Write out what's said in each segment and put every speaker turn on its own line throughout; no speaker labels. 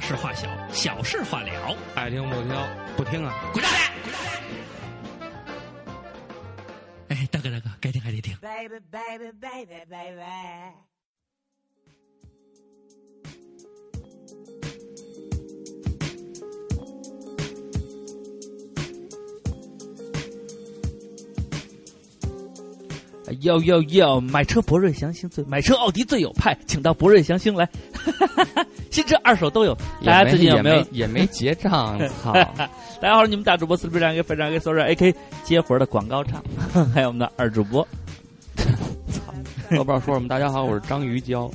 事化小，小事化了。
爱听不听，不听啊！
滚蛋！哎，大哥大哥，该听还得听。
baby, baby, baby, baby.
要要要！买车博瑞祥兴最买车奥迪最有派，请到博瑞祥兴来， 新车二手都有。大家最近有没有？
也没结 账？操！
大家好，你们大主播四不长给非常给所长 AK 接活的广告唱， 还有我们的二主播，
都不知道说什么。大家好，我是章鱼娇。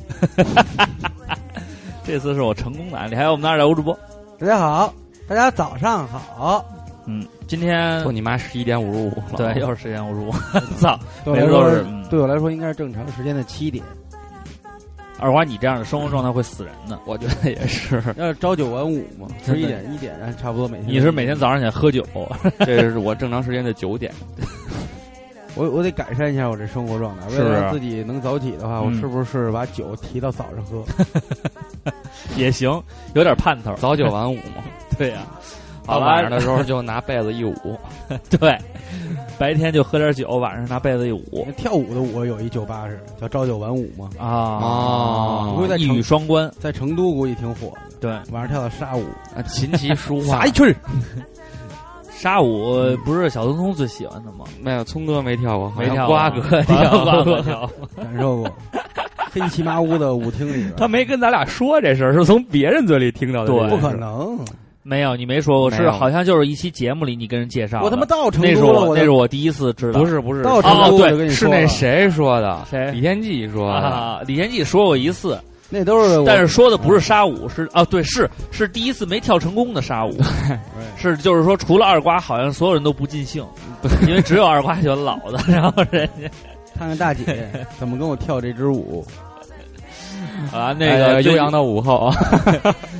这次是我成功的案例，还有我们的二点五主播。
大家好，大家早上好，
嗯，今天
说你妈十一点五十五了。
对又是时间误入， 操！
对我
每
来
次都是
说
嗯，
对我来说应该是正常时间的七点。
二花，你这样的生活状态会死人的。
我觉得也是，
要是朝九晚五嘛，
真的
十一点一点，然后差不多每天。
你是每天早上起来喝酒，
这是我正常时间的九点。
我我得改善一下我这生活状态，为
是啊
了让自己能早起的话，我
嗯
是不是把酒提到早上喝？
也行，有点盼头。
早九晚五 嘛，
对呀、
到
好
晚上
了，
的时候就拿被子一捂，
对，白天就喝点酒，晚上拿被子一捂
跳舞的我有一酒吧是叫朝九晚五嘛，
啊
哦
不会在
一
成
语双关。
在成都估计挺火的，
对，
晚上跳到沙舞，
啊琴棋书画
啥。一曲？
沙舞不是小聪聪最喜欢的吗？
没有，聪哥没跳啊过，好
没
像
跳过
瓜哥
跳，
跳
瓜哥
过。
跳，
感受 过，黑漆麻乌的舞厅里边，
他没 跟咱俩说这事儿，是从别人嘴里听到的。
对
不可能，
没有，你没说过，
没
是
有
好像就是一期节目里你跟人介绍的，
我他妈到成
那是
都了，
我
我
那
都
是我第一次知道，
不是不是，
到成
哦
都我
对
就跟你
是
说了
那谁说的？
谁
李天记说的。
啊，李连记说过一次，
那都是我，
但是说的不是沙舞，是啊，对，是是第一次没跳成功的沙舞，是就是说除了二瓜，好像所有人都不尽兴，因为只有二瓜喜欢老的， 然后人家
看看 大姐怎么跟我跳这支舞。
啊那个
哎悠
最
扬的午后啊，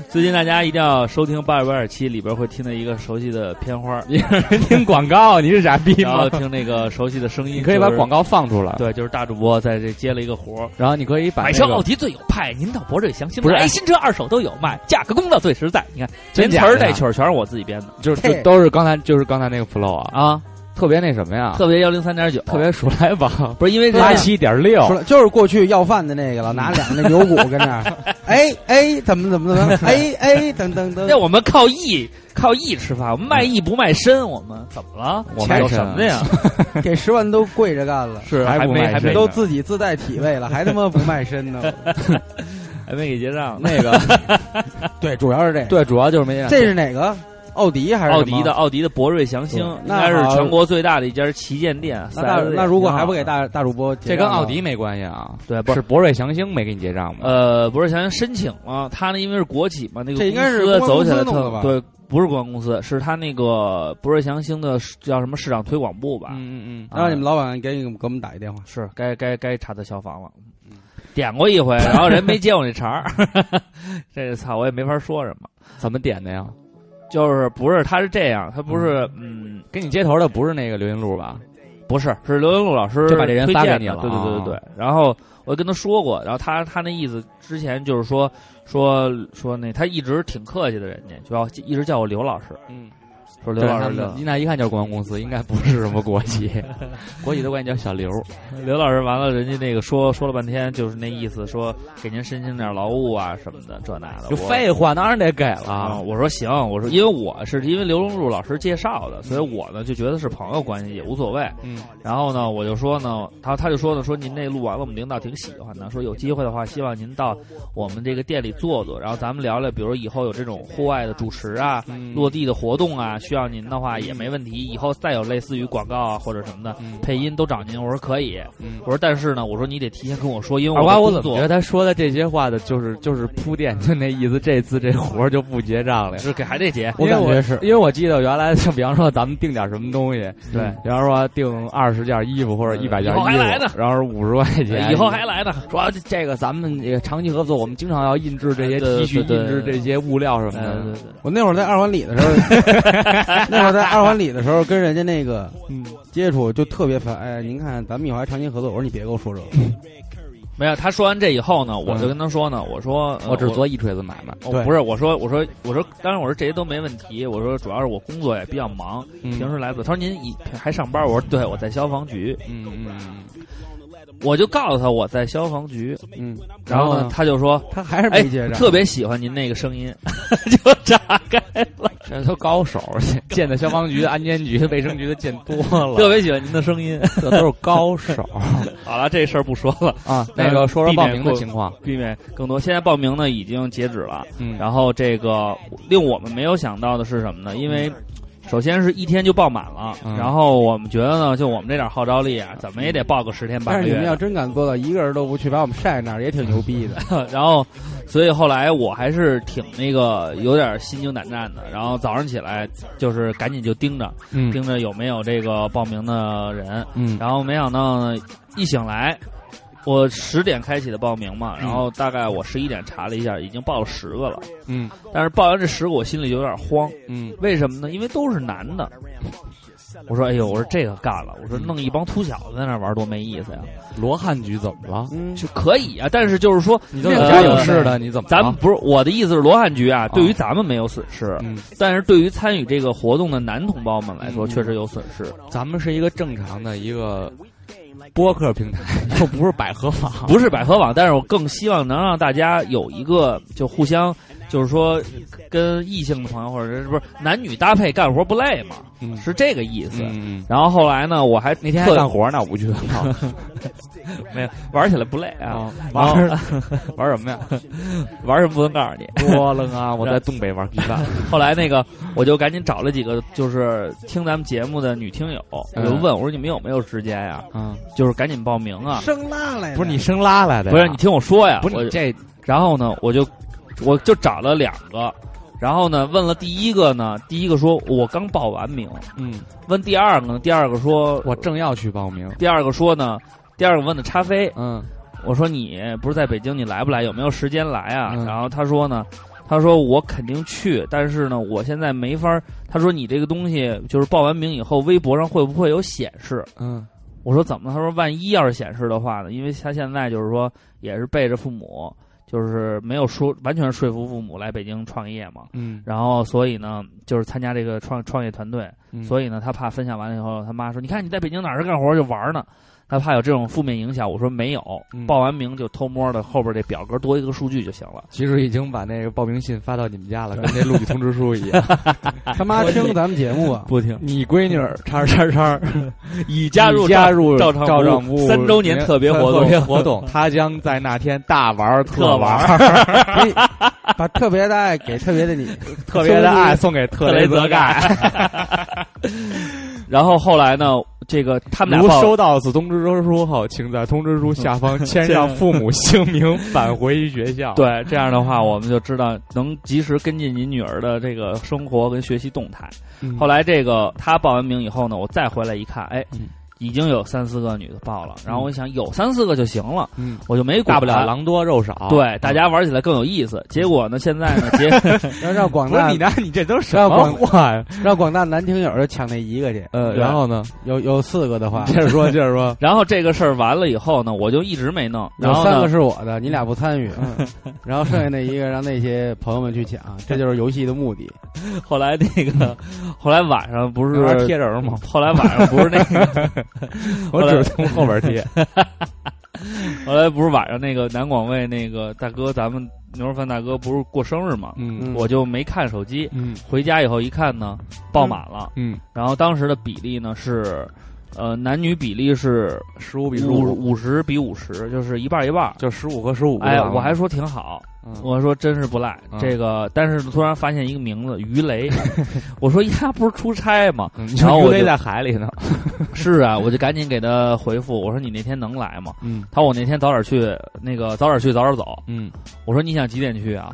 最近大家一定要收听八十八点七，里边会听到一个熟悉的片 花，
听广告，你是傻逼
然
吗
后？听那个熟悉的声音，
你可以把
就是
广告放出来，
对，就是大主播在这接了一个活儿。
然后你可以把
买
那
车
个
奥迪最有派，您到博瑞祥兴
不是
来，
哎
新车二手都有卖，价格公道最实在。你看，连
真
词
假
儿
的
带曲儿全是我自己编的
就是
嘿
就都是刚才就是刚才那个 flow 啊，
啊，
特啊别那什么呀，
特别啊幺零三点九，
特别数来 宝
不是因为人家
八七点六
说，了就是过去要饭的那个了，拿两个牛骨跟那儿， 哎哎，怎么怎么怎么，哎哎，等等等
那，我们靠艺靠艺吃饭，我们卖艺不卖身，我们怎么了？
我
们
卖
有
身
啊
什么的 呀？
给十万都跪着干 了，
是
还
还
不
没
卖
还
身
没
都自己自带体位了，还他妈不卖身 呢？
还没给结账呢。
那 个
对，主要是这个。
对，主要就是没
这是哪个？奥迪还是
奥
什么
迪的？奥迪的博瑞祥兴应
那
该是
好
全国最大的一家旗舰店。
那大
4S 店
那如果还不给大大主播，
啊这跟奥迪没关系啊，
对不
是博瑞祥兴没给你结账吗？
呃，博瑞祥兴申请了，他呢因为是国企嘛，那个
这应该是
公司
公关
走起来
公司弄的
特
吧
对，不是公关公司，是他那个博瑞祥兴的叫什么市场推广部吧？
嗯嗯嗯，
让你们老板给你们给我们打一电话。
是该该该查他消防了。
嗯
点过一回，然后人没接我那茬儿， 这操我也没法说什么。
怎么点的呀？
就是不是他是这样，他不是嗯
给你接头的不是那个刘云路吧？
不是是刘云路老师
就把这人
推
发
荐
给你
的
了
对对对对
啊
对。然后我跟他说过，然后他他那意思之前就是说说说那他一直挺客气的人家，就要一直叫我刘老师，
嗯，
说刘
对，
老
他
师刘老
们
师
那一看就是公关公司，应该不是什么国 企，国企都管你叫小刘。
刘老师完了，人家那个说说了半天就是那意思，说给您申请点劳务啊什么的这那的，
就
我
废话，当然得给
啊！
了。
我说行，我说因为我是因为刘荣柱老师介绍的，所以我呢就觉得是朋友关系也无所谓。
嗯，
然后呢，我就说呢，他他就说呢，说您那录完了，我们领导挺喜欢的，说有机会的话，希望您到我们这个店里坐坐，然后咱们聊聊，比如以后有这种户外的主持啊、
嗯
落地的活动啊，需要您的话也没问题。以后再有类似于广告啊或者什么的
嗯
配音都找您，我说可以。
嗯
我说但是呢，我说你得提前跟我说，因为
二瓜，啊我
我的
怎
工
么
作
觉得他说的这些话的，就是就是铺垫，就那意思，这次这活儿就不结账了呀。
是给还得结，
我
因为
感觉是
因为我记得原来，就比方说咱们订点什么东西，
对，
比方说订二十件衣服或者一百件
以
衣
后
服
还来呢，
然后是五十块钱，
以后还来呢。
说这个咱们也长期合作，我们经常要印制这些
哎对
T 恤、
对对
印制这些物料什么
嗯，对对
的。
对。
我那会儿在二环里的 时候，那会儿在二环里的时候跟人家那个
嗯，
接触就特别烦。哎，您看咱们以后还长期合作，我说你别跟我说这个，
没有，他说完这以后呢，我就跟他说呢，我说呃
哦我只做一锤子买卖。
我
对
哦不是，我说我说我说，当然我说这些都没问题，我说主要是我工作也比较忙，
嗯
平
平时来不了。他说您以还上班？我说对，我在消防局。
嗯嗯
我就告诉他我在消防局，
嗯嗯，
然后
哦
呢，他就说。
他还是
哎
没接， 上，
特别喜欢您那个声音， 就炸开了。
这都高手， 建的消防局、安监局、卫生局的建多了，
特别喜欢您的声音。
这都是高手
好了，这事儿不说了，
啊。那个说说报名的情况，
避免更多。现在报名呢已经截止了，
嗯然后
然后这个令我们没有想到的是什么呢？因为首先是一天就报满了，
嗯
然后我们觉得呢，就我们这点号召力啊，怎么也得报个十天
但
半
是
个
你
月
们要
的。
真敢做到一个人都不去，把我们晒那儿也挺牛逼 的。
然后，所以后来我还是挺那个有点心惊胆战的。然后早上起来就是赶紧就盯着
嗯
盯着有没有这个报名的人，
嗯
然后没想到呢，一醒来。我十点开启的报名嘛，然后大概我十一点查了一下，已经报了十个了。
嗯
但是报完这十个，我心里有点慌，
嗯
为什么呢？因为都是男的。我说，哎呦，我说这个干了，我说弄一帮秃小子在那玩多没意思呀。
罗汉局怎么了？
嗯，
就可以啊，但是就是说，呃
你
都
呃都
有
有
家
家
有
有
室
室的，你怎么？
咱们不是我的意思是罗汉局啊，对于
啊
咱们没有损失，
嗯，
但是对于参与这个活动的男同胞们来说，
嗯
确实有损失。
咱们是一个正常的一个播客平台， 又不是百合坊。
不是百合网，但是我更希望能让大家有一个就互相，就是说跟异性的朋友或者是不是男女搭配干活不累嘛，
嗯
是这个意思。
嗯，
然后后来呢，我还那
那天还干活呢，我不去。
没有玩起来不累啊，
啊，
然后
玩儿玩什么呀？
玩什么不能告诉你。
多冷啊！我在东北玩皮蛋。
后来那个，我就赶紧找了几个就是听咱们节目的女听友，我
嗯
就问我说你们有没有时间呀？
嗯，
就是赶紧报名啊！
生拉来 的
不是你生拉来的呀，
不是你听我说呀，
啊不是
我
你这
然后呢，我就我就找了两个，然后呢问了第一个呢，第一个说我刚报完名，
嗯，
问第二个呢，第二个说
我正要去报名。
第二个说呢。第二个问的咖啡，
嗯
我说你不是在北京，你来不来？有没有时间来啊？
嗯
然后他说呢，他说我肯定去，但是呢，我现在没法儿。他说你这个东西就是报完名以后，微博上会不会有显示？
嗯
我说怎么了？他说万一要是显示的话呢？因为他现在就是说也是背着父母，就是没有说完全说服父母来北京创业嘛。
嗯，
然后所以呢，就是参加这个创创业团队，所
以
以呢，他怕分享完了以后，他妈说：“你看你在北京哪儿干活就玩儿呢。”他怕有这种负面影响。我说没有，
嗯
报完名就偷摸的后边这表格多一个数据就行了。
其实已经把那个报名信发到你们家了，跟那录取通知书一样。
他妈听咱们节目 啊？
不听，
你闺女儿叉叉叉
已加入
已加入
照
常
照常
常
服务三周年特别活动
特别活 动，她将在那天大玩儿
特玩
玩
儿
儿，
可以把特别的爱给特别的 你，
特别的爱送给特雷泽盖。
然后后来呢，这个他们俩
如
报嗯
收到此通知书后，请在通知书下 方签上父母姓名，返回学校。，
对这样的话，我们就知道能及时跟进您女儿的这个生活跟学习动态。后
来
来这个他报完名以后呢，我再回来一看，哎
嗯，
已经有三四个女的报了。然后我一想，有三四个就行了，
嗯
我就没管
大不了狼多肉少。
对，大家玩起来更有意思。结果呢，现在呢， 结
让让广
不是
大
你那，你这都是什
让
么
广
话呀？
让广大男听友就抢那一个去。
呃，
对。
然后呢？
有有四个的话，
接着说，接着说
然后这个事儿完了以后呢，我就一直没弄。然
有
后
三
呢
个，是我的，你俩不参与， 然后剩下那一个让那些朋友们去抢，这就是游戏的目的。
后来那个，后来晚上不
那玩意儿
是
贴人吗？
后来晚上不是那个，
我只是从后边贴。
后来不是晚上那个南广卫那个大哥，咱们牛肉饭大哥不是过生日嘛，
嗯
我就没看手机。
嗯
回家以后一看呢，爆满了。
嗯，
然后当时的比例呢是，呃，男女比例是
十五比十
五
五，
五十比五十，就是一半儿一半儿。
就十五和十五。啊
哎，我还说挺好，
嗯
我说真是不赖，
嗯
这个，但是突然发现一个名字鱼 雷，我说呀，不是出差吗？
嗯
然后我
就勒
就
在海里呢。
是啊，我就赶紧给他回复，我说你那天能来吗？
嗯
他说我那天早点去，那个早点去早点走。
嗯
我说你想几点去啊？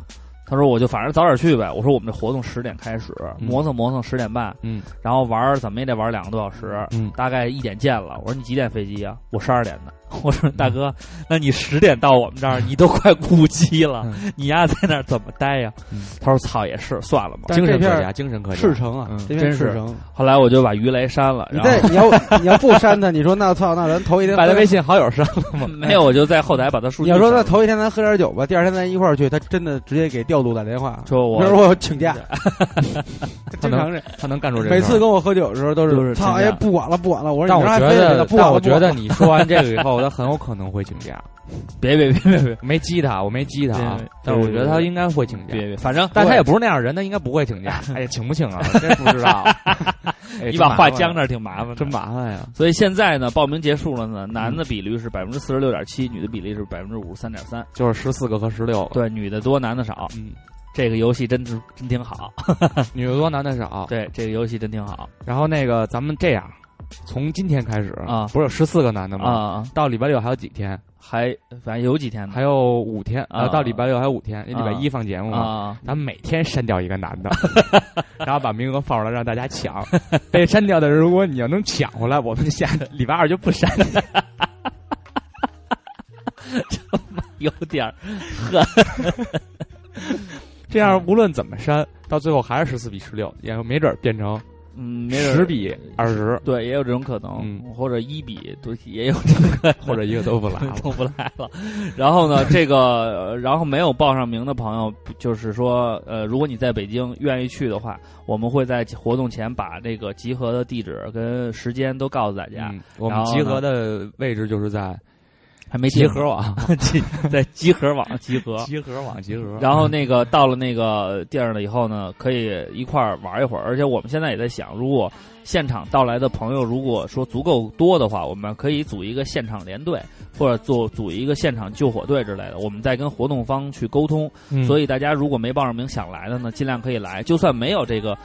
他说我就反正早点去呗。我说我们这活动十点开始，
嗯
磨蹭磨蹭十点半，
嗯
然后玩儿怎么也得玩儿两个多小时，
嗯
大概一点见了。我说你几点飞机啊？我十二点的。我说大哥，那你十点到我们这儿，你都快过期了，
嗯
你丫在那儿怎么待呀、
嗯
他说操，也是算了吧。
但是
精神
这
可
片儿
嘉，精神可嘉，
赤诚啊
嗯，
这边
真是
赤诚。
后来我就把鱼雷删了，
你
然
再
后
你要你要不删他，你说那操，那咱头一天
把他
喝
微信好友删了。
没有，我就在后台把他数
你
据
要
删了。
说那头一天咱喝点酒吧，第二天咱一块儿去，他真的直接给调度打电话，
说我
明儿我请假。 经 常是
他能干出这事儿，
每次跟我喝酒的时候都
就是
是操，
请假
哎不管了不管了，我说
但
你
我
这还
觉
非得
得，
不
但
管
我
了不
觉
管
得
了，
你说完这个以后，他很有可能会请假。
别别别别 别
没激他，我没激他啊
对，
但是我觉得他应该会请假
别。别，反正
但他也不是那样人，他应该不会请假。哎呀，请不请啊？真不知道。哎
你把话僵，那儿挺麻烦的，
真麻烦呀。
所以现在呢，报名结束了呢，男的比率是百分之四十六点七，女的比例是百分之五十三点三。
就是十四个和十六个，
对，女的多，男的少。
嗯，
这个游戏真是真挺好。
女的多，男的少。
对，这个游戏真挺好
然后那个，咱们这样，从今天开始
啊
不是有十四个男的吗？
啊、
到礼拜六还有几天？
还反正有几天呢，
还有五天呃
啊
到礼拜六还有五天，因为礼拜一放节目嘛。
啊，
咱们每天删掉一个男的， 然后把名额放出来让大家抢。 被删掉的人，如果你要能抢回来，我们下礼拜二就不 删。
有点儿
这样无论怎么删，到最后还是十四比十六，也没准儿变成
嗯，没准儿
十比二 十，
对，也有这种可能，
嗯
或者一比对，也有这种可能，
或者一个都不来 了。
都不来了。然后呢，这个呃然后没有报上名的朋友，就是说，呃，如果你在北京愿意去的话，我们会在活动前把这个集合的地址跟时间都告诉大家。
嗯，我们集合的位置就是在
还没
集
定
合 网，
集在集合网集合。
集合网集合。
然后那个到了那个地儿了以后呢，可以一块儿玩一会儿。而且我们现在也在想，如果现场到来的朋友如果说足够多的话，我们可以组一个现场联队，或者做组一个现场救火队之类的。我们再跟活动方去沟通。所
以
以大家如果没报上名想来的呢，尽量可以来。就算没有这个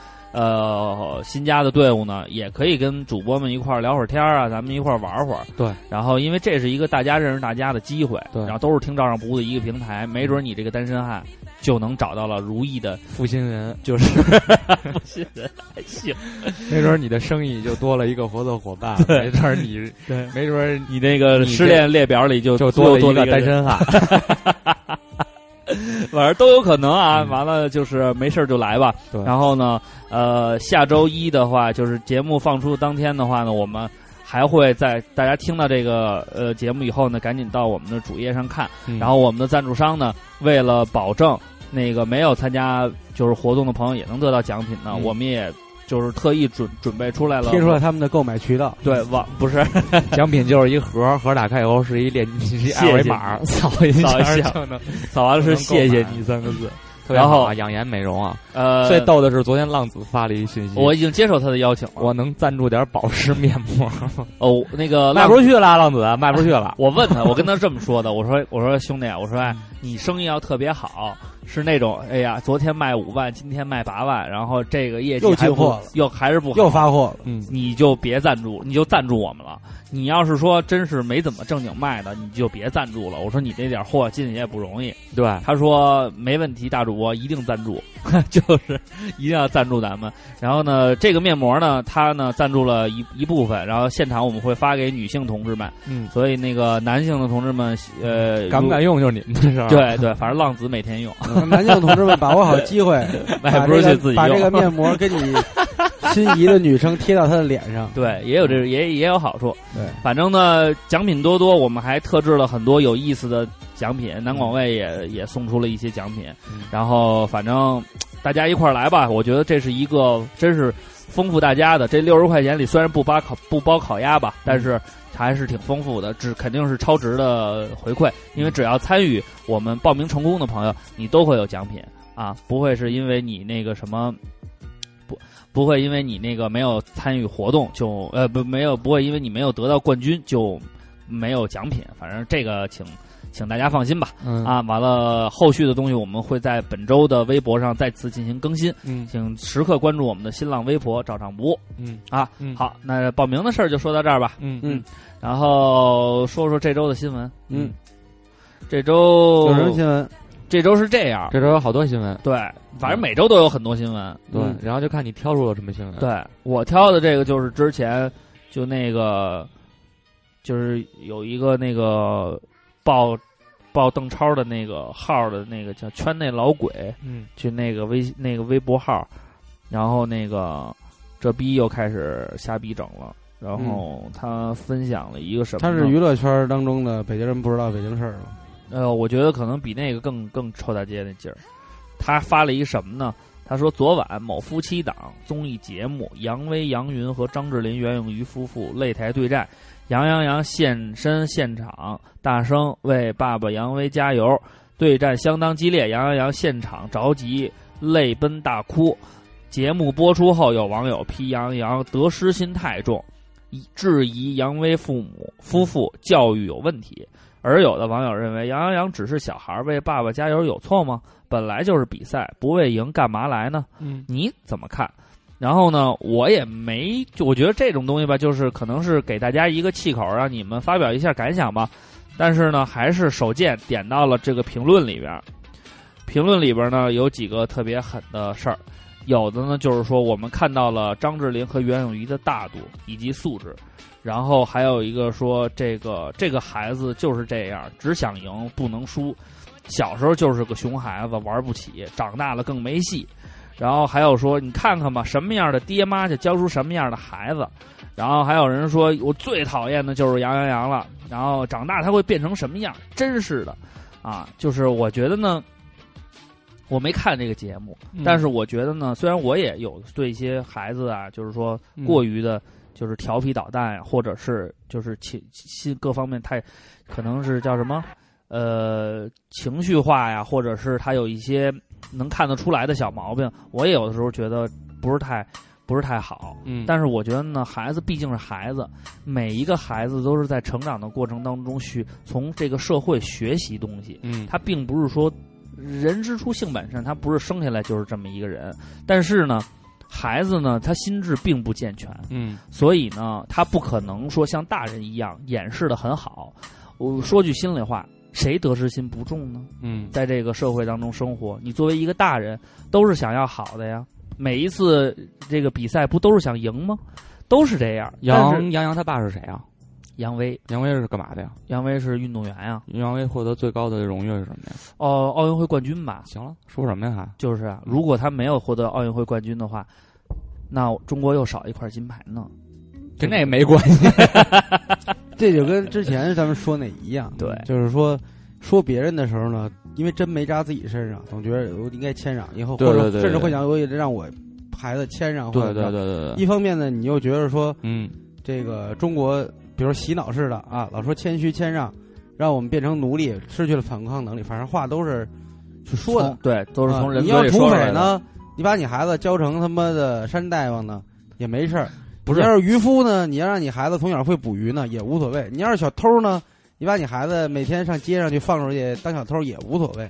呃新加的队伍呢，也可以跟主播们一块儿聊会儿天儿啊，咱们一块儿玩会儿。
对。
然后，因为这是一个大家认识大家的机会，
对
然后都是听照上不误的一个平台，没准你这个单身汉就能找到了如意 的
负心人，
就是 不信人，还行。
没准儿你的生意就多了一个合作伙伴，没准儿你，
对
没准儿
你那个
你
失
这
恋列表里就
就
多
多了一个
人
单身汉。
反正都有可能啊。
嗯
完了就是没事儿就来吧。
对
然后呢，呃，下周一的话，就是节目放出当天的话呢，我们还会在大家听到这个呃节目以后呢，赶紧到我们的主页上看。
嗯
然后我们的赞助商呢，为了保证那个没有参加就是活动的朋友也能得到奖品呢，
嗯
我们也就是特意准准备出来了。
贴出来他们的购买渠道。
对网不是
奖品就是一盒，盒打开以后是一链接，是一
谢
二
谢
维
你
码，扫一
扫一下
下就能。
扫完了是
能购买
谢谢你三个字。
特别好啊
然后
养颜美容啊，
呃，
最逗的是昨天浪子发了一信息，
我已经接受他的邀请了。
我能赞助点保湿面膜，
哦，那个
卖
浪。
不出去了，浪子卖不出去了
我问他，我跟他这么说 的，我说我说兄弟，我说
嗯
哎，你生意要特别好，是那种哎呀，昨天卖五万，今天卖八万，然后这个业绩
又
还
进
不
货了
又还是不好，
又发货了，
嗯，
你就别赞助，你就赞助我们了。你要是说真是没怎么正经卖的，你就别赞助了。我说你这点货进去也不容易。
对，
他说没问题，大主播一定赞助， 就是一定要赞助咱们。然后呢，这个面膜呢，他呢赞助了一一部分，然后现场我们会发给女性同志们。
嗯，
所以那个男性的同志们，呃，
敢不敢用就是你们的事儿。
如？，对对，反正浪子每天用，
男性同志们把握好 机会，
卖
把
不出
这
去
个
自己
把这个
用。
面膜给你心仪的女生贴到她的脸上。
对，也有这也也有好处。
对，
反正呢，奖品多多，我们还特制了很多有意思的奖品，南广卫也也送出了一些奖品。
嗯
然后反正嗯大家一块儿来吧，我觉得这是一个真是丰富大家的。这六十块钱里虽然不包烤不包烤鸭吧，但是还是挺丰富的，只肯定是超值的回馈，因为只要参与我们报名成功的朋友，你都会有奖品啊，不会是因为你那个什么。不不会因为你那个没有参与活动就呃不没有不会因为你没有得到冠军就没有奖品，反正这个请请大家放心吧。
嗯
啊，完了，后续的东西我们会在本周的微博上再次进行更新，
嗯
请时刻关注我们的新浪微博“照常不误
嗯”
啊。
嗯，
好，那报名的事儿就说到这儿吧，
嗯
嗯
然后说说这周的新闻。
嗯，
这周
有什么新闻？
这周是这样，
这周有好多新闻，
对，反正每周都有很多新闻。
对
嗯，
然后就看你挑出了什么新闻。，
对我挑的这个就是之前就那个，就是有一个那个报报邓超的那个号的那个叫圈内老鬼，
嗯，
就那个微那个微博号，然后那个这逼又开始瞎逼整了。然后他分享了一个什么
嗯他
呢？
嗯
是娱乐圈当中的北京人不知道北京事儿了。
呃，我觉得可能比那个更更臭大街那劲儿。他发了一个什么呢？他说昨晚某夫妻档综艺节目，杨威、杨云和张智霖、袁咏仪夫妇擂台对战，杨阳洋现身现场，大声为爸爸杨威加油。对战相当激烈，杨阳洋现场着急泪奔大哭。节目播出后，有网友批杨洋得失心太重，以质疑杨威父母夫妇教育有问题。而有的网友认为，杨阳洋只是小孩儿为爸爸加油有错吗？本来就是比赛，不为赢干嘛来呢？
嗯，
你怎么看？然后呢，我也没，就我觉得这种东西吧，就是可能是给大家一个气口，让你们发表一下感想吧。但是呢，还是手贱点到了这个评论里边儿。评论里边儿呢，有几个特别狠的事儿，有的呢就是说我们看到了张智霖和袁咏仪的大度以及素质，然后还有一个说这个这个孩子就是这样，只想赢不能输，小时候就是个熊孩子，玩不起，长大了更没戏。然后还有说，你看看吧，什么样的爹妈就教出什么样的孩子。然后还有人说，我最讨厌的就是杨阳洋了。然后长大他会变成什么样？真是的，啊，就是我觉得呢，我没看这个节目，
嗯
但是我觉得呢，虽然我也有对一些孩子啊，就是说
嗯
过于的，就是调皮捣蛋呀、或者是就是情心各方面太，可能是叫什么，呃，情绪化呀，或者是他有一些能看得出来的小毛病，我也有的时候觉得不是太不是太好。
嗯，
但是我觉得呢，孩子毕竟是孩子，每一个孩子都是在成长的过程当中学从这个社会学习东西，
嗯，
他并不是说人之初性本善，他不是生下来就是这么一个人。但是呢，孩子呢，他心智并不健全，
嗯
所以呢，他不可能说像大人一样掩饰的很好。我说句心里话，谁得失心不重呢？
嗯
在这个社会当中生活，你作为一个大人，都是想要好的呀。每一次这个比赛不都是想赢吗？都是这样。但是
杨杨洋他爸是谁啊？
杨威，
杨威是干嘛的呀？
杨威是运动员呀，
杨威获得最高的荣誉是什么呀？
哦，奥运会冠军吧？
行了，说什么呀？还
就是啊，如果他没有获得奥运会冠军的话，那中国又少一块金牌呢。
跟那没关系。
这就跟之前咱们说那一样，
对
就是说说别人的时候呢，因为真没扎自己身上，总觉得我应该谦让，以后
对
或者
对对
甚至
对
会想，我也得让我孩子谦让，
对
或者
对对
怎么
对
着
对，
一方面呢，你又觉得说
嗯
这个中国，比如洗脑式的啊，老说谦虚谦让，让我们变成奴隶，失去了反抗能力，反正话都是去说的
从，对，都是
啊
从人
你
嘴
要
里
土
说出
匪
来的。
呢，你把你孩子教成他妈的山大王呢，也没事儿。
不是
你要是渔夫呢，你要让你孩子从小会捕鱼呢，也无所谓。你要是小偷呢，你把你孩子每天上街上去放出去当小偷也无所谓。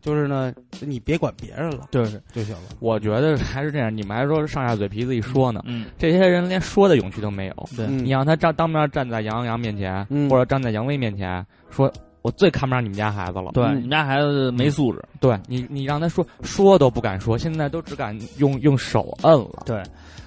就是呢，你别管别人了
就是，
就行了。
我觉得还是这样。你们还说上下嘴皮子一说呢，
嗯，
这些人连说的勇气都没有。
对，
嗯
你让他站当面站在杨洋面前，
嗯
或者站在杨威面前，说我最看不上你们家孩子了。
对，
嗯
你们家孩子没素质。
对你，你让他说说都不敢说，现在都只敢用用手摁了。
对，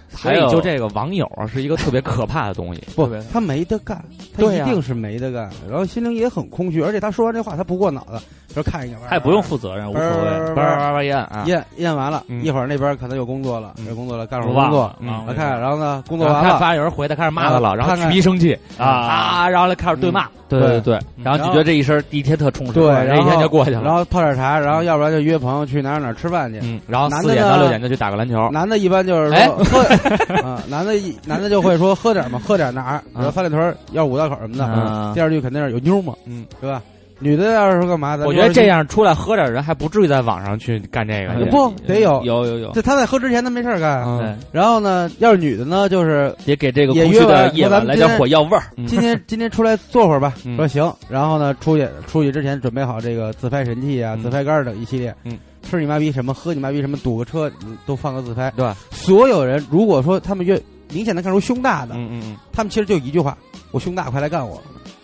所
还
嗯
以
有
就，这个网友是一个特别可怕的东西。
不
特别，
他没得干，他
对啊
一
呀
定是没得干。然后心灵也很空虚，而且他说完这话他不过脑子，就看一眼，
哎
他也不用负责任，无所谓。
叭
叭叭叭一按啊，
验验完了，
嗯
一会儿那边可能有工作了，
嗯
有工作了，干会
我
儿工
忘
作
了，，
嗯
忘
我
了
看，然后呢，工作
然后
完
看
了，
发现有人回他开始骂他了，
嗯
然后
看看
曲一生气
啊，
啊，然后开始对骂，
对对对，
嗯
然后就觉得这一身地铁特充实。
对
这一
然
天
后
就过去
然
了。
后泡点茶，然后要不然就约朋友去哪儿哪儿吃饭去。
嗯，然后
男的
四点到
呢
六点就去打个篮球。
男的一般就是
哎嗯
说喝， 啊，男的一男的就会说喝点嘛，喝点哪儿，然后三里屯儿要五道口什么的。
嗯
第二句肯定是有妞嘛，
嗯，
对吧？女的要是说干嘛，咱
我
们
觉得这
要
样出来喝点人还不至于在网上去干这个
是
去。
哎不得有，
有有有，
这他在喝之前他没事儿干。啊
嗯
对，
然后呢，要是女的呢，就是
别给这个
也
空
约
虚的
完
夜
我咱
晚
们
来
今
点
天
火药味儿。
嗯
今 天今天出来坐会儿吧，
嗯
说行，然后呢，出去出去之前准备好这个自拍神器啊、
嗯
自拍杆儿等一系列，
嗯，
吃你妈逼什么，喝你妈逼什么，堵个车你都放个自拍。
对吧？
所有人如果说他们越明显能看出胸大的，
嗯嗯嗯，
他们其实就一句话：我胸大，快来干我！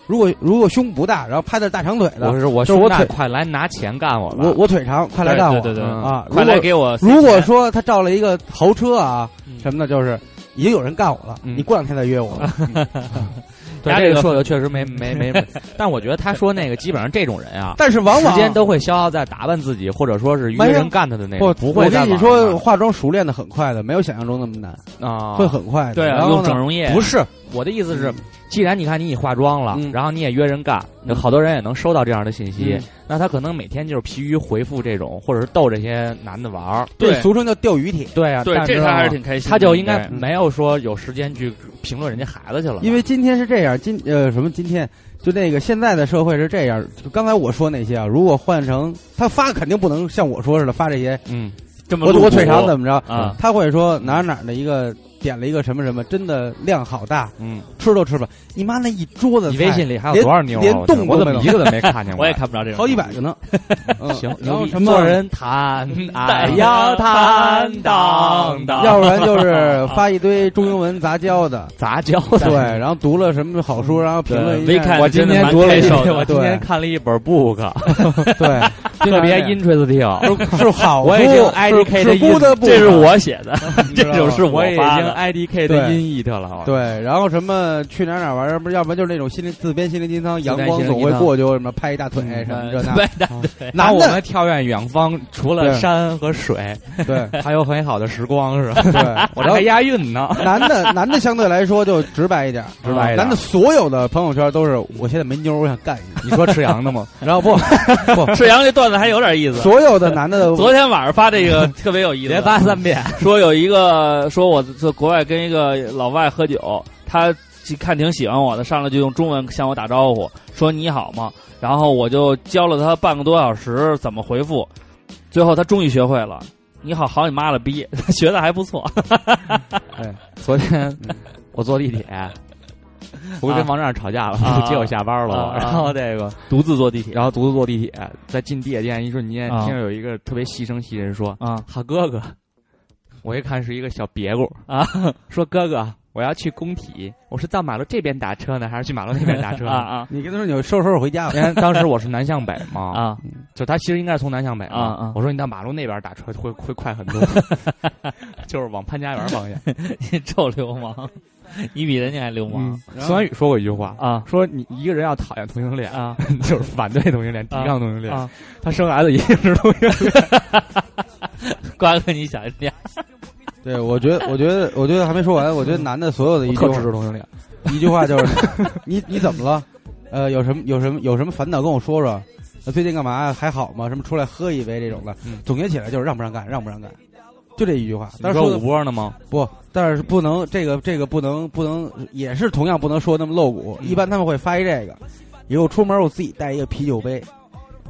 如果如果胸不大，然后拍的是大长腿的，
嗯我是我
就是
胸
我
大
腿
快来拿钱干我吧！
我我腿长，快来干我
对对对对
嗯
啊！如
快来
果
给我塞钱！
如果说他照了一个豪车啊
嗯
什么的，就是已经有人干我了，
嗯
你过两天再约 我。
对
压
这
这
个
个
说 的确实没没没，但我觉得他说那个基本上这种人啊，
但是往往
时间都会消耗在打扮自己，或者说是约
没有
人干他的那
不
种，不会
我
在
跟你
网上干。
说，化妆熟练的很快的，没有想象中那么难，
啊，
会很快的。
对啊，
然后
用
呢
整容液
不是我的意思是，既然你看你已化妆了，
嗯
然后你也约人干，
嗯
好多人也能收到这样的信息，
嗯
那他可能每天就是疲于回复这种，或者是逗这些男的玩儿。
对，俗称叫钓鱼帖。
对啊，
对，
但
这
是
他还是挺嗯开心的。
他就应该
对
没有说有时间去评论人家孩子去了，
因为今天是这样，今呃什么今天就那个现在的社会是这样，就刚才我说那些啊，如果换成他发肯定不能像我说似的发这些，
嗯，
这么
我
露
我
骨
腿长怎么着，
啊？
他会说哪儿哪儿的一个点了一个什么什么，真的量好大，
嗯，
吃都吃不了。你妈那一桌子
你
菜
微信里还有多少妞啊？
连
我操
动都
我怎
没
么
有
一个都没看见 过？
我也看不着这种，
好几百个呢。嗯
行，
然
牛
后
逼
什么
做人坦荡，
要
要
坦
坦
荡荡
荡荡，
要不然就是发一堆中英文杂交的，
杂交
对，然后读了什么好
嗯
书，然后评论一
对没看
下，
我今天读了一
真的蛮开手
本，
的
我今天看了一本 book，
对，
特别 interesting。
是是好书，
我已经 IDK 的
是
意思
不得不，
这是我写的，
你
这
知道吗
种是
我已经
发的。
IDK
对
的音译特了，
对，然后什么去哪儿哪儿玩儿，不是要不然就是那种心灵自编心灵鸡汤，阳
编
光
心灵
总
鸡
会
汤
过去，什么拍一大腿哎什
嗯
嗯
么这 那，
那
男
我
的
们跳远远方，除了
对
山和 水，
对
还有很好的时光，是吧？
对，
我
然
这
后
还押韵呢。
男的男的相对来说就直白一点儿，
直白一点儿
男的所有的朋友圈都是我现在没妞儿，我想干一
你说吃羊的吗？
个，然后不，
赤阳这段子还有点意思。
所有的男的
昨天晚上发这 个特别有意思，
别发三遍，
说有一个说我在国外跟一个老外喝酒，他看挺喜欢我的，上来就用中文向我打招呼，说你好嘛，然后我就教了他半个多小时怎么回复，最后他终于学会了。你好，好你妈了逼，学的还不错。
昨天 我坐 地铁，我
啊
跟王站吵架了，
啊
接我下班了
啊
我，
啊
然后这个，
独自坐地铁
然后独自坐地铁，在进地铁站一瞬间，
啊
听着有一个特别细声细人说
啊：“
好哥哥。”我一看是一个小别故，
啊
说：“哥哥，我要去工体，我是到马路这边打车呢，还是去马路那边打车
啊
呢？”
啊
你跟他说你收拾收拾回家吧
因，为当时我是南向北嘛，
啊！
就他其实应该是从南向北嘛
啊啊
我说你到马路那边打车会会快很多，就是往潘家园方 向。
你臭流氓，你比人家还流氓
孙安宇说过一句话，
嗯啊
说你一个人要讨厌同性恋，
啊！
就是反对同性恋、抵抗同性恋，
啊
他生孩子一定是同性恋。
瓜哥，你想一下，
对我觉得我觉得我觉得还没说完，我觉得男的所有的一句
特
话
支持同性恋，
一句话就是，你你怎么了？呃，有什么有什么有什么烦恼跟我说说。呃最近干嘛？还好吗？什么出来喝一杯这种的，
嗯
总结起来就是让不让干，让不让干，就这一句话。但
你
是
说
说的
五波呢吗？
不，但是不能这个这个不能不能，也是同样不能说那么露骨。
嗯
一般他们会发一这个，以后出门我自己带一个啤酒杯，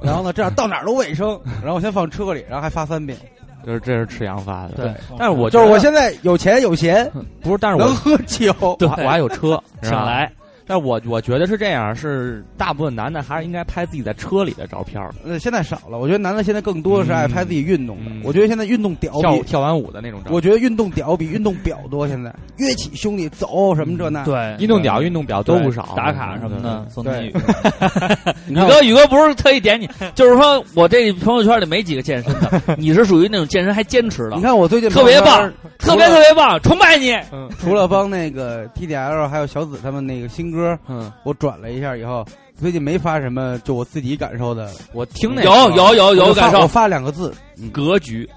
然后呢这样到哪儿都卫生，然后我先放车里，然后还发三遍。
就是这是赤阳发的，
对，
但是我
就是我
觉
现在有钱有闲，
得不是，但是
能
我
喝酒。
我还我还有车，是
请
吧。
来
但我我觉得是这样，是大部分男的还是应该拍自己在车里的照片儿，
呃，现在少了，我觉得男的现在更多的是爱拍自己运动的。
嗯嗯
我觉得现在运动屌
跳
比，
跳完舞的那种照片。
我觉得运动屌比运动表多。现在约起兄弟走什么这那，
对
运动表、运动表都不少，
打卡什么的，宋天宇。
你
宇
看
哥，宇哥不是特意 点你，就是说我这朋友圈里没几个健身的，你是属于那种健身还坚持
我，你
的，
看我最近
特别
朋友圈
棒，特别特别棒，崇拜你。
除了帮那个 TDL 还有小紫他们那个新歌，
嗯，
我转了一下以后，最近没发什么，就我自己感受的。
我听那
有
歌，嗯
有有
我
有
发
感
我
受，
发两个字，
格局。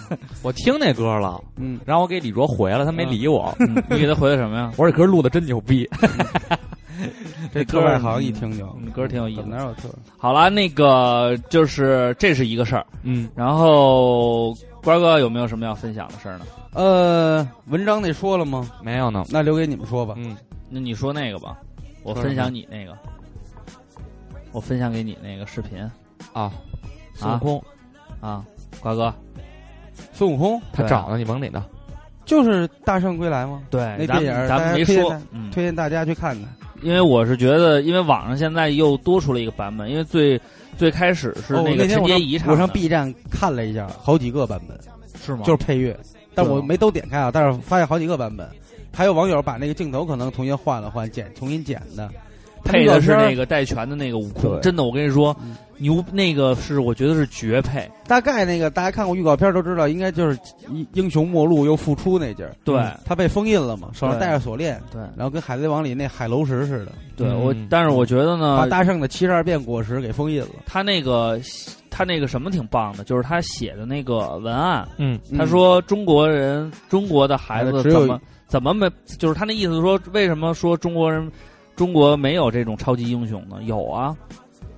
我听那歌了，
嗯，
然后我给李卓回了，他没理我。
你给他回的什么 呀？
我说这歌录的真牛 逼，
这
歌
歌外行一听就
嗯歌挺有意
怎么
思。
哪有特
好了，那个就是这是一个事儿，
嗯，
然后瓜哥有没有什么要分享的事儿呢？
呃，文章那说了吗？
没有呢，
那留给你们说吧。
嗯，
那你说那个吧，我
说什么
分享你那个，我分享给你那个视频
啊，孙悟
啊
空
啊，瓜哥，
孙悟空
他
对啊
找呢，你蒙哪呢？
就是《大圣归来》吗？
对，
那
咱
电影
们
儿
咱
大
们
家
没
推荐
说
大，
嗯，
推荐大家去看看。
因为我是觉得，因为网上现在又多出了一个版本，因为最最开始是
哦我
个
那天
陈
我
洁
上
仪唱的，
我上 B 站看了一下，好几个版本，
是吗？
就是配乐，但
对
我
吗
没都点开啊，但是发现好几个版本，还有网友把那个镜头可能重新换了换，剪重新剪的。
配的是
那
那
个
个戴荃的那个悟空，
对
真的，我跟你说
嗯，
牛那个是我觉得是绝配，
大概那个大家看过预告片都知道，应该就是英英雄末路又复出那劲儿。
对
嗯他被封印了嘛，手上
对
戴着锁链，
对
然后跟《海贼王》里那海楼石似的，
对，
嗯
我但是我觉得
把
呢，
大圣的七十二变果实给封印了。
他那个他那个什么挺棒的，就是他写的那个文案，
嗯，
他说中国人中国的孩子
只有
怎么怎么没，就是他那意思说，为什么说中国人中国没有这种超级英雄呢？有啊，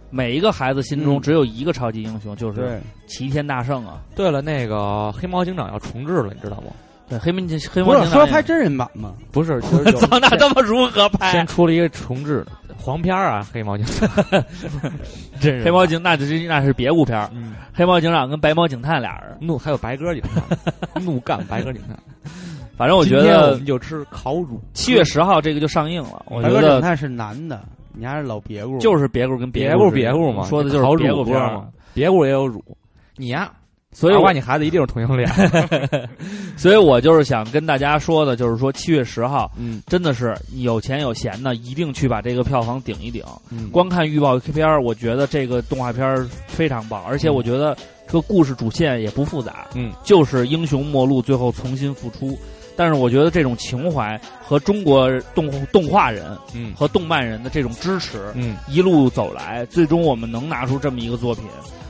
每一个孩子心中
嗯
只有一个超级英雄，就是
对，
齐天大圣啊。
对了，那个黑猫警长要重置了，你知道吗？
对，黑门黑
不
猫
是
警
说
长
拍
也。
真人版吗？
不是，其实就
操，那他妈如何拍啊
先？出了一个重置的黄片儿啊，黑猫警长， 真人
黑猫警那就是那是别部片儿
嗯，
黑猫警长跟白猫警探俩人，
怒还有白鸽警察， 怒干白鸽警察。
反正我觉
今天我
得
们就吃烤乳，
七月十号这个就上映了。我
白
觉
鸽警
得
探是男的，你还是老别故，
就是别故跟
别
故
户别户
故
嘛，
说的就是
烤
别
乳啊
故
不
片
是
儿
吗？别户也有乳，你呀，
所以
我
我
把你孩子一定是同啊性恋。
所以我就是想跟大家说的，就是说七月十号
嗯
真的是有钱有闲的，一定去把这个票房顶一顶。
嗯，
光看预告片儿，我觉得这个动画片儿非常棒，而且我觉得这个故事主线也不复杂，
嗯，
就是英雄末路最后重新复出。但是我觉得这种情怀和中国动动画人
嗯
和动漫人的这种支持，
嗯
一路走来，最终我们能拿出这么一个作品。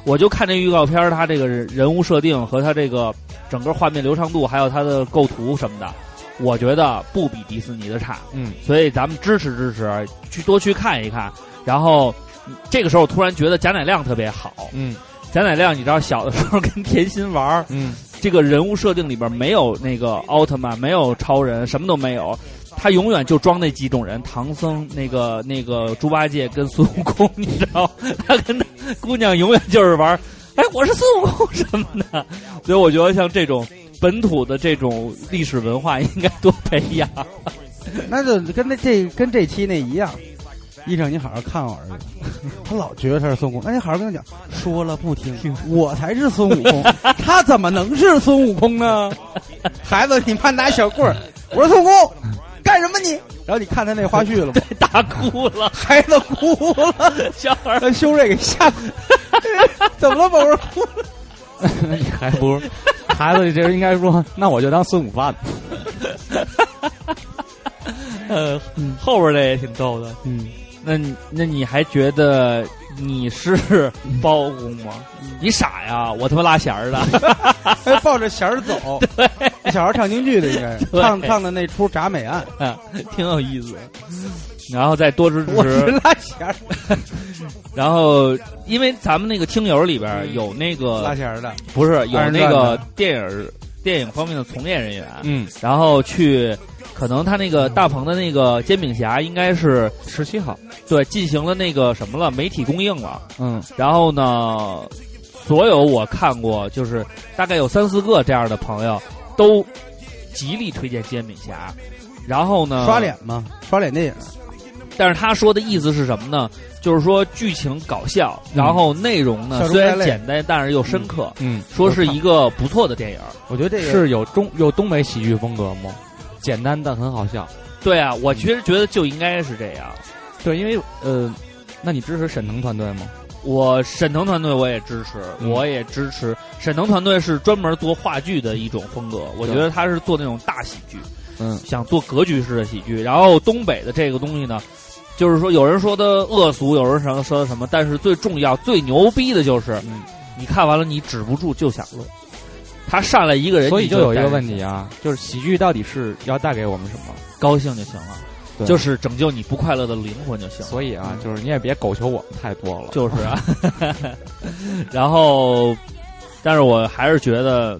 我就看这预告片儿，它这个人人物设定和它这个整个画面流畅度，还有它的构图什么的，我觉得不比迪士尼的差。
嗯，
所以咱们支持支持，去多去看一看。然后嗯这个时候突然觉得贾乃亮特别好。
嗯
贾乃亮，你知道小的时候跟甜心玩儿，
嗯
这个人物设定里边没有那个奥特曼，没有超人，什么都没有。他永远就装那几种人，唐僧、那个那个猪八戒跟孙悟空，你知道， 他跟他姑娘永远就是玩儿，哎，我是孙悟空什么的。所以我觉得像这种本土的这种历史文化应该多培养。
那就跟那这跟这期那一样。医生，你好好看我儿子， 他老觉得他是孙悟空。那你好好跟他讲，说了不听，我才是孙悟空，他怎么能是孙悟空呢？ 孩子，你妈拿小棍儿，我是孙悟空，干什么你？然后你看他那花絮了吗？
大哭了，
孩子哭了，
小孩儿
把修睿给吓哭， 怎么了，宝贝儿？哭了。
嗯， 你还不如孩子，这应该说， 那我就当孙悟饭。
呃，后边儿这也挺逗的。
嗯，
那你那你还觉得你是包公吗？你傻呀！我他妈拉弦儿的，
还抱着弦儿 走，小孩儿唱京剧的应 该是
对
唱唱的那出《铡美案》，
挺有意思。然后再多支
我是
持，
拉弦儿
然后因为咱们那个听友里边儿有那
拉
个
弦儿的，
不是有
啊二人
那
转
个
的
电影儿电影方面的从业人员，
嗯，
然后去可能他那个大鹏的那个煎饼侠应该是
十七号，
对进行了那个什么了媒体供应了，
嗯
然后呢，所有我看过，就是大概有三四个这样的朋友，都极力推荐煎饼侠。然后呢，
刷脸嘛，刷脸电影。
但是他说的意思是什么呢？就是说剧情搞笑，然后内容呢
笑中
虽然
带泪
简单，但是又深刻，
嗯，
说是一个不错的电影。
我觉得这个
是有中有东北喜剧风格吗？简单但很好笑。
对啊，我其实觉得就应该是这样。
对，因为呃，那你支持沈腾团队吗？
嗯我沈腾团队我也支持，
嗯
我也支持。沈腾团队是专门做话剧的一种风格，我觉得他是做那种大喜剧，
嗯，
想做格局式的喜剧。然后东北的这个东西呢，就是说有人说的恶俗，有人说说的什么，但是最重要、最牛逼的就是，
嗯
你看完了你止不住就想乐。他上来一个人，
所以
你就
有一个
感
问题啊，就是喜剧到底是要带给我们什么？
高兴就行了，
对
就是拯救你不快乐的灵魂就行了。
所以啊，就是你也别狗求我们太多了。
嗯就是啊， 然后，但是我还是觉得，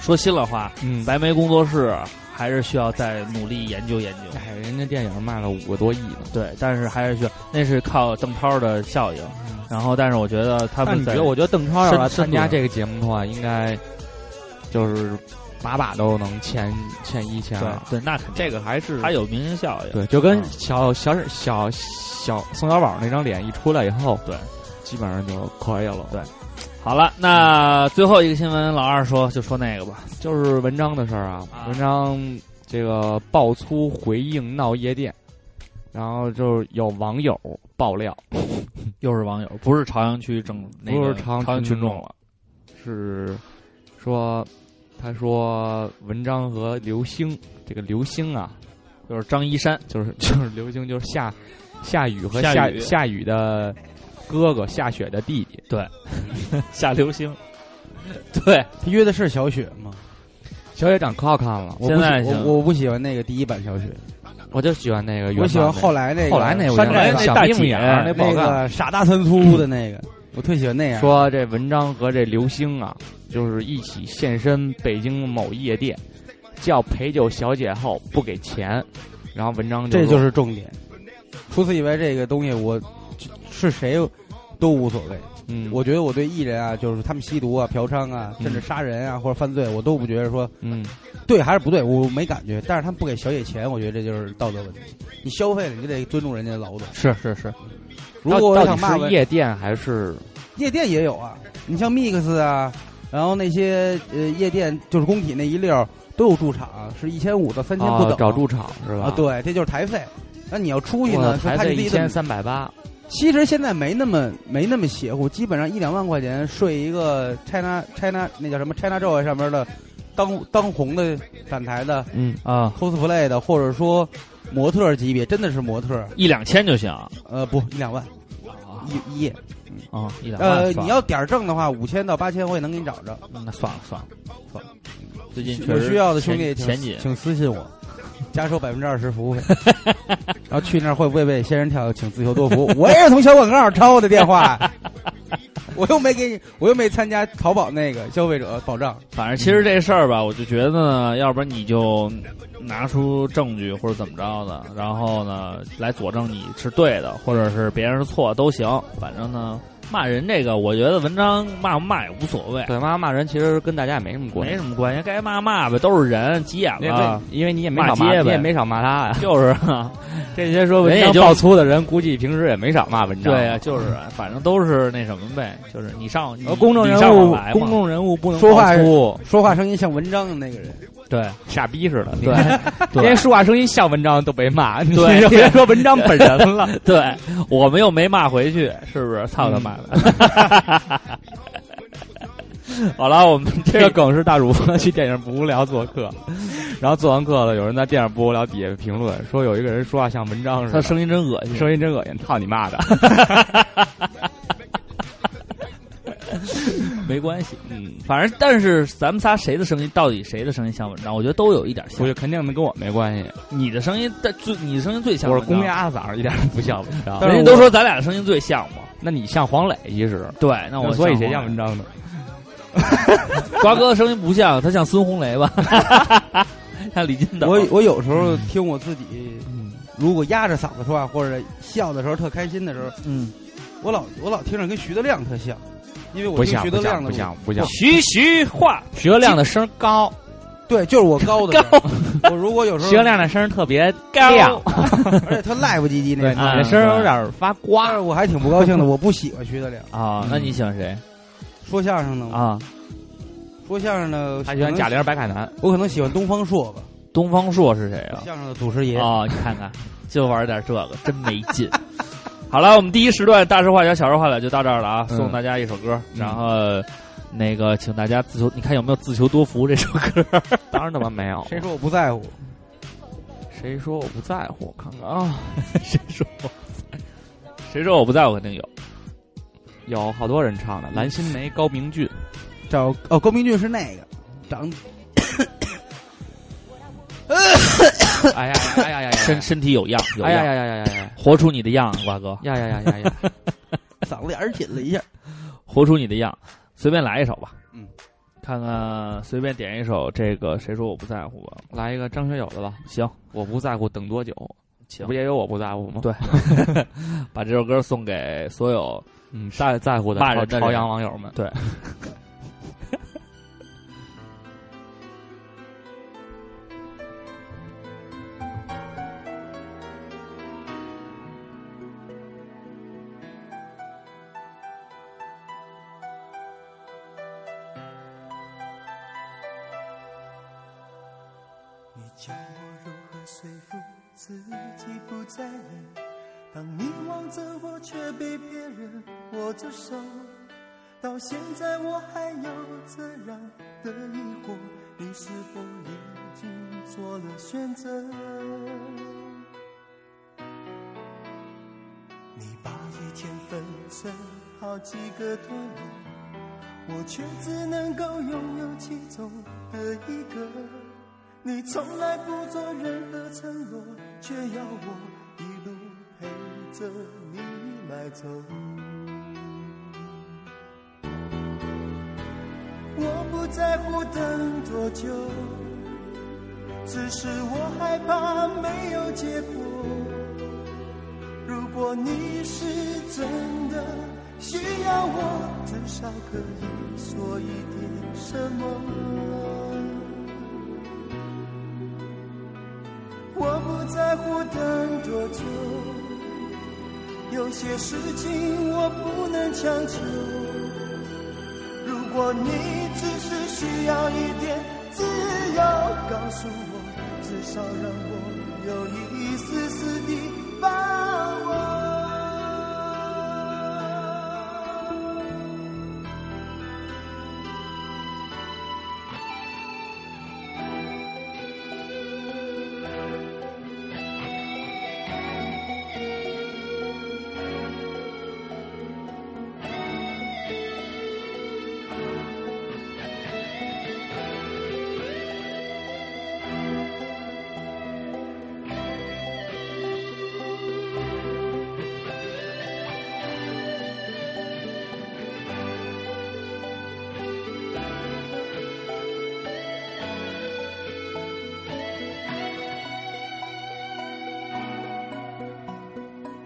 说心里话，
嗯，
白眉工作室还是需要再努力研究研究。
哎，人家电影卖了五个多亿呢。
对，但是还是需要，那是靠邓超的效应。然后，但是我觉得他
嗯那
们
你
在
觉得？我觉得邓超要来
深
参
度
加
的
这个节目的话，应该就是把把都能前前一前
对
二。
对，那肯定
啊这个还是
他有明星效应。
对，就跟
嗯
小小小小宋小宝那张脸一出来以后，
对，
基本上就可以了。对，
好了，那最后一个新闻，老二说就说那个吧。
就是文章的事儿啊
啊，
文章这个爆粗回应闹夜店，然后就是有网友爆料，
又是网友，不是朝阳区整那
不
个
是朝阳
阳
群
群
众
了，
是说，他说文章和刘星，这个刘星啊，
就是张一山，
就是 就是刘星，就是夏夏雨和
夏
夏
雨
夏雨的哥哥夏雪的弟弟，
夏流星。对，
他约的是小雪吗？
小雪长可好看了，我
我
现
不喜
在行
我我不喜欢那个第一版小雪，
我就喜欢那个原版的，
我喜欢后来那个
后来那个
山
来
寨
我
版
小
大
眯眯
姐
眼儿那不好
那
看。
个傻大三粗的那个，我特喜欢那样。
说这文章和这刘星啊，就是一起现身北京某夜店，叫陪酒小姐后不给钱，然后文章
这
就
就
说
是重点。除此以外，这个东西我是谁都无所谓。
嗯，
我觉得我对艺人啊，就是他们吸毒啊、嫖娼啊，
嗯
甚至杀人啊或者犯罪，我都不觉得说
嗯
对还是不对，我没感觉。但是他们不给小野钱，我觉得这就是道德问题。你消费了，你就得尊重人家的劳动。
是是是，
如果我
到
想
底
骂
是
文
夜店还是
夜店也有啊，你像 Mix 啊，然后那些呃夜店就是工体那一溜儿都有驻场，是一千五到三千不
啊
等。
找驻场是吧？
啊，，对，这就是台费。那你要出去
我
呢，
才
看
费
你自
一
己怎么
千三百八，
其实现在没那么没那么邪乎，基本上一两万块钱睡一个 China China 那叫什么 China Joy 上面的当当红的展台的
嗯，
啊，
cosplay 的，或者说模特儿级别，真的是模特儿，
一两千就行啊
呃，不一两万一一夜，
啊，一两万
呃，
算了。
你要点儿正的话，五千到八千我也能给你找着。
嗯那算了算了算了，最近确
有
实
需要的兄
钱
弟，
钱
请
紧，
请私信我， 加收百分之二十服务费。 然后去那儿会不会被仙人跳，请自求多福。我也是从小广告抄的电话，我又没给你，我又没参加淘宝那个消费者保障。
反正其实这事儿吧，我就觉得呢，要不然你就拿出证据或者怎么着的，然后呢来佐证你是对的，或者是别人是错的都行。反正呢，骂人这个，我觉得文章骂不骂也无所谓，
对，骂骂人其实跟大家也没什么关系，
没什么关系，该骂骂呗，都是人，急眼
因
了
为。因为你也没
骂
少骂，
街
你也
呗
没少骂他呀。
就是啊，
这些说
文
文
章
章
爆
爆粗的人，估计平时也没少骂文章。
对啊，就是啊，反正都是那什么呗，就是你上你
呃，公众
你
人
上我
物
来，嘛
公众人物不能
说话
爆粗，
说话声音像文章的那个人，
对
傻逼似的。
对对
连说话声音像文章都被骂，你
对
就别说文章本人 了。
对，我们又没骂回去，是不是？操他妈的！ 好了，我们
这
嗯这
个梗是大主播 去电影不无聊做客，然后做完课了，有人在电影不无聊底下评论说有一个人说话像文章 似
他
的，
声音真恶心，
声音真恶心，操你妈 的！
没关系。
嗯，
反正，但是咱们仨谁的声音到底谁的声音像文章？我觉得都有一点
我
像。
就肯定跟我没关系，
你的声音但最，你的声音最像
我
文
是
章。
公鸭嗓，一点都不像文章。
但是
人家都说咱俩的声音最像嘛。
那你像黄磊其实，
对，那我
那所以谁
像
像
文
文
章？
章呢？
瓜哥的声音不像，他像孙红雷吧？像李
啊
金斗。
我我有时候听我自己，如果压着嗓子说话或者笑的时候特开心的时候，
嗯，
我老我老听着跟徐德亮特像，因为我
不
听
像
徐德
不
亮
像
的
不
录
像不像，
徐徐化
徐德亮的声高，
对，就是我 高的时候，我如果有时候
徐德亮的声特别亮
高，，
而且特 live 唧唧那
对，你
个
啊
的声有点发
但
瓜
是。我还挺不高兴的，我不喜欢徐德亮。
啊，那你喜欢谁
说相声的嘛，
啊？
说相声的，
他喜欢贾玲、白凯南，
我可能喜欢东方朔吧，
东方朔是谁啊？
相声的祖师爷。
哦，你看看，就玩点这个，真没劲。好了，我们第一时段大事化小，小事化了，就到这儿了啊！
嗯
送大家一首歌，
嗯
然后那个，请大家自求，你看有没有自求多福这首歌？
当然他妈没有。
谁说我不在乎？
谁说我不在乎？我看看啊，
谁说我？谁说我不在？我肯定有。
有好多人唱的，蓝心湄、高明 俊，
找哦，高明俊是那个长
哎呀哎呀哎呀
身身体有恙，有
哎呀
恙，
呀呀呀呀呀
活出你的样，瓜哥，
呀哎呀呀呀 呀！
嗓子眼儿紧了一下，
活出你的样，随便来一首吧。
嗯，
看看随便点一首这个，谁说我不在乎吧？啊
来一个张学友的吧，
行，
我不在乎等多久，
行
不，也有我不在乎吗？
对把这首歌送给所有
嗯，在在乎的
骂
朝
人的人
朝阳网友们，
你教我如何说服自己不在意。当你望着我，却被别人握着手。到现在我还有这样的疑惑，你是否已经做了选择？你把一天分成好几个段落，我却只能够拥有其中的一个。你从来不做任何承诺，却要我一路陪着你买走。我不在乎等多久，只是我害怕没有结果。如果你是真的需要我，至少可以说一点什么。我不在乎等多久，有些事情我不能强求。如果你只是需要一点自由，告诉我，至少让我有一丝丝的把握。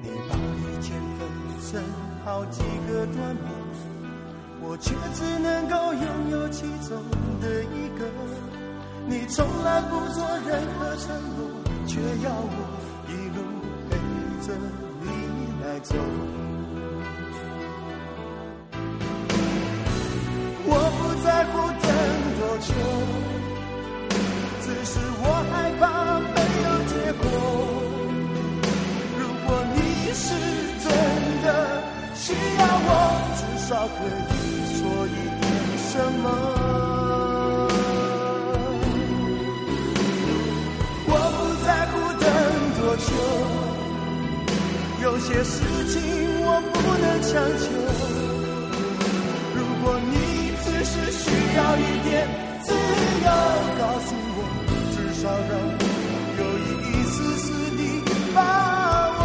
你把一天分成好几个段落，我却只能够拥有其中的一个。你从来不做任何承诺，却要我一路陪着你来走。我不在乎等多久，只是我害怕没有结果。如果你是真的需要我，至少可以说一点什么。我不在乎等多久，有些事情我不能强求。如果你只是需要一点自由，告诉我，至少让我有一丝丝的把握。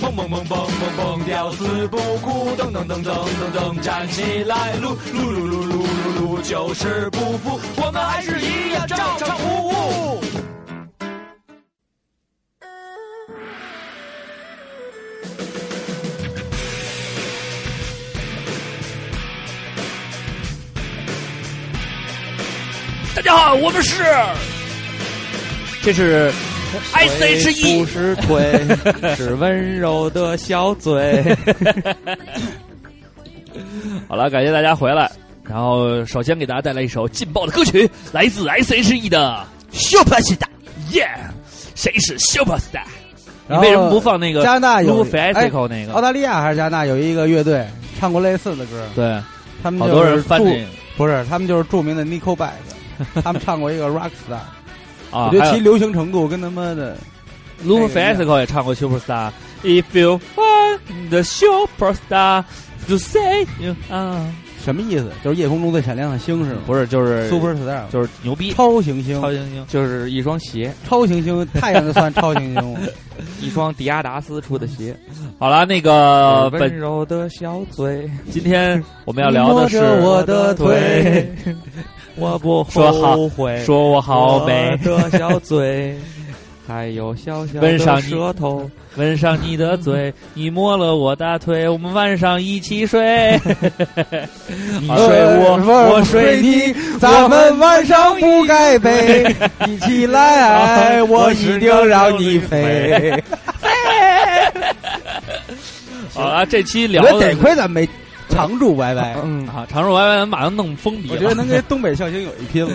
蹦蹦蹦蹦蹦蹦，吊死不哭，噔噔噔噔噔噔，站起来，撸撸撸撸撸撸撸，就是不服，我们还是一样照常服务。
大家好，我们是，这是 I C
谁
之一
不。是腿， 是温柔的小嘴。
好了，感谢大家回来。然后首先给大家带来一首劲爆的歌曲，来自 S H E 的 Superstar。Yeah，谁是 Superstar？你
然后
为什么不放那个
加拿大有哎
Blue f a s i c o 那
澳
个？
大利亚还是加拿大有一个乐队唱过类似的歌，
对，
他们
好
哎就是
多人翻
著
这
不是，他们就是著名的 Nickelback，他们唱过一个 Rockstar，
个啊
我觉，得
还
其
有
流行程度跟他妈的
Blue
那
f
个
a s i c o 也唱过 Superstar。If you want the Superstar to say you are，
什么意思？就是夜空中最闪亮的星是吗？
不是就是
，Superstar
就是牛逼，
超行星，
超星星。
就是一双鞋，
超行星，太阳就算超行 星了。
一双迪亚达斯出的 鞋。
好了，那个
温
本
柔的小嘴，
今天我们要聊的是
你摸着我的腿，
我不
说好
后悔。
说我好美
我。的小嘴， 还有小小
吻上
的
你
舌头，
吻上你的嘴，你摸了我大腿，我们晚上一起 睡。你睡 我，
呃
我睡你，，
咱们晚上不该 背，一起来， 我一定让你飞。
好啊，这期聊
我
的
得亏咱没常驻 YY，
嗯，
啊，常驻 YY 马上弄封笔
我觉
了
得。能跟东北笑星有一拼了。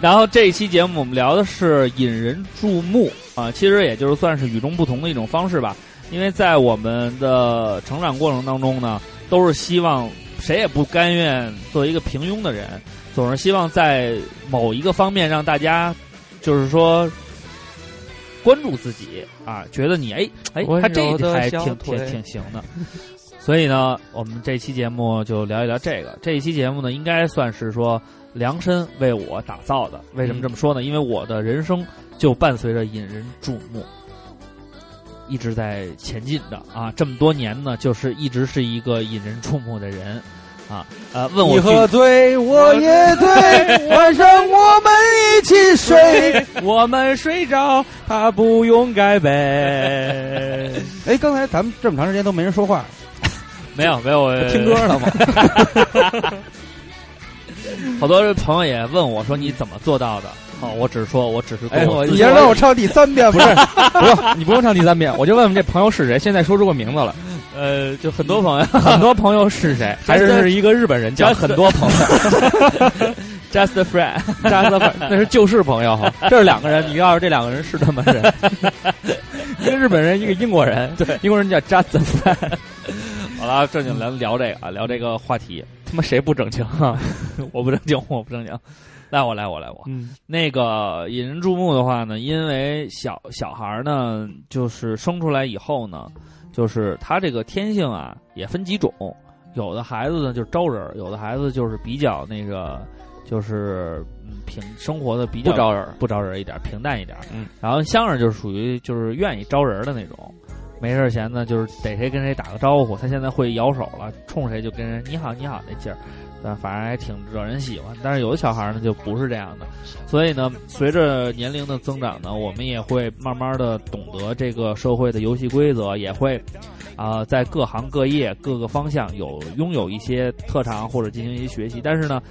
然后这一期节目我们聊的是引人注目啊，其实也就是算是与众不同的一种方式吧。因为在我们的成长过程当中呢，都是希望谁也不甘愿做一个平庸的人，总是希望在某一个方面让大家，就是说关注自己啊，觉得你哎哎，
温
他这
柔
一
的
还
小
挺
腿
挺挺行的。所以呢，我们这期节目就聊一聊这个。这一期节目呢，应该算是说量身为我打造的。为什么这么说呢？因为我的人生就伴随着引人注目，一直在前进着啊。这么多年呢，就是一直是一个引人注目的人啊。呃，问我 具
你喝醉我也醉，晚上我们一起 睡。
我们睡着，他不用盖被。
哎，刚才咱们这么长时间都没人说话，
没有没有， 我
听歌 了吗？
好多朋友也问我说你怎么做到的？哦，我只是说，我只是跟
哎
我
我
自
你
己
先让我唱第三遍 不是？
不用， 你不用唱第三遍，我就问问这朋友是谁。现在说出个名字了，
呃，就很多朋友
很多朋友是谁？还是是一个日本人，叫很多朋友，
just a friend，
扎斯本那是旧式朋友，这是两个人。你要是这两个人是这么人，一个日本人，一个英国人， 对，英国人叫扎斯本，
好了，正经咱聊这个啊，聊这个话题。
他妈谁不正经啊？
我不正经，我不正经。来，我来，我来，我
嗯，
那个引人注目的话呢，因为小小孩儿呢，就是生出来以后呢，就是他这个天性啊，也分几种。有的孩子呢就是招人儿，有的孩子就是比较那个，就是嗯平生活的比较
不招人。
不招人一点，平淡一点。
嗯，
然后香儿就是属于就是愿意招人的那种，没事儿闲的，就是逮谁跟谁打个招呼。他现在会摇手了，冲谁就跟人你好你好那劲儿，但反正还挺惹人喜欢。但是有的小孩呢就不是这样的，所以呢，随着年龄的增长呢，我们也会慢慢的懂得这个社会的游戏规则，也会啊、在各行各业各个方向有拥有一些特长或者进行一些学习。但是呢，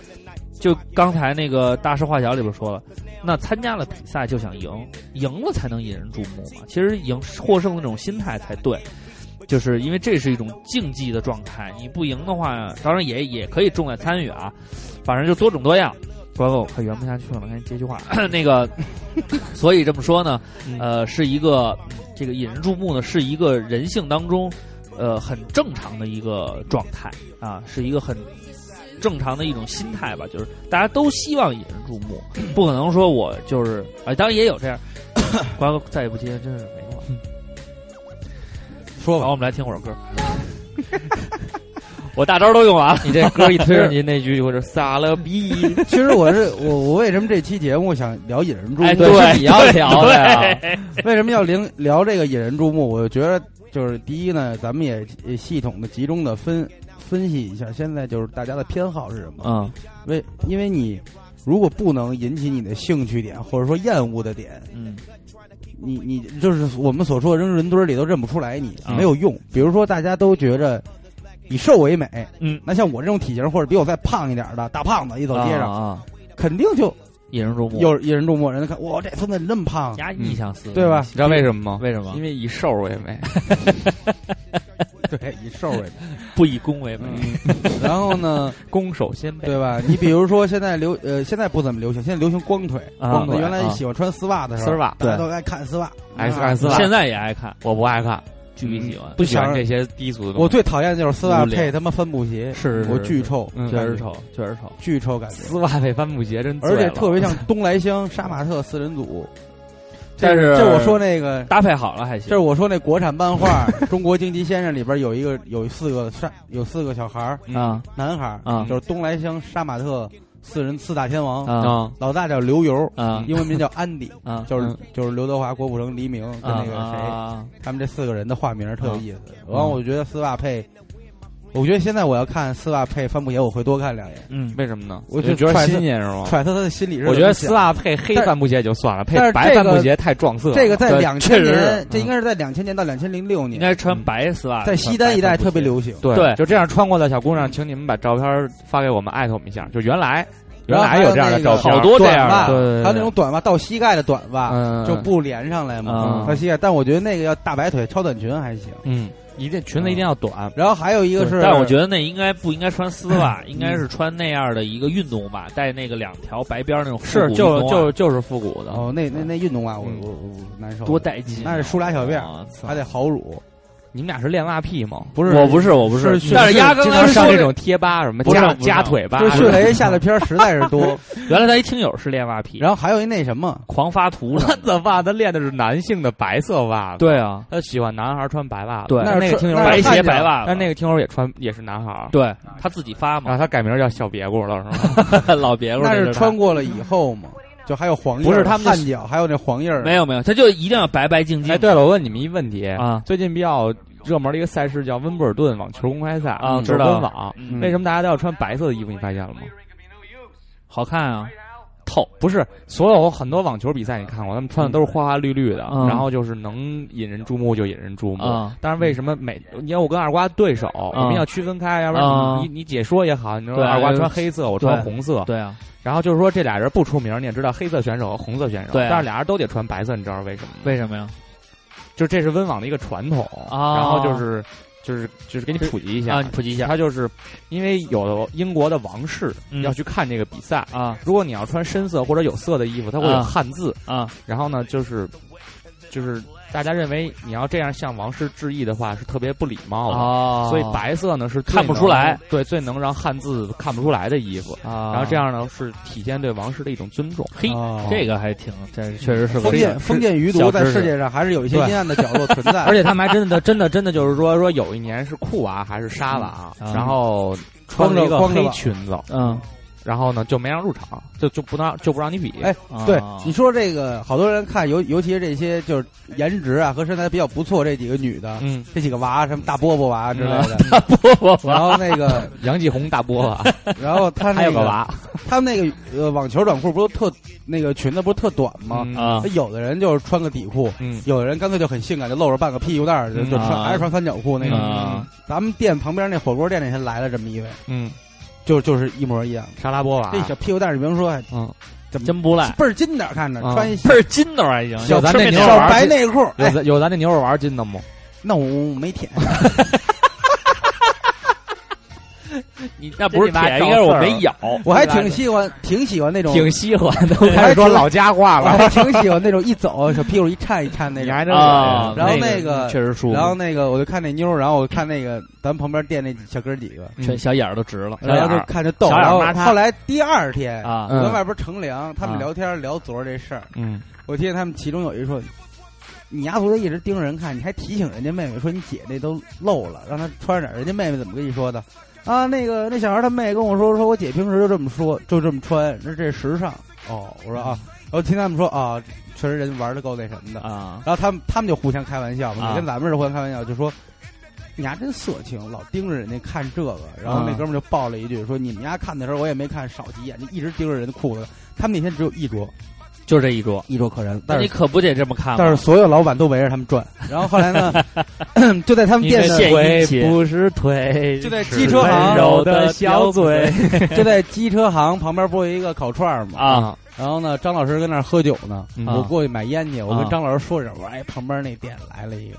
就刚才那个大事化小里边说了，那参加了比赛就想赢，赢了才能引人注目嘛。其实赢获胜的这种心态才对，就是因为这是一种竞技的状态，你不赢的话，当然也也可以重在参与啊，反正就多种多样。不然我快圆不下去了，赶紧接句 话。那个，所以这么说呢，呃，是一个这个引人注目呢，是一个人性当中，呃，很正常的一个状态啊，是一个很正常的一种心态吧，就是大家都希望引人注 目，不可能说我就是，哎，当然也有 这样，瓜哥再也不接，真是没用了。嗯
说
好，我们来听会儿歌。 我大招都用完了，
你这歌一推上去，那句就是撒了逼，
其实我是我，我为什么这期节目想聊引人注目？
哎对
对，是你要聊的啊呀。
为什么要聊聊这个引人注目？我觉得就是第一呢，咱们也也系统的、集中的分分析一下，现在就是大家的偏好是什么？
嗯
为因为你如果不能引起你的兴趣点或者说厌恶的点，
嗯
你你就是我们所说的扔人堆儿里都认不出来你，
嗯
没有用。比如说大家都觉着以瘦为美，
嗯，
那像我这种体型或者比我再胖一点儿的大胖子一走街上，
啊啊，
肯定就
引人注目，
有引人注目，人家看哇这孙子这么胖，啊
加逆向思维，
对吧
你知道为什么吗？
为什么
因为以瘦为美。
对，以瘦为美。
不以攻为美？
嗯然后呢？
攻守兼备。
对吧？你比如说现在流呃，现在不怎么流行，现在流行光腿。
啊
光腿
对
原来
啊
喜欢穿丝袜的时候，
丝袜
大家
对
都爱看丝袜，
爱
啊
看丝袜
现在也爱看，
我不爱看，
巨比喜欢，
不喜欢这些低俗的
我
东西。
最讨厌的就是丝袜
无聊
配他妈帆布鞋，
是是
我
是
巨臭，
嗯
确实，丑，确实丑。
巨臭感觉。
丝袜配帆布鞋真醉
而
了，
且特别像东来香、杀马特四人组，
但是
这我说那个，
搭配好了还行，
这是我说那国产漫画《中国经济先生》里边有一个有四个杀有四个小孩儿
嗯
啊
男孩儿
啊
就是东来香、杀马特四人四大天王，
啊
啊
老大叫刘游，
啊
嗯英文名叫安迪，
啊，
就是就是刘德华、郭富城、黎明跟那个谁，
啊
他们这四个人的化名儿特有意思。然后我觉得丝袜配我觉得现在我要看丝袜配帆布鞋，我会多看两眼，
嗯，
为什么呢？
我
就
就
觉得
揣测
新鲜是
哦
吗？
揣测他的心理是怎么
我
想
觉
的。
得丝袜配黑
但
帆布鞋也就算了，配
但是
白
这
帆布
个
鞋太撞色了。
这个在
对
两
确
千
实是
年，这
嗯
应该是在两千年到两千零六
应
年，
该穿白丝袜，
在西单一带特别流行。
对
对
就这样穿过的小姑娘，请你们把照片发给我们，艾特我们一下。就原来原
然后
来
还有
这样的
那
照
个
片，
好多这样
短袜，
的，
对对对
还有那种短袜到膝盖的短袜，
嗯
就不连上来嘛
嗯，
到膝盖。但我觉得那个要大白腿超短裙还行。
嗯，一定裙子一定要短。
然后还有一个是，
但我觉得那应该不应该穿丝 袜，应该是穿那样的一个运动袜，带那个两条白边儿那种复古
是，
运
就
动袜，
就就是复古的，
啊哦，那那那运动袜我
嗯
我我我难受，
多带劲啊，
那是梳俩小辫儿
哦
我操
还得好乳，
你们俩是练袜屁吗？
不是
我不是我不是，
是
但是丫
经
刚才
常上
说
这种贴吧什么
不是
夹
不是
夹腿吧
就，迅雷 下的片儿实在是多。
原来他一听友是练袜 皮，
然后还有一那什么，
狂发图
我
呢。
的袜子练的是男性的白色袜子，
对啊，
他喜欢男孩穿白袜子，
对
但那个听友
那
白
是
鞋白袜子，
但那个听友也穿也是男孩，
对他自己发
然
嘛，
啊后他改名叫小别故了，是吗？
老别过
那
这
是
他
穿过了以后嘛，就还有黄印儿，
不是他们的
汗脚，还有那黄印儿，
没有没有，他就一定要白白净净的。
哎，对了，我问你们一问题
啊
最近比较热门的一个赛事叫温布尔顿网球公开赛
啊
就是
知道
温网。
嗯，
为什么大家都要穿白色的衣服？你发现了吗？
好看啊？
透不是所有很多网球比赛，你看过他们穿的都是花花绿绿的，
嗯
然后就是能引人注目就引人注目。
啊
但是为什么每你看我跟二瓜对手，我们要区分开，要不然
啊
你你你解说也好，你说
嗯对
二瓜穿黑色，我穿红色，
对啊，
然后就是说这俩人不出名，你也知道黑色选手和红色选手，
对
但是俩人都得穿白色，你知道为什么吗？
为什么呀？
就这是温网的一个传统，
啊
然后就是就是就是给你普及一下，
啊，你普及一下
他就是因为有的英国的王室
嗯
要去看这个比赛，
啊
如果你要穿深色或者有色的衣服，它会有
啊
汉字，
啊
然后呢就是就是大家认为你要这样向王室致意的话是特别不礼貌的。
哦
所以白色呢是最
看不出来
能，对，最能让汉字看不出来的衣服。
啊，
然后这样呢是体现对王室的一种尊重。
嘿
哦，
这个还挺，这确实是个
封建封建余毒
小
在
知识
世界上还是有一些
对
阴暗的角落存在，
而且他们还真的真的真的就是说说有一年是裤娃还是纱娃，
嗯啊
然后穿了一个
光着
黑
吧
裙子，
嗯，
然后呢就没让入场，就就不让就不让你比。
哎
啊
对，
哦
你说这个，好多人看，尤尤其是这些就是颜值啊和身材比较不错这几个女的，
嗯，
这几个娃什么大波波娃之类的，
不不不
然后那 个，
杨继红大波娃，
然后
还
她那
有个娃
他们那个呃网球短裤不是特那个裙子不是特短吗？
嗯
啊
那有的人就是穿个底裤，
嗯
有的人干脆就很性感，就露着半个屁股蛋儿，就就穿
啊
还是穿三角裤那种。
啊
咱们店旁边那火锅店那天来了这么一位，
嗯，
就就是一模一样，
沙拉
啊
波娃
这小屁股蛋儿，你别说，哎
嗯，
真不 赖，
倍儿筋点儿看着，
啊
穿一
倍儿筋斗还行，
有咱那
吃面
牛
条
肉
小
丸
白内裤，
有
哎，
咱有咱那牛肉丸进的吗？
那我 没舔。
你那不是
这你妈
舔，
找
应该是我
刺儿啊
没
了
咬，
我还挺喜欢，挺喜欢那种，
挺喜欢的，
我
开
还
始说
挺
老家话
我
了，
还挺喜欢那种一走小屁股一颤一颤那
你
种。
还真
啊
是。
然后
那
那
嗯
个
确实舒服，
嗯然后那个我就看那妞儿，然后我看那个咱旁边店那小哥几个，
全小眼儿都直了，
然后就看着逗。
小眼
然
儿
后
妈他
后来第二天，
啊
我
嗯
在外边乘凉，他们
啊
聊天聊昨儿这事儿，
嗯，
我听见他们其中有一说。你丫昨天一直盯着人看，你还提醒人家妹妹说你姐那都漏了，让她穿上点儿。人家妹妹怎么跟你说的？啊，那个那小孩他妹跟我说，说我姐平时就这么说，就这么穿，那这时尚哦。我说啊，然后听他们说啊，确实人玩的够那什么的。
啊
然后他们他们就互相开玩笑嘛，
啊
也跟咱们是互相开玩笑，就说你丫真色情，老盯着人家看这个。然后那
啊
哥们儿就爆了一句说：“你们家看的时候我也没看，少急眼，就一直盯着人家裤子。”他们那天只有一桌，
就这一桌，
一桌客人，
那
但
你
是
可不得这么看吗，
但是所有老板都围着他们 转。然后后来呢，就在他们
你
店
这
的
现
腿
一起
不是腿，
就在
是
机车
温
行
柔的小嘴
就在机车行旁边不有一个烤串儿嘛。
啊，
然后呢，张老师跟那儿喝酒呢，
嗯
我过去买烟去，我
啊
跟张老师说一声，我说哎，旁边那店来了一个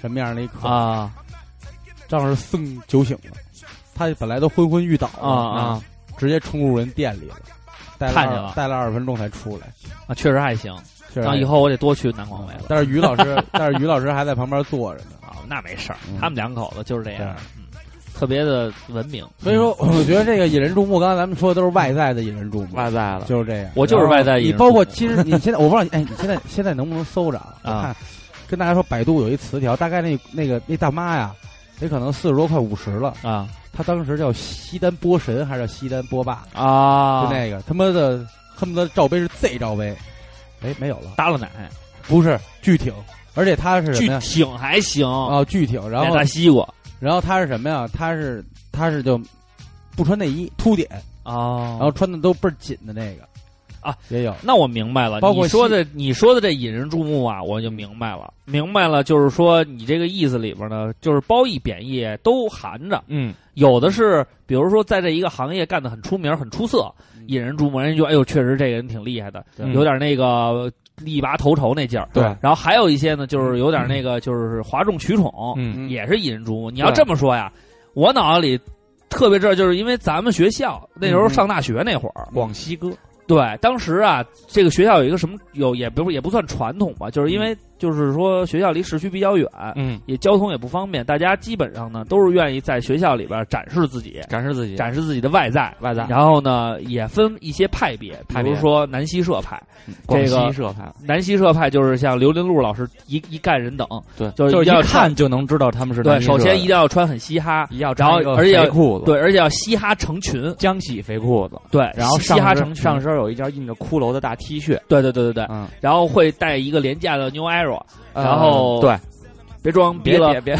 什么样的一客
啊
张老师噌酒醒了，他本来都昏昏欲倒了
啊啊，
直接冲入人店里了，待
看见
二
了
待了二十分钟才出来。
啊，确实还行。
确实
那以后我得多去南广卫了。
但是于老师， 但是于老师还在旁边坐着呢。
啊，那没事儿
嗯，
他们两口子就是这样，嗯，特别的文明。
所以说，我觉得这个引人注目，刚才咱们说的都是外在的引人注目，
外在了。
就是这样。
我就是外在引
你
人注目
包括其实你现在，我不知道，哎，你现在现在能不能搜着啊？我
啊
看跟大家说，百度有一词条，大概那那个那大妈呀，也可能四十多快五十了，
啊
她当时叫西单波神还是叫西单波霸？
啊
就那个他妈的恨不得罩杯是 Z 罩杯，哎，没有了，
耷拉奶，
不是巨挺，而且他是什
巨
么呀？
挺还行，
啊，巨挺，然
俩
后
大西瓜
然后他是什么呀？他是他是就不穿内衣凸点，
哦
然后穿的都倍儿紧的那个
啊，
也有。
那我明白了，
包括
你说的你说的这引人注目啊，我就明白了，明白了，就是说你这个意思里边呢，就是褒义贬义都含着，
嗯，
有的是比如说在这一个行业干得很出名、很出色，
嗯
引人注目，人家就哎呦，确实这个人挺厉害的，
嗯
有点那个力拔头筹那劲儿。
对，
然后还有一些呢，就是有点那个就是哗众取宠，
嗯，
也是引人注目。你要
对
这么说呀，我脑子里特别这儿就是因为咱们学校那
嗯
时候上大学那会儿，
广西歌，
对，当时啊，这个学校有一个什么有也不也不算传统吧，就是因为就是说学校离市区比较远，
嗯，
也交通也不方便，大家基本上呢都是愿意在学校里边展示自己，
展示自己，
展示自己的外在。
外在，
然后呢，也分一些派别，比
派别
如说南西社派，
广
这个
西社派，
南西社派就是像刘林路老师一一干人等，
对，
就是
就是
要
一看就能知道他们是
对，
南京
首
社
先
的
一定要穿很嘻哈，
一定要
然后
穿一个
而且
肥裤子，
对，而且要嘻哈成群，
江洗肥裤子，
对，
然后
嘻
上
嘻哈
身
成群，
上身有一件印着骷髅的大 T 恤，
对对对对对，
嗯，
然后会带一个廉价的 New Era，然
呃
后
对，
别装逼
别
了
嗯别，别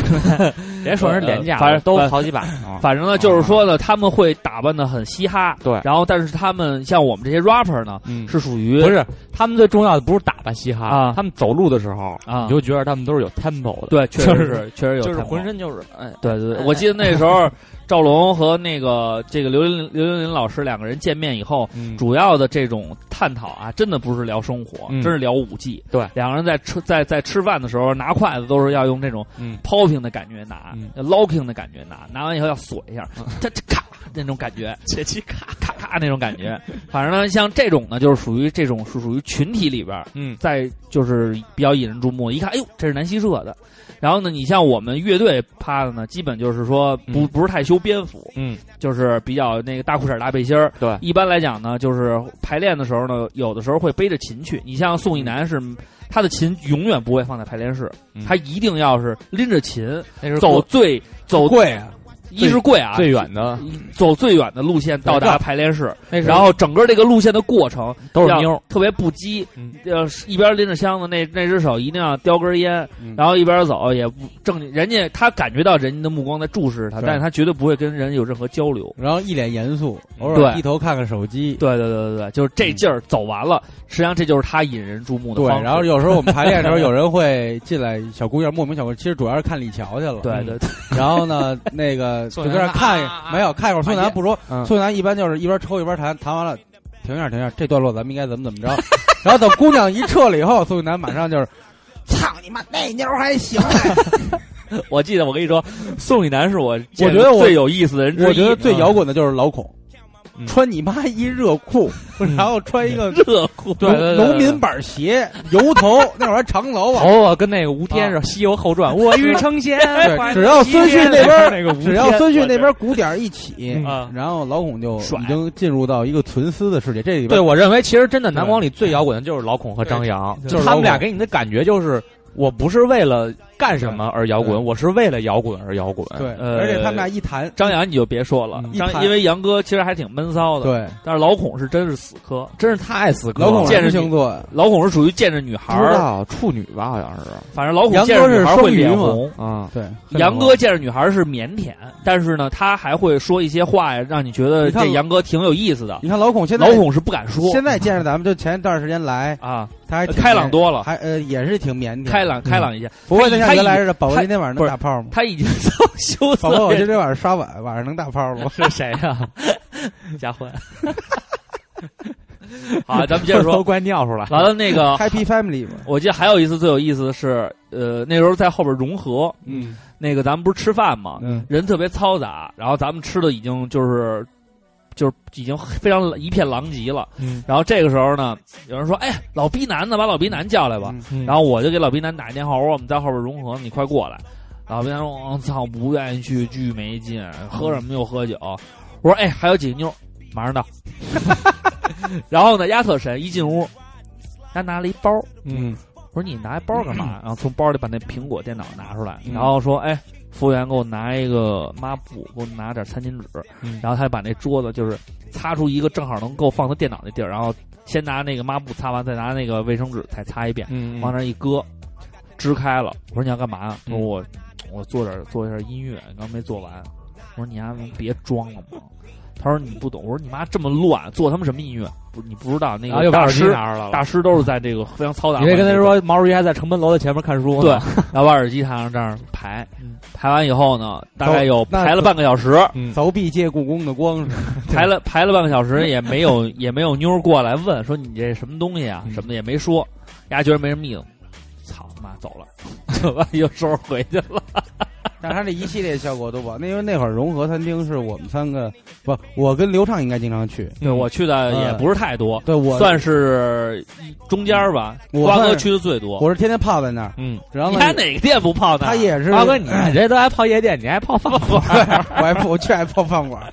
别说人廉价，
呃反正
都
反
好几百，啊
反正呢，就是说呢，他们会打扮的很嘻哈，
对
然后，但是他们像我们这些 rapper 呢，
嗯，
是属于
不是他们最重要的不是打扮嘻哈
啊
他们走路的时候，
啊
你就觉得他们都是有 tempo 的，，
对，确实
就是
是确实有
就是
看头
浑，身就是哎，
对对对，我记得 那时候赵龙和那个这个刘林刘云林老师两个人见面以后。
嗯
主要的这种探讨啊，真的不是聊生活，
嗯
真是聊武技。
对
两个人在吃在在吃饭的时候拿筷子都是要用这种
嗯
popping 的感觉拿、
嗯
locking 的感觉拿，拿完以后要锁一下，这这咔那种感觉，切气咔咔咔那种感觉。反正呢，像这种呢，就是属于这种是属于群体里边儿，
嗯
在就是比较引人注目。一看，哎呦，这是南希社的。然后呢，你像我们乐队趴的呢，基本就是说不、
嗯
不是太修边幅，
嗯，
就是比较那个大裤衩大背心儿。
对
一般来讲呢，就是排练的时候呢，有的时候会背着琴去。你像宋一楠是，他的琴永远不会放在排练室，
嗯
他一定要是拎着琴
那是
走最走，
贵啊，
一是贵啊，
最远的
走最远的路线到达
对
排练室，
那
然后整个这个路线的过程
都是
要
妞儿，
特别不羁
嗯，
呃，一边拎着箱子，那那只手一定要叼根烟，
嗯
然后一边走也不正经，人家他感觉到人家的目光在注视他，
对
但是他绝对不会跟人有任何交流。
然后一脸严肃，偶
对
尔低头看看手机。
对对对对对，就是
嗯
这劲儿走完了，实际上这就是他引人注目的
对
方，式。
然后有时候我们排练的时候，有人会进来，小姑娘莫名小姑娘，其实主要是看李乔去了。嗯
对
嗯
对对，
然后呢，那个就
宋
在
楠
那看
啊啊，啊
没有看一会儿。宋楠不说，
嗯
宋楠一般就是一边抽一边弹，弹完了停一下，停一下，这段落咱们应该怎么怎么着。然后等姑娘一撤了以后，宋楠马上就是，操你妈，那妞儿还行。
我记得我跟你说，宋一楠是我见
我觉得我
最有意思的人之一，嗯
我觉得最摇滚的就是老孔
嗯，
穿你妈一热裤，然后穿一个
热裤。
对对对对
农民板鞋，油头， 那会儿还长啊头发。
头发跟那个吴天是《西游后传》，啊我 欲成仙，
对，只要孙旭那边
那个
儿，
吴
只
天
要孙旭那边儿鼓点儿一起
嗯
啊，
然后老孔就
甩
已经进入到一个存丝的世界。这里边
对，我认为其实真的南广里最摇滚的就是老孔和张扬，
对
就是他们俩给你的感觉就是，我不是为了干什么而摇滚，
嗯
对
我是为了摇滚而摇滚。
对，
呃
而且他们俩一谈，
张扬你就别说了，
嗯一
张
看
因为杨哥其实还挺闷骚的，
对
但是老孔是真是死磕，
真是太死磕
老孔
了。
是
见
什
着
么
你
星座？
老孔是属于见着女
不
孩
知
儿，
道处女吧，好像是
反正老孔
杨
见
哥
着
是
女孩儿
双
会
鱼
脸
嘛
红。
啊，
对，
杨哥见着女孩儿是腼腆，但是呢，他还会说一些话呀，让你觉得
你看
这杨哥挺有意思的。
你看老孔现在
老孔是不敢说
现在见着咱们，就前一段时间来，
啊，
他还挺
开朗多了，
还嗯呃也是挺腼腆，
开朗开朗一些。
不会再
他
像
已
原来似的。宝
他
宝今天晚上
不是
能打炮吗？
他已经 遭羞
宝宝，
涩
我今
了，
天晚上刷碗，晚上能打炮吗？
是谁呀？佳欢。 好，咱们接着
都
说。
快尿出来。
完了，那个
Happy Family 嘛，
我记得还有一次最有意思的是，呃，那时候在后边融合，
嗯
那个咱们不是吃饭吗？
嗯，
人特别嘈杂，然后咱们吃的已经就是就是已经非常一片狼藉了。
嗯
然后这个时候呢，有人说：“哎，老逼男呢，把老逼男叫来吧。
嗯
然后我就给老逼男打一电话，我说：“我们在后边融合，你快过来。”老逼男说：“我、操，不愿意去，巨没劲，喝什么又喝酒。”我说：“哎，还有几个妞，马上到。” 然后呢，丫特神，一进屋，他拿了一包，
嗯，
我说你拿包干 嘛？然后从包里把那苹果电脑拿出来，
嗯
然后说：“哎，服务员，给我拿一个抹布，给我拿点餐巾纸。
嗯
然后他把那桌子就是擦出一个正好能够放他电脑那地儿，然后先拿那个抹布擦完，再拿那个卫生纸再擦一遍，
嗯
往那一搁，支开了。我说你要干嘛？
嗯
说我我做点做一下音乐，刚没做完。我说你丫能别装了吗？他说你不懂。我说你妈这么乱，做他妈什么音乐？不，你不知道那
然后
个
啊又把
大
耳机
师，
拿出来了，
大师都是在这个非常嘈杂。
你这跟他说，毛主席还在城门楼的前面看书呢。
对，然后把耳机插上这儿排，排完以后呢，大概有
哦那
排了半个小时，
嗯凿壁借故宫的光是吧，
排了排了半个小 时也没有也没有妞儿过来问说你这什么东西啊
嗯
什么的也没说，丫觉得没什么意思，操他妈走了， 走吧又收拾回去了。
但是他这一系列效果都不好。那因为那会儿融合餐厅是我们三个，不，我跟刘畅应该经常去。
对我去的也不是太多，
对嗯我，
算是中间儿吧。
我
瓜
算
哥
是
去的最多，
我是天天泡在那儿，
嗯，
然后
你
呢
看哪个店不泡呢？
他也是，嗯
八哥，你这都爱泡夜店，你爱泡饭馆？
我还不我巨爱泡饭馆儿，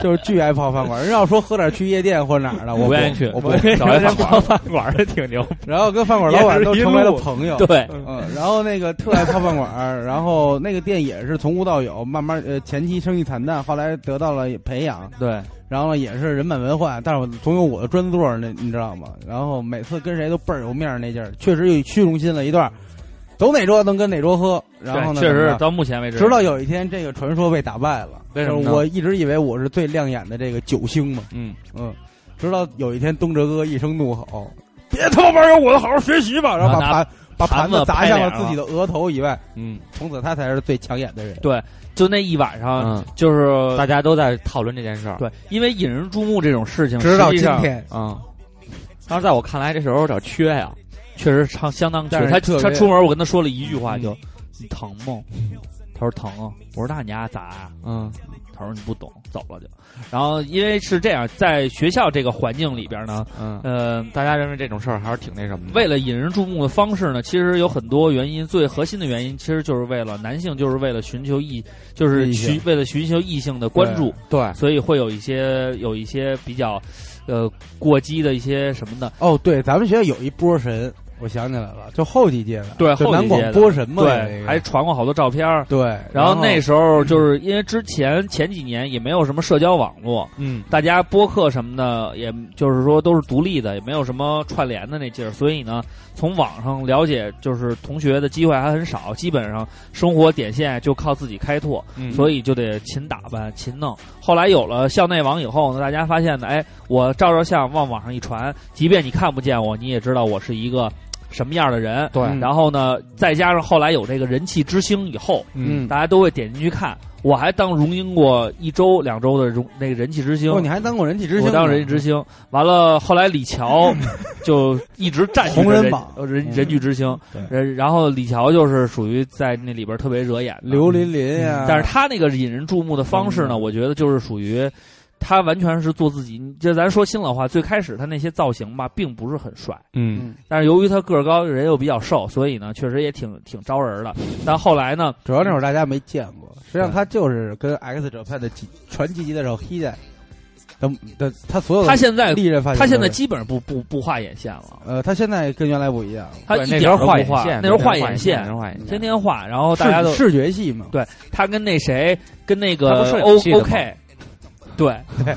就是巨爱泡饭馆儿。人要说喝点儿去夜店或者哪儿的，我
不愿意去
我不
我这
找一饭
泡饭馆儿挺牛。
然后跟饭馆老板都成为了朋友。
对，
嗯，然后那个特爱泡饭馆儿，然后那个店也是从无到有，慢慢呃前期生意惨淡，后来得到了培养，
对，
然后呢也是人满为患，但是我总有我的专座儿，那你知道吗？然后每次跟谁都倍儿有面儿那劲儿，确实有虚荣心了一段儿，走哪桌能跟哪桌喝，然后呢
确
怎么
实
着
到目前为止，
直到有一天，这个传说被打败了。
为什么呢
就是我一直以为我是最亮眼的这个九星嘛。
嗯
嗯，直到有一天，东哲哥一声怒吼：“别他妈玩有我的，好好学习吧！”然后把
拿
盘把盘
盘
子
子
砸
拍
向
脸
了自己的额头以外，
嗯，
从此他才是最抢眼的人。
就那一晚上
嗯，
就是
大家都在讨论这件事儿。
对，因为引人注目这种事情，
啊直到
实际
今
上
天，
嗯，当时在我看来，这时候有点缺呀。
确实唱相当
但
缺。
是
他
特别嗯
他出门，我跟他说了一句话，就你疼吗？他说疼啊。我说那你丫咋啊？
嗯，
他说你不懂，走了就。然后因为是这样，在学校这个环境里边呢，
嗯，
呃，
大家认为这种事儿还是挺那什么的。
为了引人注目的方式呢，其实有很多原因。最核心的原因其实就是为了男性，就是为了寻求异，就是
异性
寻为了寻求异性的关注，
对，
所以会有一些有一些比较，呃，过激的一些什么的。
哦，对，咱们学校有一波神，我想起来了，就后几届的，
对
就
后
南
几
广
届的
波神嘛，有一
对，
个
还传过好多照片儿
对，
然后那时候就是因为之前前几年也没有什么社交网络，
嗯，
大家播客什么的，也就是说都是独立的，也没有什么串联的那劲儿，所以呢，从网上了解就是同学的机会还很少，基本上生活点线就靠自己开拓，所以就得勤打扮、勤弄。后来有了校内网以后呢，大家发现呢，哎，我照照相往网上一传，即便你看不见我，你也知道我是一个什么样的人。
对
嗯
然后呢，再加上后来有这个人气之星以后，
嗯，
大家都会点进去看。我还当荣膺过一周两周的荣那个人气之星，
哦，你还当过人体之星呢，
我当人气之星。完了，后来李 乔就一直占据着
红人榜嗯
呃人人气之星
对，
人然后李乔就是属于在那里边特别惹眼的
刘琳琳呀，
但是他那个引人注目的方式呢，
啊嗯
我觉得就是属于他完全是做自己。就咱说心里话，最开始他那些造型吧，并不是很帅。
嗯
但是由于他个儿高，人又比较瘦，所以呢，确实也挺挺招人的。但后来 呢，
主要那会儿大家没见过，实际上他就是跟 X 者派的几传奇级的时候 He 的的的，他所有
嗯
的
他现在
历任发型
他
都是，
现在基本上不不不画眼线了，
呃，他现在跟原来不一样了，
他
对
一
那
点
时
儿
候
都
画
不
眼
画，
线，
那时候
画
画眼
线，嗯那
线
时，候画眼线，
天天画。然后大家都
视视觉系嘛，
他跟那谁，跟那
他不
个
是有
O
戏的
O
吗
K，对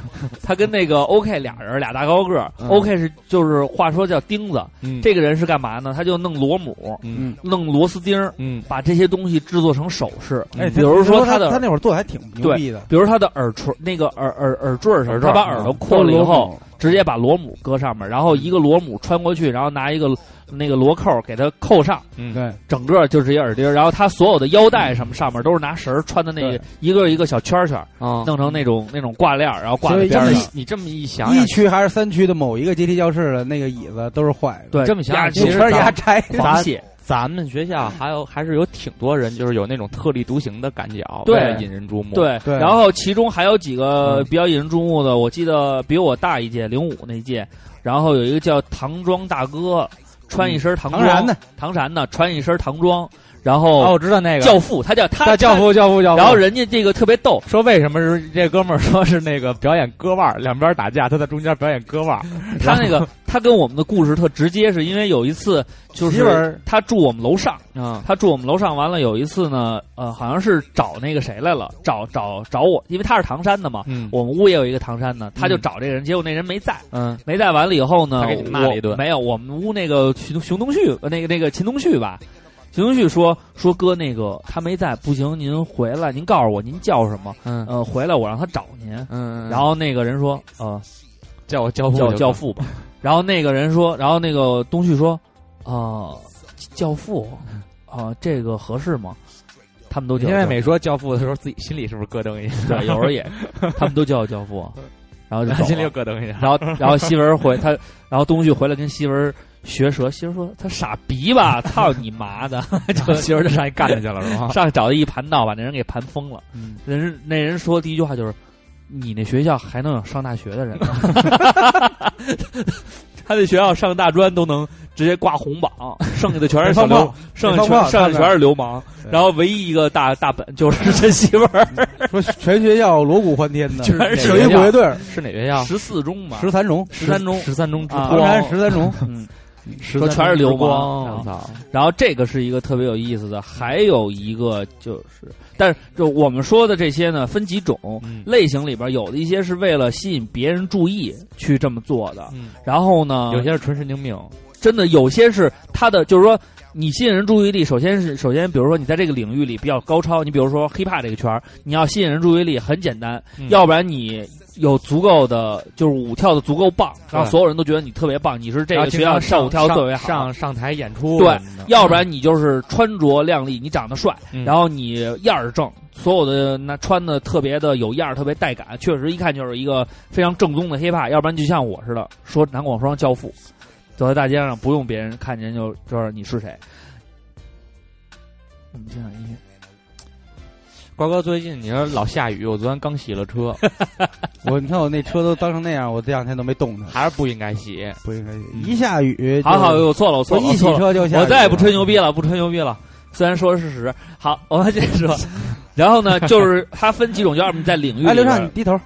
他跟那个 O K 俩人俩大高个儿，O
嗯
K 是就是话说叫钉子，
嗯
这个人是干嘛呢？他就弄螺母，
嗯
弄螺丝钉儿，
嗯
把这些东西制作成首饰。
哎，
嗯比如
说
说他的
他那会儿做的还挺牛逼的，
比如他的耳垂，那个耳耳耳坠儿什么，
耳坠
他
儿
把耳朵
都
扩
是
了以
螺
后，
母，
直接把螺母搁上面，然后一个螺母穿过去，然后拿一个那个螺扣儿给它扣上，
嗯
对，
整个就是一耳钉儿。然后他所有的腰带什么上面都是拿绳儿穿的那个
对
一个一个小圈儿圈儿，
嗯，
弄成那种那种挂链儿，然后挂在
所以
边
这
儿
么
上。
你这么一想
一
想，
区还是三区的某一个阶梯教室的那个椅子都是坏的，
对，
这么想
压
想
其
其
一
实
实
圈儿
咱
牙拆，
狂写，
咱们学校还有还是有挺多人，就是有那种特立独行的感觉啊，
对
为了引人注目。，嗯
对，
对
然后其中还有几个比较引人注目的，我记得比我大一届，零五那届，然后有一个叫唐装大哥，穿一身唐装，
唐然的，
唐然的穿一身唐装，然后
哦，我知道那个
教父，他 叫他
大教，父教父教父，
他然后人家这个特别 逗，
说为什么是这哥们儿说是那个表演割腕儿，两边打架，他在中间表演割腕儿，
他那个他跟我们的故事特直接，是因为有一次就
媳妇
是
儿
他住我们楼上，
嗯
他住我们楼上，完了有一次呢，呃，好像是找那个谁来了，找找找我，因为他是唐山的嘛，
嗯
我们屋也有一个唐山的，他就找这个人，结果那人没在，
嗯
没在完了以后呢，
他给你骂了一顿
我没有，我们屋那个秦熊东旭，呃那个那个秦东旭吧，秦琼旭说说哥那个他没在，不行，您回来，您告诉我您叫什么，
嗯
呃，回来我让他找您。
嗯
然后那个人说，呃，
叫我教父
叫
就
教
行，
父吧。然后那个人说，然后那个东旭说，啊、教父，啊、这个合适吗？他们都
你
叫
现在
教
嗯每说教父的时候，自己心里是不是咯噔一下？
对，有时候也， 他们都叫我教父，然后就走
心里
了
又咯噔一下。
然后然后希文回他，然后东旭回来跟希文学舌，希文说他傻逼吧，操你妈 的， 就
媳妇儿就上去干下去了，是吗？
上去找他一盘道，把那人给盘疯了。
嗯
人那人说第一句话就是：“你那学校还能有上大学的人吗？” 他那学校上大专都能直接挂红榜，剩下的全是小流，剩下
北方
全
炮
剩下
他
全是
们
流氓，
对
然后唯一一个大大本就是这媳妇儿，
说全学校锣鼓欢天的，
全是
有一鼓乐队儿
是哪学校？
十四中嘛，
啊十三中，
十三中
十三中之
啊
河
光，
南十三中，
嗯，
十
说
三
全是
中之
流氓
光我
啊
操！
然后这个是一个特别有意思的，还有一个就是，但是就我们说的这些呢，分几种
嗯
类型里边，有的一些是为了吸引别人注意去这么做的，
嗯
然后呢，
有些是纯神经病，
真的有些是他的，就是说你吸引人注意力，首先是首先，比如说你在这个领域里比较高超，你比如说 hiphop 这个圈儿，你要吸引人注意力很简单，
嗯
要不然你有足够的就是舞跳的足够棒，让
对
所有人都觉得你特别棒，你是这个
然后
学
经
校
常
跳舞跳的特别好。
上上台演出
对
什么的，
要不然你就是穿着靓丽，你长得帅，
嗯
然后你样儿正，所有的那穿的特别的有样儿，特别带感，确实一看就是一个非常正宗的 hiphop。要不然就像我似的，说南广双教父，走在大街上不用别人看见就知道你是谁。我们听点音乐，
瓜哥最近你说老下雨，我昨天刚洗 了车，
我你看我那车都当成那样，我这两天都没动它，
还是不应该洗。
不应该。一下雨，
好好，，我错了，我错
我
了，我
一洗
错了，
车就下雨，
我再也不吹牛逼了，不吹牛逼了。虽然说的是事实，好，我们接着说。然后呢， 就是它分几种，要么你在领域里边，
哎，刘畅，你低头，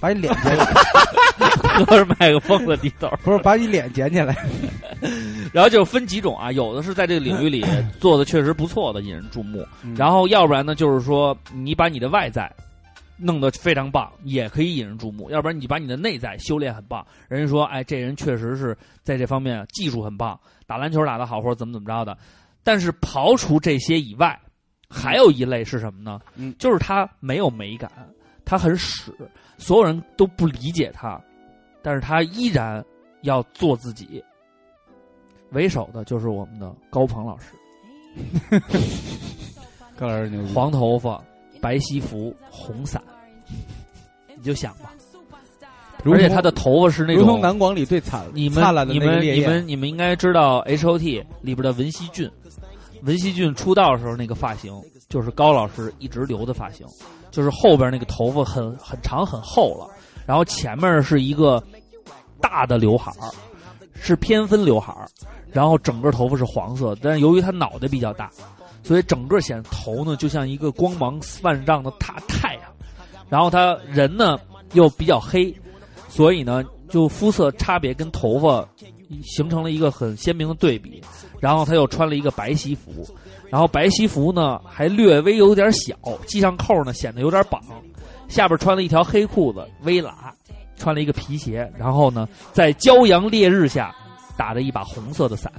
把你脸捡起来，
合着麦克风的低头。
不是把你脸捡起 来。
然后就分几种啊，有的是在这个领域里做的确实不错的，引人注目。
嗯
然后要不然呢，就是说你把你的外在弄得非常棒，也可以引人注目；要不然你把你的内在修炼很棒，人家说，哎，这人确实是在这方面技术很棒，打篮球打得好，或者怎么怎么着的。但是刨除这些以外，还有一类是什么呢？
嗯
就是他没有美感，他很屎，所有人都不理解他，但是他依然要做自己。为首的就是我们的高鹏老师，
高老师牛逼，
黄头发，白西服，红伞， 你就想吧。
如
而且
同
他的头发是那
如同
种
南广里最惨
你
灿烂
们
的
你
那个
们
烈
你
焰。
们你们应该知道 H O T 里边的文熙俊，文熙俊出道的时候那个发型就是高老师一直留的发型，就是后边那个头发很很长很厚了，然后前面是一个大的刘海儿，是偏分刘海儿，然后整个头发是黄色，但是由于他脑袋比较大，所以整个显得头呢就像一个光芒万丈的大太阳，然后他人呢又比较黑，所以呢就肤色差别跟头发形成了一个很鲜明的对比。然后他又穿了一个白西服，然后白西服呢还略微有点小，系上扣呢显得有点绑，下边穿了一条黑裤子微喇，穿了一个皮鞋，然后呢在骄阳烈日下打着一把红色的伞。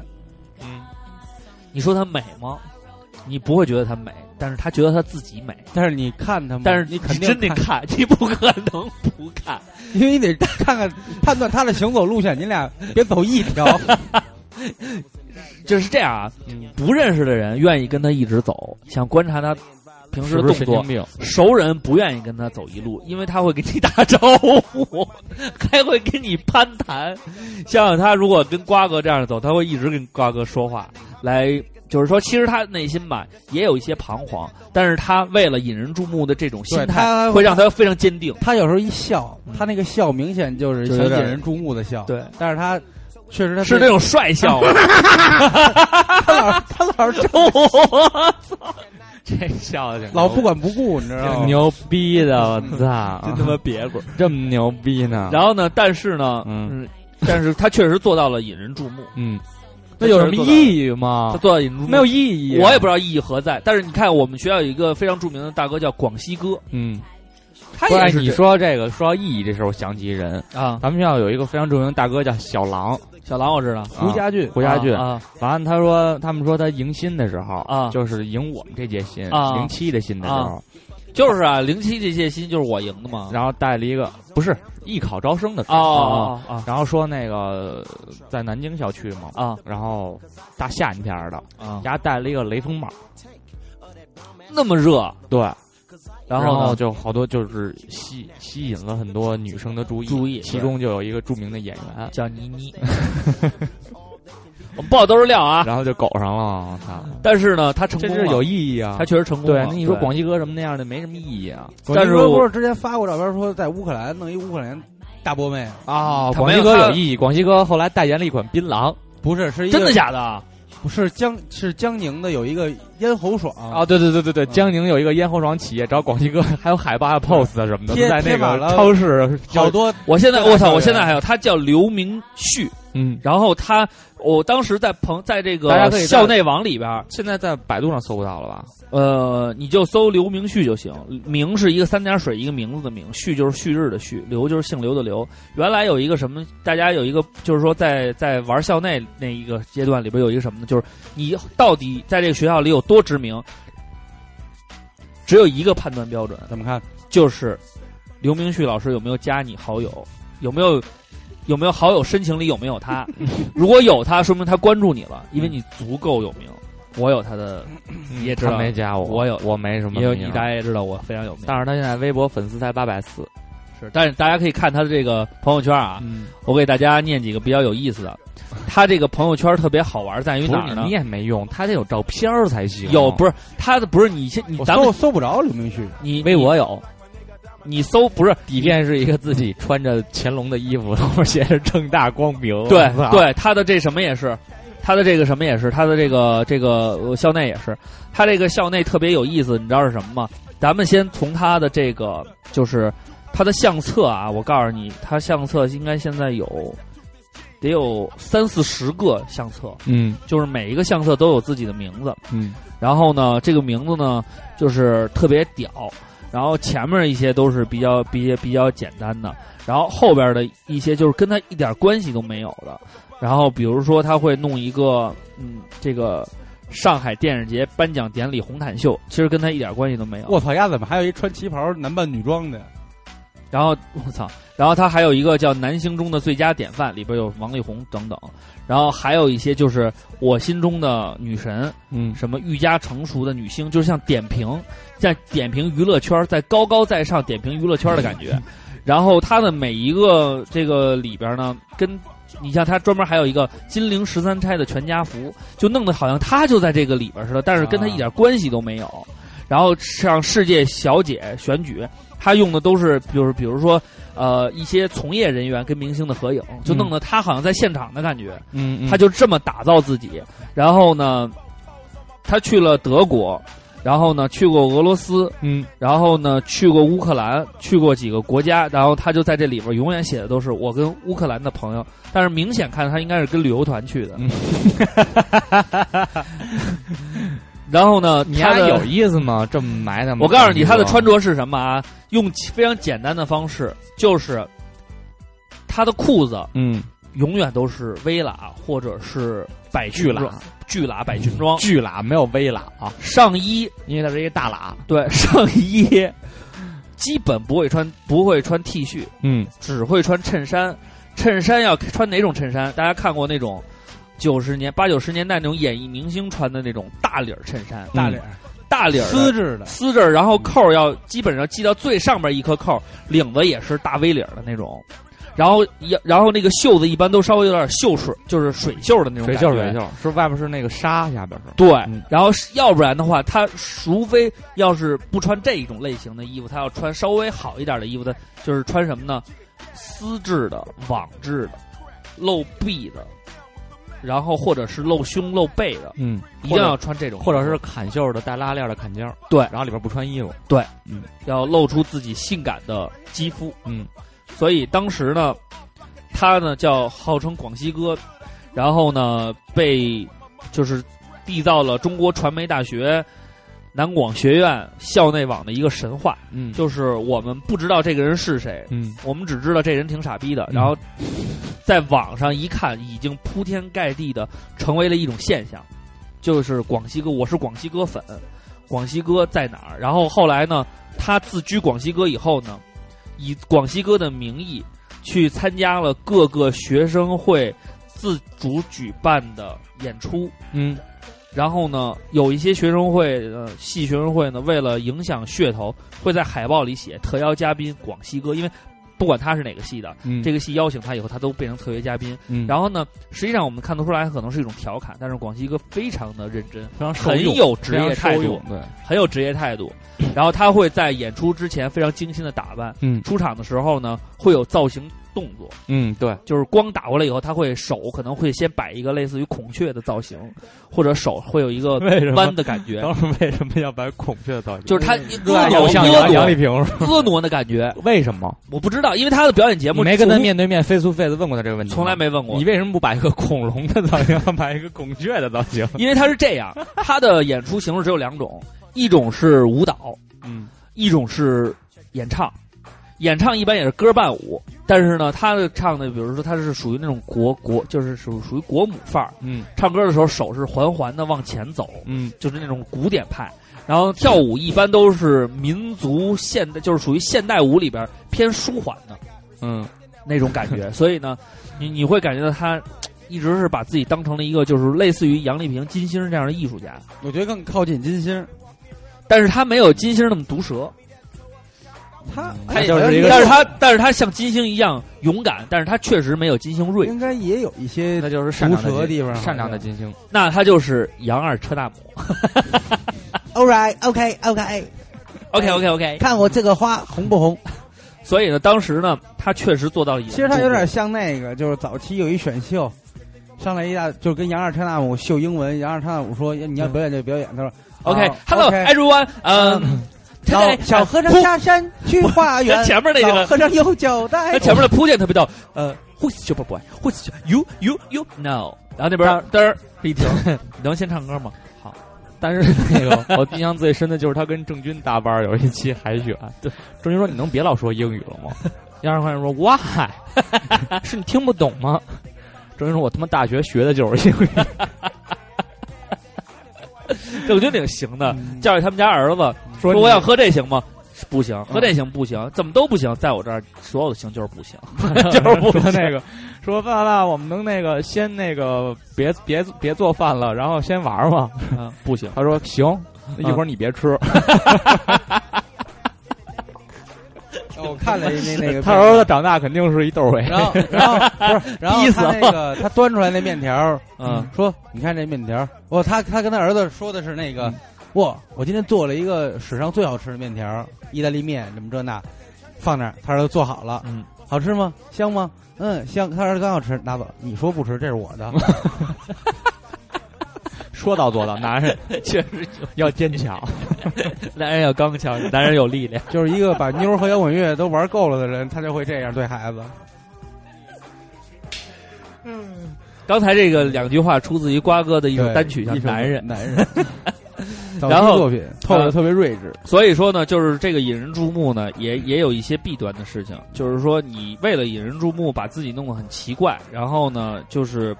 嗯，
你说她美吗？你不会觉得她美，但是她觉得她自己美。
但是你看他们，
但是
你肯定
真得
看，
看，嗯你不可能不看。
因为你得看看判断他的行走路线，你俩别走一条。
就是这样啊，不认识的人愿意跟他一直走，想观察他平时
是
的
不
动
是神
作；
经病？
熟人不愿意跟他走一路，因为他会跟你打招呼， 还会跟你攀谈。想想他如果跟瓜哥这样走，他会一直跟瓜哥说话，来就是说，其实他内心吧也有一些彷徨，但是他为了引人注目的这种心
对
态，
他
会让他非常坚定。
他有时候一笑
嗯，
他那个笑明显就是
就
想
有
引
点
人注目的笑。
对，
但是他确实 他
是那种帅笑。
他老他老是
我操！
这笑的挺
老不管不顾，你知道
挺
吗？
牛逼的，我操！
哦嗯真他妈别过！
这么牛逼呢？
然后呢，但是呢，
啊嗯
嗯，但是他确实做到了引人注目，
嗯， 那有什么
义？
意义
他
吗？
做到引人注目
没有，意义。啊
我也不知道意义何在。但是你看，我们学校有一个非常著名的大哥叫广西哥，
嗯，
他
不
也
然
是
你说这个说到意义这事儿，我想起一人，
啊
咱们学校有一个非常著名的大哥叫小狼，
小狼我知道，
胡家俊
胡家俊。
啊
完了，他说他们说他迎新的时候
啊
就是迎我们这届新，
啊
零七的新的时候，
啊就是啊，零七这届新就是我赢的嘛。
然后带了一个不是艺考招生的时
啊哦
候
哦哦
然后说那个呃在南京校区嘛，
啊
然后大夏天儿的，
啊啊！
丫戴了一个雷锋帽，
那么热，
对，
然
然
后呢？
就好多就是吸吸引了很多女生的注意，
注意
其
对
中就有一个著名的演员，
叫倪 妮。我们报的都是料啊，
然后就狗上了，我操，
但是呢，他成
这
功
是有
了，
意义啊，
他确实成功
对
了。，
那你说广西哥什么那样的没什么意义啊，
广
但
西
是
哥
我
不是之前发过照片说在乌克兰弄一乌克兰大波妹，
啊，
他
广
没
西
有
哥
他
有意义，广西哥后来代言了一款槟榔，
不是是一个
真的假的啊？
不是江是江宁的有一个咽喉爽
啊，，对对对对对，江宁有一个咽喉爽企业，找广西哥还有海报、pose 什么的，
贴
在那
贴满
个
了
超市
好多
我现在
对
我操！
对
我现在还有，他叫刘明旭，
嗯，
然后他，我当时在朋在这
大家
个
可以在
校内网里边，
现在在百度上搜不到了吧？
呃，你就搜刘明旭就行。明是一个三点水一个名字的明，旭就是旭日的旭，刘就是姓刘的刘。原来有一个什么，大家有一个就是说在在玩校内那一个阶段里边有一个什么呢？就是你到底在这个学校里有多知名，只有一个判断标准，
怎么看？
就是刘明旭老师有没有加你好友，有没有有没有好友申请里有没有 他？如果有他，说明他关注你了，因为你足够有名。我有他的，你也知
嗯他
道
没加我，
我有
我没什
也
么名啊
有
儿，
你大家也知道我非常有名，
但是他现在微博粉丝才八百四，
是，但是大家可以看他的这个朋友圈啊，
嗯，
我给大家念几个比较有意思的。他这个朋友圈特别好玩，在于
不
哪儿
是
呢
你？也没用，他得有照片儿才行。
有不是他的不是你先你
我
咱们
搜搜不着刘明旭，啊
你
微博有，
你搜不是
底片是一个自己穿着乾隆的衣服，后面写着正大光明。
对
我操，
对，他的这什么也是，他的这个什么也是，他的这个这个呃校内也是，他这个校内特别有意思，你知道是什么吗？咱们先从他的这个就是他的相册啊，我告诉你，他相册应该现在有得有三四十个相册，
嗯
就是每一个相册都有自己的名字，
嗯，
然后呢，这个名字呢就是特别屌，然后前面一些都是比较比比较简单的，然后后边的一些就是跟他一点关系都没有的，然后比如说他会弄一个嗯这个上海电影节颁奖典礼红毯秀，其实跟他一点关系都没有。
我操丫怎么还有一穿旗袍男扮女装的？
然后我操，然后他还有一个叫《男星中的最佳典范》，里边有王力宏等等，然后还有一些就是我心中的女神，
嗯
什么愈加成熟的女星，就是像点评，在点评娱乐圈，在高高在上点评娱乐圈的感觉。然后他的每一个这个里边呢，跟你像他专门还有一个金陵十三钗的全家福，就弄得好像他就在这个里边似的，但是跟他一点关系都没有。然后像世界小姐选举，他用的都是就是比如说呃一些从业人员跟明星的合影，就弄得他好像在现场的感觉。
嗯，嗯
他就这么打造自己。然后呢，他去了德国，然后呢去过俄罗斯，
嗯
然后呢去过乌克兰，去过几个国家，然后他就在这里边永远写的都是我跟乌克兰的朋友，但是明显看他应该是跟旅游团去的。
嗯
然后呢，
你
他
丫
的
有意思吗？这么埋汰吗？
我告诉你，他的穿
着
着是什么啊？用非常简单的方式，就是他的裤子
嗯
永远都是微喇或者是百
巨
裙
喇
装、巨喇百裙装，
巨喇没有微喇啊，
上衣
因为他是一个大喇。
对上衣基本不会穿，不会穿 T 恤，
嗯
只会穿衬衫。衬衫要穿哪种衬衫？大家看过那种九十年八九十年代那种演艺明星穿的那种大领儿衬衫，
大脸
大领儿的
丝质的，
丝着，然后扣儿要基本上系到最上边一颗扣儿，领子也是大 V 领儿的那种，然后也然后那个袖子一般都稍微有点袖水，就是水袖的那种
水
感
袖
觉。
水袖是外面是那个纱，下边是
对，
嗯
然后是要不然的话，他除非要是不穿这一种类型的衣服，他要穿稍微好一点的衣服，他就是穿什么呢？丝质的、网质的、露臂的，然后或者是露胸露背的，
嗯，
一定要穿这种衣服，
或者是砍袖的带拉链的坎肩儿，
对
然后里边不穿衣服。
要露出自己性感的肌肤。
嗯，
所以当时呢，他呢叫号称广西哥，然后呢被就是缔造了中国传媒大学南广学院校内网的一个神话，
嗯
就是我们不知道这个人是谁，
嗯
我们只知道这人挺傻逼的，
嗯
然后在网上一看，已经铺天盖地的成为了一种现象，就是广西哥，我是广西哥粉，广西哥在哪儿？然后后来呢，他自居广西哥以后呢，以广西哥的名义去参加了各个学生会自主举办的演出，
嗯
然后呢，有一些学生会呃系学生会呢，为了影响噱头，会在海报里写特邀嘉宾广西哥，因为不管他是哪个系的，
嗯
这个系邀请他以后，他都变成特约嘉宾。
嗯
然后呢，实际上我们看得出来，可能是一种调侃，但是广西哥非常的认真，
非常
很有职业态度，
对，
很有职业态度。然后他会在演出之前非常精心的打扮，
嗯
出场的时候呢，会有造型动作，
嗯对，
就是光打过来以后，他会手可能会先摆一个类似于孔雀的造型，或者手会有一个
为什么
弯的感觉，
当时为什么要摆孔雀造型？
就是他
热爱
婀
偶
娜
像
婀
杨杨
娜
丽萍是吧，
婀娜的感觉，
为什么？
我不知道，因为他的表演节目
你没跟他
从
面对面 face to face 问过他这个问题吗？
从来没问过
你，为什么不把一个恐龙的造型， 把一个孔雀的造型？
因为他是这样，他的演出形式只有两种，一种是舞蹈，
嗯
一种是演唱。演唱一般也是歌伴舞，但是呢，他的唱的，比如说他是属于那种国国，就是属属于国母范儿。
嗯
唱歌的时候手是缓缓的往前走，
嗯
就是那种古典派。然后跳舞一般都是民族现代，就是属于现代舞里边偏舒缓的
嗯
那种感 觉。所以呢，你你会感觉到他一直是把自己当成了一个就是类似于杨丽萍、金星这样的艺术家，
我觉得更靠近金星，
但是他没有金星那么毒舌，
他哎
他也
好像
但是他但是他像金星一样勇敢，但是他确实没有金星锐。
应该也有一些
那就是善
毒
良的
舌的
金
地方，
善良的。金星。
那他就是杨二车大母。
All right, OK, OK，
OK OK OK。
看我这个花红不红？
所以呢，当时呢，他确实做到了一。
其实他有点像那个，就是早期有一选秀，上来一大就是跟杨二车大母秀英文，杨二车大母说你要表演就表演，他说
OK
啊
Hello
OK
everyone，嗯，
嗯，老小和尚下山去花园
前面那个
老和尚有酒带
他。前面的铺垫特别逗，呃，Who's your boy？Who's your you you you no？然后那边嘚儿一 停，你能先唱歌吗？
但是那个我印象最深的就是他跟郑钧搭班儿有一期海选，对，郑钧说：“你能别老说英语了吗？”杨二宽说：“Why？是你听不懂吗？”郑钧说：“我他妈大学学的就是英语。
这我觉得挺行的，叫上他们家儿子
说
说嗯
你
我想喝这行吗？不行，喝这行不行，怎么都不行，在我这儿所有的行就是不行， 就是不
说
行。
那个，说爸爸，我们能那个先那个别别别做饭了，然后先玩儿嘛。
嗯不行”，
他说：“行，一会儿你别吃。
我看了那那个，嗯
他儿子长大肯定是一窦唯。
然后然后不是，然后
逼死
他
了
那个他端出来那面条，
嗯，
说你看这面条，我他他跟他儿子说的是那个，哇，我今天做了一个史上最好吃的面条，意大利面什么这那，放那儿，他儿子做好了，
嗯，
好吃吗？香吗？嗯，香。他儿子刚要吃，拿走，你说不吃，这是我 的，
说到做到，嗯男人
嗯
确实要坚强。
男人要刚强，男人有力量。
就是一个把妞儿和摇滚乐都玩够了的人，他就会这样对孩子。
刚才这个两句话出自于瓜哥的一首
对
单曲，叫
一
《
首
男人》。
男 人。早期
然后
作品透着特别睿智，
所以说呢，就是这个引人注目呢，也也有一些弊端的事情，就是说你为了引人注目，把自己弄得很奇怪，然后呢，就是，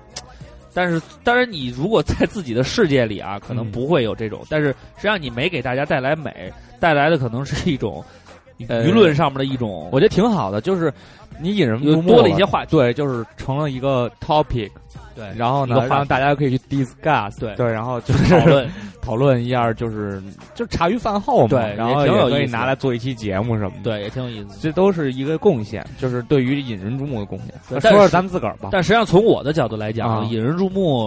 但是当然你如果在自己的世界里啊，可能
嗯
不会有这种，但是实际上你没给大家带来美，带来的可能是一种
呃
舆论上面的一种，
我觉得挺好的，就是你引人
又
入目
多了一些话题，
对，就是成了一个 topic，
对
然后
一
呢
个，话题
让大家可以去 discuss，
对
对，然后就是
讨论，
讨论一下，就是就是茶余饭后嘛，
对
然后
也挺有
可
意
以
思
拿来做一期节目什么的，，
对，也挺有意思。
这都是一个贡献，就是对于引人注目的贡献。
对
那
但
说说
是
咱们自个儿吧，
但实际上从我的角度来讲，
啊
引人注目，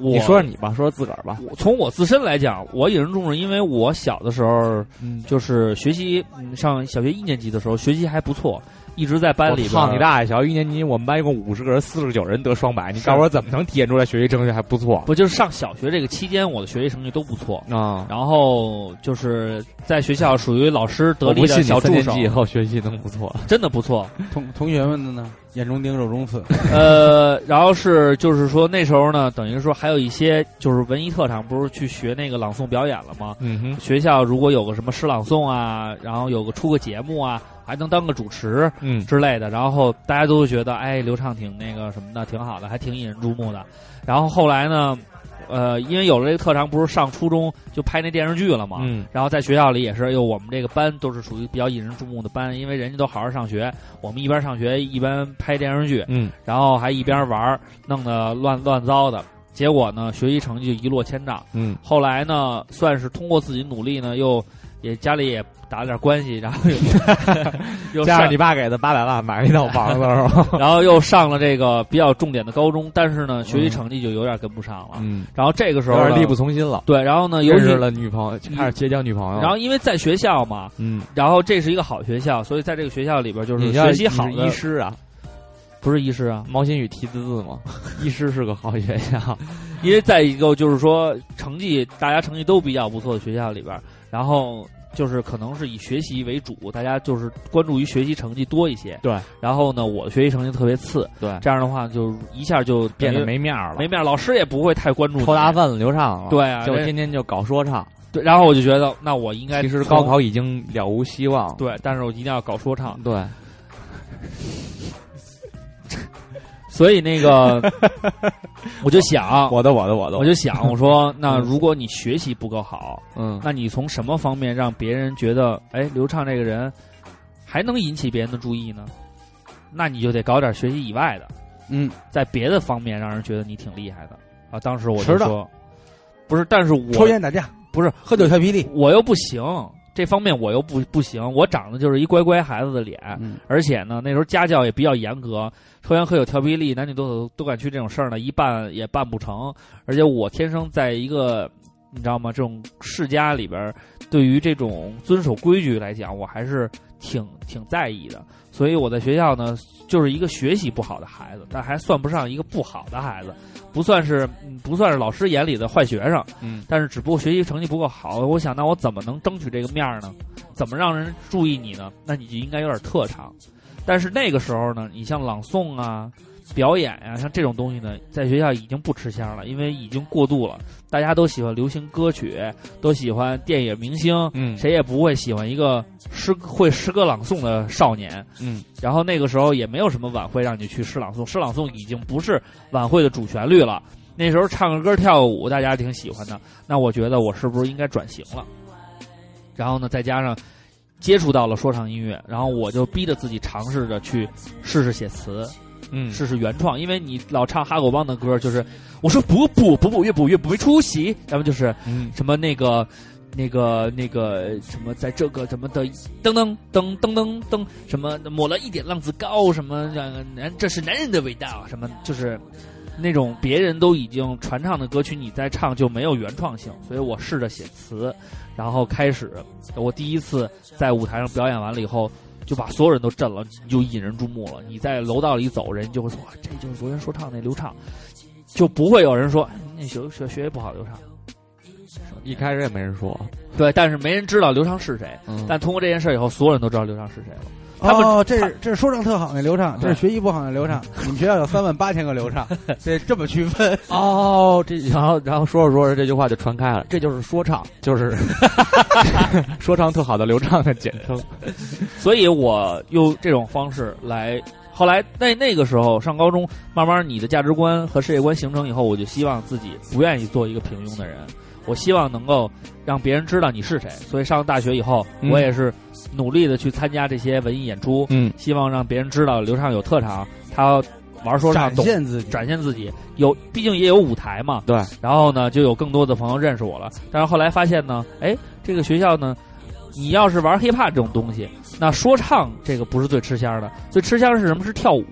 我
你说说你吧，说说自个儿吧，
我从我自身来讲，我引人注目，因为我小的时候。
嗯，
就是学习，嗯，上小学一年级的时候学习还不错，一直在班里边。
操你！大爷！小学一年级我们班一共五十个人，四十九人得双百，你告诉我怎么能体现出来学习成绩还不错
不就是上小学这个期间，我的学习成绩都不错。
啊？
然后就是在学校属于老师得
我
力
不信
的
你
小
三
助
年
手
级，以后学习能不错，
真的不错。
同同学们的呢？眼中钉，肉中刺。
呃，然后是就是说那时候呢，等于说还有一些就是文艺特长，不是去学那个朗诵表演了吗？
嗯哼，
学校如果有个什么诗朗诵啊，然后有个出个节目啊，还能当个主持
嗯
之类的，然后大家都会觉得，哎，刘畅挺那个什么的，挺好的，还挺引人注目的。然后后来呢，呃，因为有了这个特长，不是上初中就拍那电视剧了吗？
嗯
然后在学校里也是，哟，我们这个班都是属于比较引人注目的班，因为人家都好好上学，我们一边上学一边拍电视剧，
嗯，
然后还一边玩儿，弄得乱乱糟的。结果呢，学习成绩就一落千丈。
嗯，
后来呢，算是通过自己努力呢，又也家里也打了点关系，然后又 又
加
上
上你爸给的八百万买了一套房子是吧？
然后又上了这个比较重点的高中，但是呢，学习成绩就有点跟不上了。
嗯，
然后这个时
有
候呢
点力不从心了。
对，然后呢，尤其
认
嗯
识了啊女朋友，开始结交女朋友，
然后因为在学校嘛，
嗯，
然后这是一个好学校，所以在这个学校里边就是
你要
学习好
你是
的
医师啊，
不是医师啊，
毛新宇提字字嘛，医师是个好学 校，
因为在一个就是说成绩大家成绩都比较不错的学校里边，然后就是可能是以学习为主，大家就是关注于学习成绩多一些。
对，
然后呢，我学习成绩特别次，
对
这样的话就一下就
变
等
得
于
没面儿了，
没面儿，老师也不会太关注你
臭大粪了，流畅了，，
对啊，
就
这
天天就搞说唱。
对，然后我就觉得，那我应该
其实
从
高考已经了无希望了，
对，但是我一定要搞说唱，
对，
所以那 个我就想，
我的嗯我的我的，
我就想，我说， 那如果你学习不够好，
嗯
那你从什么方面让别人觉得，哎，刘畅这个人还能引起别人的注意呢？那你就得搞点学习以外的，
嗯，
在别的方面让人觉得你挺厉害的啊。当时我就
迟到
说，不是，但是我
抽烟打架
不是
喝酒跳霹雳，
我又不行，这方面我又不不行，我长得就是一乖乖孩子的脸，
嗯
而且呢，那时候家教也比较严格，抽烟喝酒跳霹雳，男女都有都敢去这种事儿呢，一办也办不成。而且我天生在一个你知道吗？这种世家里边儿，对于这种遵守规矩来讲，我还是挺挺在意的。所以我在学校呢，就是一个学习不好的孩子，但还算不上一个不好的孩子，不算是嗯不算是老师眼里的坏学生。
嗯，
但是只不过学习成绩不够好，我想那我怎么能争取这个面儿呢？怎么让人注意你呢？那你就应该有点特长。但是那个时候呢，你像朗诵啊、表演呀、像这种东西呢，在学校已经不吃香了，因为已经过度了。大家都喜欢流行歌曲，都喜欢电影明星，
嗯
谁也不会喜欢一个诗会诗歌朗诵的少年。
嗯，
然后那个时候也没有什么晚会让你去诗朗诵，诗朗诵已经不是晚会的主旋律了。那时候唱个歌跳个舞，大家挺喜欢的。那我觉得我是不是应该转型了？然后呢，再加上接触到了说唱音乐，然后我就逼着自己尝试着去试试写词，
嗯
试试原创。因为你老唱哈狗帮的歌，就是我说补补补补越补越没出息，要么就是
嗯
什么那个。那个那个什么，在这个什么的噔噔噔噔噔噔什么抹了一点浪子高什么让男这是男人的味道什么就是那种别人都已经传唱的歌曲，你再唱就没有原创性。所以我试着写词，然后开始我第一次在舞台上表演完了以后，就把所有人都震了，你就引人注目了。你在楼道里走，人就会说哇这就是昨天说唱那刘畅，就不会有人说哎那学学学习不好刘畅。
一开始也没人说，
对，但是没人知道刘畅是谁。
嗯
但通过这件事以后，所有人都知道刘畅是谁了。他们
哦，这是这是说唱特好那刘畅，这是
对
学习不好那 刘畅。你们学校有三万八千个刘畅，这这么区分，
哦，这然后然后说着说着这句话就传开了，这就是说唱，就是 说唱特好的刘畅的简称。
所以我用这种方式来。后来那那个时候上高中，慢慢你的价值观和世界观形成以后，我就希望自己不愿意做一个平庸的人，我希望能够让别人知道你是谁。所以上大学以后，
嗯
我也是努力的去参加这些文艺演出，
嗯
希望让别人知道刘畅有特长，他玩说唱
展
懂
现自己。
展现自己，有毕竟也有舞台嘛，
对。
然后呢，就有更多的朋友认识我了。但是后来发现呢，哎，这个学校呢，你要是玩 hiphop 这种东西，那说唱这个不是最吃香的，最吃香是什么？是跳舞。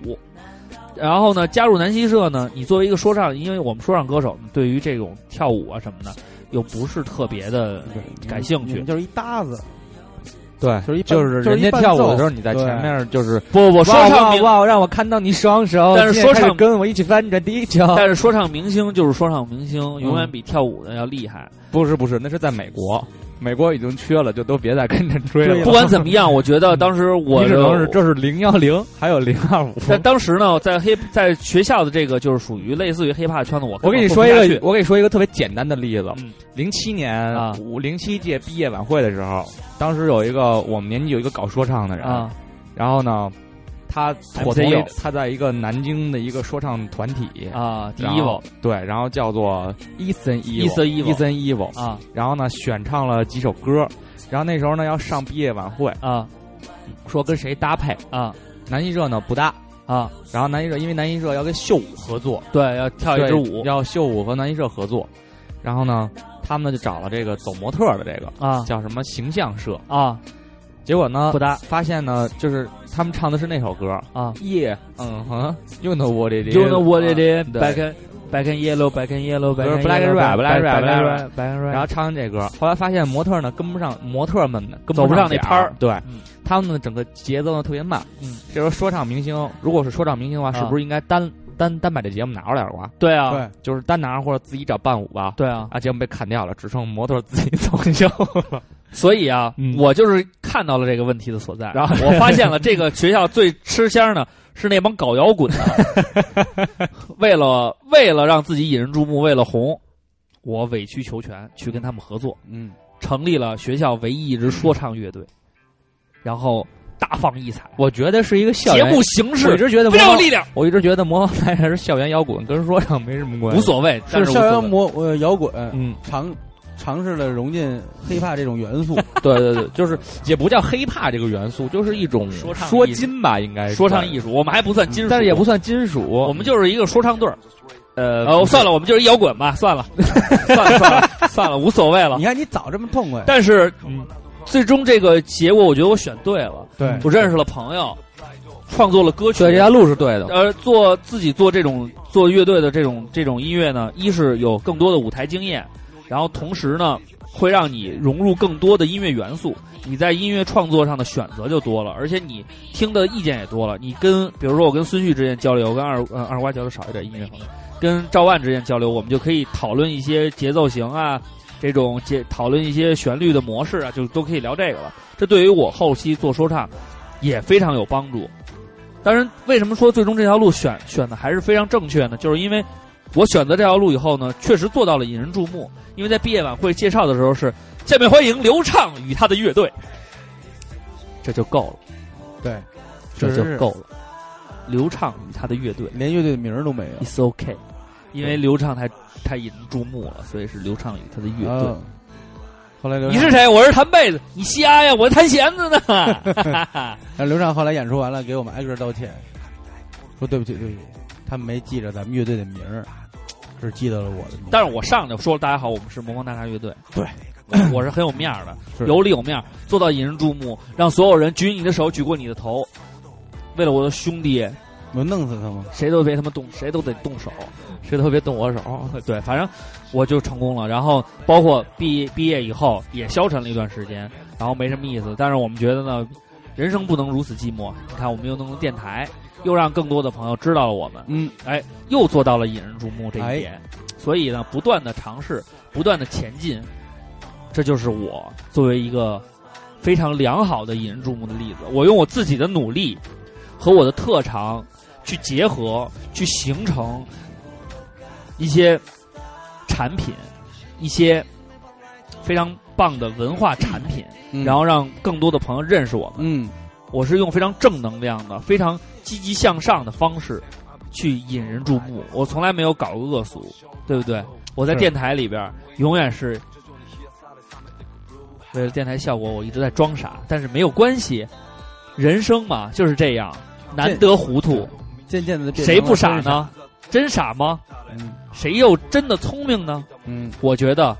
然后呢，加入南希社呢，你作为一个说唱，因为我们说唱歌手对于这种跳舞啊什么的，又不是特别的感兴
你
趣
们。就是一搭子，
对，
就是一伴
就是
就是
人
一
家
伴
跳舞的
奏
时候，你在前面就是
不不不，说唱
哇
明，
哇哇，让我看到你双手，
但是
现
说
在开始
唱
跟我一起翻着地球。
但是说唱明星就是说唱明星，永远比跳舞的要厉害。
不是不是，那是在美国，美国已经缺了，就都别再跟着追
追
了。
了
不管怎么样，我觉得当时我
你只
的
能是这是零幺零，还有零二五。
但当时呢，在黑在学校的这个就是属于类似于黑怕圈子，我根
我跟
本
你
混不
说一
下
个
去，
我跟你说一个特别简单的例子
嗯。
零七年
啊
五零七届毕业晚会的时候，当时有一个我们年级有一个搞说唱的人，
啊，
然后呢，他我
MC
同
有
意他在一个南京的一个说唱团体
啊，第
然
一
后
个
对，然后叫做 Eason Evil
Eason Evil
Eason Evil，
啊
然后呢选唱了几首歌，然后那时候呢要上毕业晚会，
啊
说跟谁搭配，
啊
南艺社呢不搭，
啊，
然后南艺社因为南艺社要跟秀舞合作，
对，要跳一支舞
对要秀舞和南艺社合作，然后呢他们呢就找了这个走模特的这个
啊
叫什么形象社，
啊
结果呢
不搭
发现呢就是他们唱的是那首歌。
啊
耶，嗯哼，You know what it is，
，You know what it
啊
is,
对
back and back and yellow, back and yellow, back
不
and
是 black and red, black and red, black and
red, black and red，
然后唱完这歌，后来发现模特呢跟不上，模特们呢跟
走不上
点
那拍儿
对、
嗯
他们的整个节奏呢特别慢。
嗯，
这时候说唱明星，如果是说唱明星的话，
啊
是不是应该单单单把这节目拿出来啊？
对啊
对，
就是单拿或者自己找伴舞吧。
对啊，
啊，节目被砍掉了，只剩模特自己走秀了。
所以啊
嗯，
我就是看到了这个问题的所在，
然后
我发现了这个学校最吃香的是那帮搞摇滚的， 为了为了让自己引人注目，为了红，我委曲求全去跟他们合作，
嗯，
成立了学校唯一一支说唱乐队，然后大放异彩，
我觉得是一个校
节
园
目形
我一
式
直觉得
非
魔
常有力量，
我一直觉得魔方来还是校园摇滚，跟说唱没什么关系。
无所谓，但
是
是
校
无
园
所谓
魔呃摇滚
嗯，
尝尝试了融进黑怕这种元 素，
对对对，就是也不叫黑怕这个元素，就是一种
说唱
说
艺术
金吧，应该是
说唱艺术，我们还不算金属，
但是也不算金属。我
我们就是一个说唱队儿，
呃
呃，算了，我们就是一摇滚吧，算了，算了，算了，算了，无所谓了
你。看你早这么痛快，
但是
嗯
最终这个结果，我觉得我选对了，
对
我认识了朋友，创作了歌曲
对，。这条路是对的。
呃，做自己做这种做乐队的这种这种音乐呢，一是有更多的舞台经验，然后同时呢，会让你融入更多的音乐元素，你在音乐创作上的选择就多了，而且你听的意见也多了。你跟比如说我跟孙旭之间交流，我跟二呃二瓜交流少一点音乐方面，跟赵万之间交流，我们就可以讨论一些节奏型啊，这种节讨论一些旋律的模式啊，就都可以聊这个了。这对于我后期做说唱也非常有帮助。当然，为什么说最终这条路选选的还是非常正确呢？就是因为我选择这条路以后呢，确实做到了引人注目。因为在毕业晚会介绍的时候是“下面欢迎刘畅与他的乐队”，这就够了，
对，确
这
实
就是够了。刘畅与他的乐队
连乐队的名儿都没有。
，It's OK，因为刘畅太太引人注目了，所以是刘畅与他的乐队。
啊后来刘
你
畅
是谁？我是弹贝子，你瞎呀？我弹弦子呢。 哈哈
然后刘畅后来演出完了，给我们挨个儿道歉，说对不起，对不起，他们没记着咱们乐队的名儿，只记得了我的名儿。
但是我上来说了，大家好，我们是魔方大厦乐队。
对
我，我是很有面儿的，
是
有里有面儿，做到引人注目，让所有人举你的手，举过你的头。为了我的兄弟，
我弄死他吗？
谁都别他妈动，谁都得动手，谁都别动我手。 对，反正我就成功了。然后包括毕毕业以后也消沉了一段时间，然后没什么意思。但是我们觉得呢，人生不能如此寂寞。你看，我们又弄了电台，又让更多的朋友知道了我们，
嗯，
哎，又做到了引人注目这一点。所以呢，不断的尝试，不断的前进，这就是我作为一个非常良好的引人注目的例子。我用我自己的努力和我的特长去结合，去形成一些产品，一些非常棒的文化产品，
嗯
然后让更多的朋友认识我们。
嗯，
我是用非常正能量的、非常积极向上的方式去引人注目。我从来没有搞过恶俗，对不对？我在
是
电台里边儿永远是为了电台效果，我一直在装傻，但是没有关系，人生嘛就是这样，难得糊涂，
渐渐的
谁不傻？呢？真傻吗？
嗯
谁又真的聪明呢？
嗯，
我觉得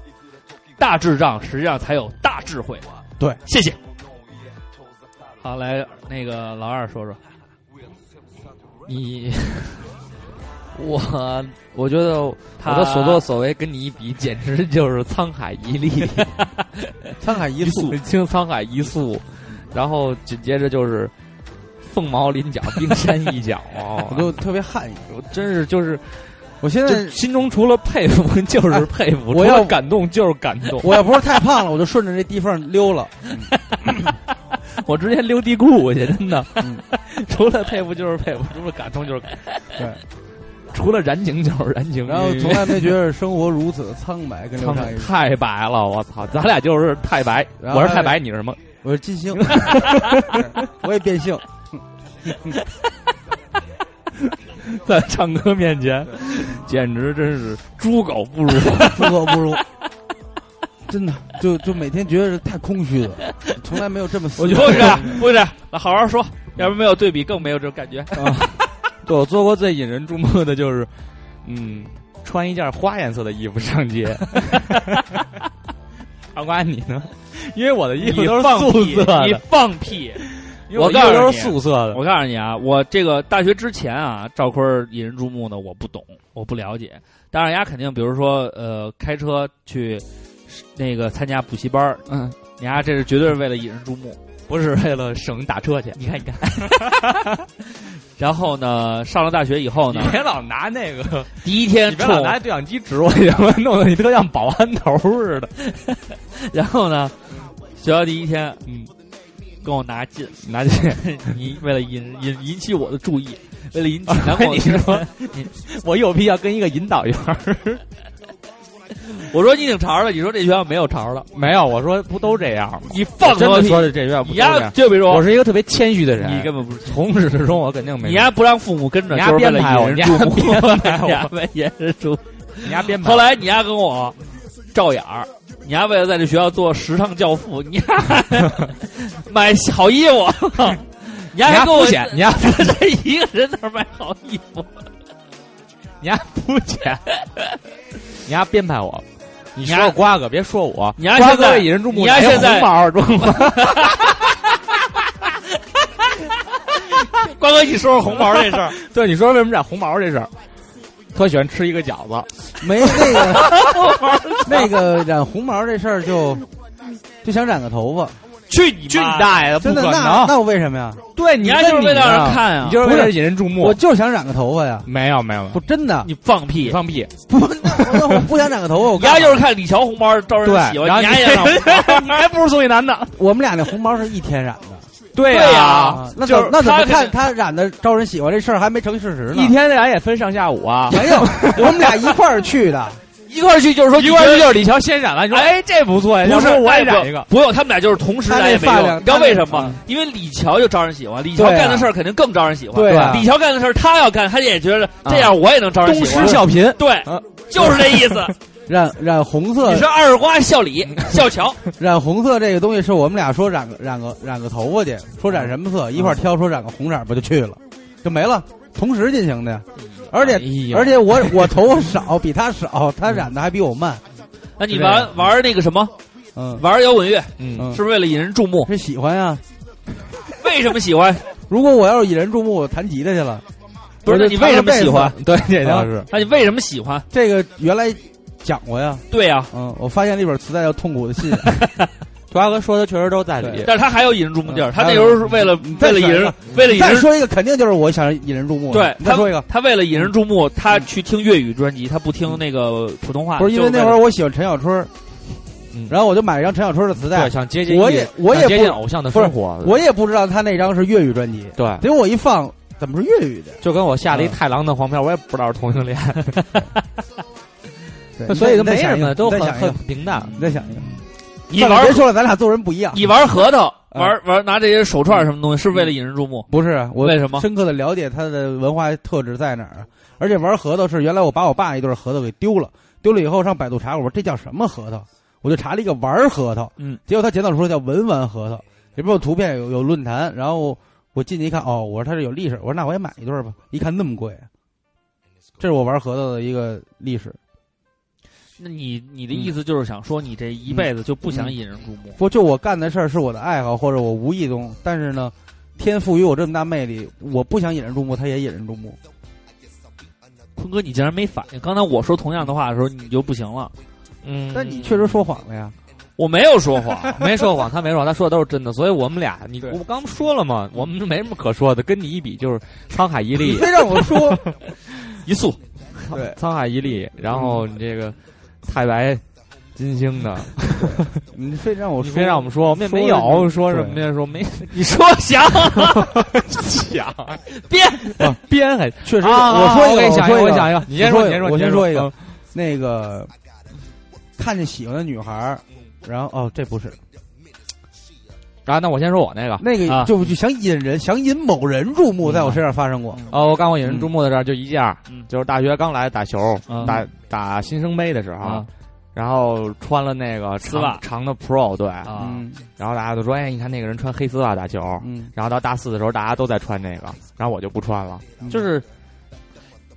大智障实际上才有大智慧。
对，
谢谢。好，来那个老二说说。
你，我我觉得我
他
的所作所为跟你一比，简直就是沧海一粟，
沧海一粟，
清沧海一粟。然后紧接着就是凤毛麟角，冰山一角。
我都特别汗颜。
我真是就是
我现在
就心中除了佩服就是佩服，
我要
除了感动就是感动。
我要不是太胖了，我就顺着这地缝溜了。
我直接溜地库去，真的
嗯。
除了佩服就是佩服，除了感动就是感动。
对，
除了燃情就是燃情。
然后从来没觉得生活如此苍白，跟刘畅一样。
太白了，我操！咱俩就是太白，
然后
我是太白，你是什么？
我是金 星，我也变性。
在唱歌面前，简直真是猪狗不如。
猪狗不如。 真的，就就每天觉得太空虚了，从来没有这么思
我
考
觉
过。
得不是，好好说，要不没有对比，更没有这种感 觉。
啊，
对我做过最引人注目的就是，嗯，穿一件花颜色的衣服上 街。阿瓜，你呢？因为我的衣服都是
放
素
屁
色的，
你放屁！
因为我
我告诉
衣服都
你
是素色的。
我告诉你啊，我这个大学之前啊，赵坤儿引人注目呢，我不懂，我不了解。当然，人家肯定，比如说，呃，开车去那个参加补习班儿，
嗯，
人家这是绝对是为了引人注目。
不是为了省打车钱，你看，你看，
然后呢，上了大学以后
你
呢，
别老拿那个，
第一天
你别
冲
老拿对讲机指我，你他妈弄得你特像保安头似的。
然后呢，学校第一天，嗯，跟我拿劲，拿劲， 你为了引引引起我的注意，为了 引起男朋友
你说，我有必要跟一个引导员儿？
我说你挺潮的，你说这学校没有潮的，
没有，我说不都这样吗？
你放
真
他妈
的
屁
说的这样，
你
不都这
丫
样。
就比如
我是一个特别谦虚的人，啊
你根本不是，
从始至终我肯定没。
你丫不让父母跟着，
你
就
丫
是为
编
了
排我，
引
你
人
丫
注目，
编排
你丫
我，
为引人注目。
你丫编 排
后
我。
来你丫跟我照眼儿，你丫为了在这学校做时尚教父，你丫 买好衣服，你丫
你
还
丫
跟我
肤浅，你丫
这一个 人在那儿买好衣 服，
你丫肤浅， 你丫编排我。你
你丫
说瓜哥，别说我。
你丫
瓜
现在
哥引人注目，
你丫现在
还有红毛中吗？
瓜哥，你说说红毛这事儿，
对，你说为什么染红毛这事儿？特喜欢吃一个饺子，
没那个 那个染红毛这事儿就就想染个头发，
去你
去你
妈！
大爷的，
真
不
的
可
那
能！
那我为什么呀？
对，
你
你
丫就
跟
是为了
你
让
呢
人看啊
你！就是为
不
了
是
引人注目
我。就是想染个头发呀，
没有没有，没有
不真的
你放屁！
放屁！
不，那我不想染个头发，我
你 丫
干嘛
就是看李乔红包招人
对，
喜欢，
然后
你丫也让我
你你还不如宋一楠呢。
我们俩那红毛是一天染的
对
对呀
呀，
那
就
怎
是
那怎
他
么
这
看他染的招人喜欢这事儿还没成事实呢
一？天咱也分上下午啊。
没有，我们俩一块儿去的，
一块儿去，就是说
一
你
块儿
觉得
就是李乔先染了，你说哎这不错呀，
不是，
要不我也
哎
染
不
一个。
不用，他们俩就是同时
他
来
那
也没
发
用。
量
你知道
他那
为什么
嗯？
因为李乔就招人喜欢，李乔
对啊
干的事儿肯定更招人喜欢。
对啊
李乔干的事儿他要干，他也觉得这样我也能招人喜欢。
效颦，
对
啊
嗯，
就是这意 思。
染染红色
你说二瓜笑李笑 乔，
染红色这个东西是我们俩说染个染个染个头发去，说染什么色，一块儿挑说染个红色儿，不就去了，就没了，同时进行的。而
哎
且、而且我 我头发少，比他少，他染的还比我慢。
那你玩玩那个什么，
嗯
玩摇滚乐
嗯，
啊嗯，
是不是为了引人注目？
是喜欢呀。
为什么喜欢？
如果我要是引人注目，我弹吉他去了。
不是
我就
那你为什么喜欢 啊
弹个贝斯？
对，这倒是。
那你为什么喜欢？
这个原来讲过呀。
对啊呀，
嗯，我发现了一本磁带叫《痛苦的信》，
瓜哥说的确实都在理
对。
但是他还有引人注目地儿，
嗯
他那时候是为了
你
为
再
了
选
引
一
人
个
为了引
再
人
说一个，肯定就是我想引人注目。
对
你再说一个，
他为了引人注目，他去听粤语专辑，他不听那个普通话。
不是因为那会儿我喜欢陈小春儿
嗯，
然后我就买了一张陈小春的磁带
对，，想接近
我也我也
想接近
不
偶像的
不是
生活。
我也不知道他那张是粤语专辑，
对，嗯
结果我一放，怎么是粤语的？
就跟我下了一太郎的黄片，我也不知道是同性恋，
对，
所
你
以就
再
没
想
什
一个
么，都
你
很
再想一
很
个，
平淡。
你再想一个。
你
算了
玩
别说了，咱俩做人不一样。
你玩核桃，
嗯
玩玩拿这些手串什么东西，是为了引人注目？
不是我
为什么
深刻的了解他的文化特质在哪儿啊？而且玩核桃是原来我把我爸一对核桃给丢了，丢了以后上百度查，我说这叫什么核桃？我就查了一个玩核桃，
嗯，
结果他检讨说叫文玩核桃，里边有图片有有论坛，然后我进去一看，哦，我说它是有历史，我说那我也买一对儿吧，一看那么贵，这是我玩核桃的一个历史。
那你你的意思就是想说，你这一辈子就不想引人注目？
不就我干的事儿是我的爱好，或者我无意中，但是呢，天赋予我这么大魅力，我不想引人注目，他也引人注
嗯
目。
坤哥，你竟然没反应！刚才我说同样的话的时候，你就不行了。
嗯，
但你确实说谎了呀，
我没有说谎，
没说谎，他没说谎，他说的都是真的。所以我们俩，你
对
我刚说了嘛，我们没什么可说的，跟你一比就是沧海一
你
粟。
非让我说，
一诉
对
沧海一粟，然后你这个太白金星的，
嗯
你非让我
你
说，
别让我们说，我们也
说
没
这
有
个
说什
对
么呀，说没
你说想
想编
啊
编还
确实，
啊
我说一
我
个，
给你想一
说
个
一
我
个，
想一个你先说
我
你先说嗯
我
你
先
先
说一
说
个，那个看见喜欢的女孩儿，然后哦，这不是
啊，那我先说我那个，
那
啊
个，就就想引人，想引某人入目，在我身上发生过。嗯
哦，我干过引人注目的事儿就一件儿
嗯，
就是大学刚来打球
嗯，
打打新生杯的时候
啊，
然后穿了那个
丝袜
长长的 Pro 对，
啊！
嗯
然后大家都说，哎，你看那个人穿黑丝袜打球，
嗯，
然后到大四的时候大家都在穿那个，然后我就不穿了，
嗯
就是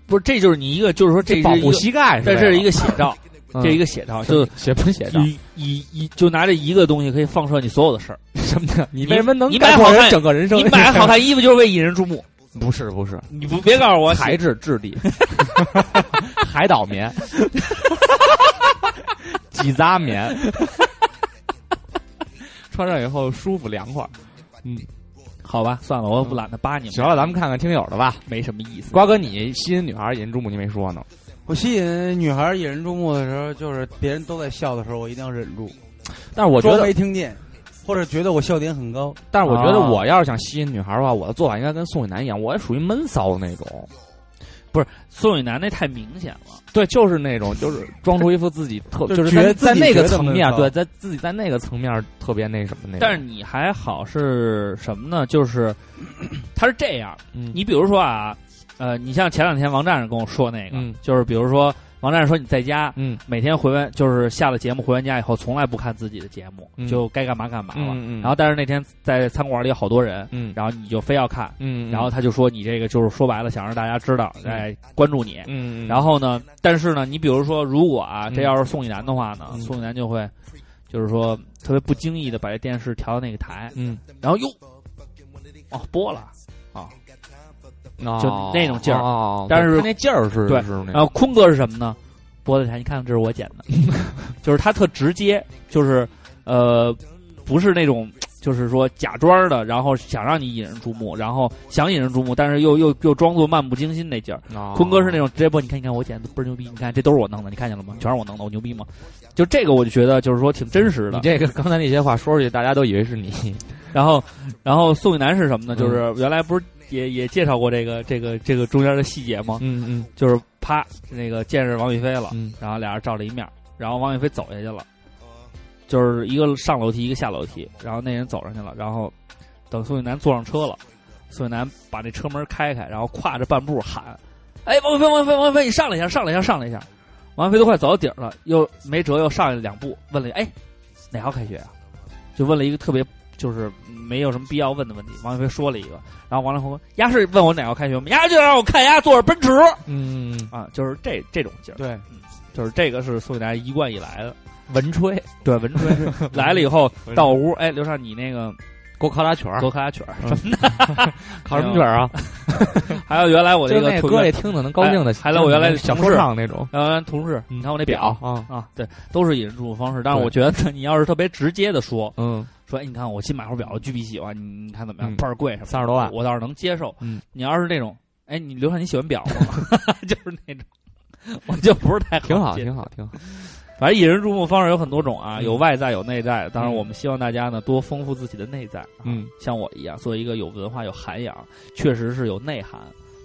不是这就是你一个就是说这是
保
一
护
个
膝盖
但
吧，
这是一个写照，
嗯
这是一个写照，就
写不写照？
以以以就拿这一个东西可以放射你所有的事儿。
什么的？你
你
为什么能
你买
概括
好看
人整个人生？
你买 好看衣服就是为引人注目，
不是不是，
你不别告诉我
材质 质地，海岛棉， 挤扎棉， 穿上以后舒服凉快。
好吧，算了，我不懒得扒你们。
行了，咱们看看听友的吧。
没什么意思。
瓜哥，你吸引女孩引人注目，你没说呢。
我吸引女孩儿引人注目的时候，就是别人都在笑的时候，我一定要忍住，
但是我觉
装
得，
没听见，或者觉得我笑点很高。
但是我觉得，
啊
我要是想吸引女孩的话，我的做法应该跟宋雨楠一样，我也属于闷骚那种。
宋雨楠那太明显了，
对，就是那种，就是装出一副自己特，
就
就是
觉
在
得
在
自己
那个
觉得
层
闷
面，啊
骚
对，在自己在那个层面特别那什么那种。
但是你还好是什么呢？就是他是这样，
嗯
你比如说啊，呃，你像前两天王站长跟我说那个，
嗯
就是比如说王站长说你在家
嗯
每天回完，就是下了节目回完家以后，从来不看自己的节目，
嗯
就该干嘛干嘛了。
嗯嗯
然后但是那天在餐馆里有好多人，
嗯
然后你就非要看，
嗯，
然后他就说你这个就是说白了想让大家知道，
嗯
哎，关注你。
嗯，
然后呢，但是呢，你比如说，如果啊，
嗯
这要是宋一楠的话呢，
嗯
宋一楠就会，就是说特别不经意的把这电视调到那个台，
嗯，
然后哟，哦播了，
就
那种劲儿
儿
但是
哦那劲儿是
对
是那哦
然后坤哥是什么呢？播的台，你看这是我剪的， 就是他特直接，就是呃，不是那种就是说假装的，然后想让你引人注目，然后想引人注目，但是又又又装作漫不经心那劲儿。
哦
坤哥是那种直接播，你看你看我剪的倍儿牛逼，你看这都是我弄的，你看见了吗？全是我弄的，我牛逼吗？就这个我就觉得就是说挺真实
你
的。
这个刚才那些话说出去，大家都以为是你。
然后，然后宋雨楠是什么呢？就是原来不是也也介绍过这个这个这个中间的细节吗？
嗯嗯
就是啪，那个见着王宇飞了，
嗯
然后俩人照了一面，然后王宇飞走下去了，就是一个上楼梯，一个下楼梯，然后那人走上去了，然后等宋雨楠坐上车了，宋雨楠把那车门开开，然后跨着半步喊：“哎，王宇飞，王宇飞，王宇飞，你上来一下，上来一下，上来一下！”王宇飞都快走到底儿了，又没辙，又上来两步，问了一：“哎，哪号开学啊？”就问了一个特别就是没有什么必要问的问题。王宇飞说了一个，然后王亮红说：“丫是问我哪号开学吗？丫就让我看丫坐着奔驰
嗯，
啊，就是这这种劲儿。”
对，
就是这个是宋雨楠一贯以来的。
文吹，
对，文吹 来了以后到我屋，哎，刘畅，你那个
给我考俩曲儿
多，卡曲儿，
啊嗯
哎
考什么曲儿啊？
还有原来我
就
这
是
个
那
腿
歌里听的能高兴的，
哎还有我原来的
想
同
说
事
唱那种
然后呃同事，
嗯
你看我那
表
表
啊，
啊，对，都是引人注目方式。但是
对
我觉得你要是特别直接的说，
嗯，
说，哎，你看我新买块表，我巨比喜欢，你你看怎么样？
嗯
倍儿贵什么的？
三十多万，
我倒是能接受。
嗯
你要是那种，哎，你刘畅你喜欢表吗？ 就是那种，我就不是太
挺好，
接
挺好，挺好。
反正引人注目方式有很多种啊，
嗯
有外在，有内在。当然，
嗯
我们希望大家呢多丰富自己的内在。啊
嗯，
像我一样，做一个有文化、有涵养，确实是有内涵。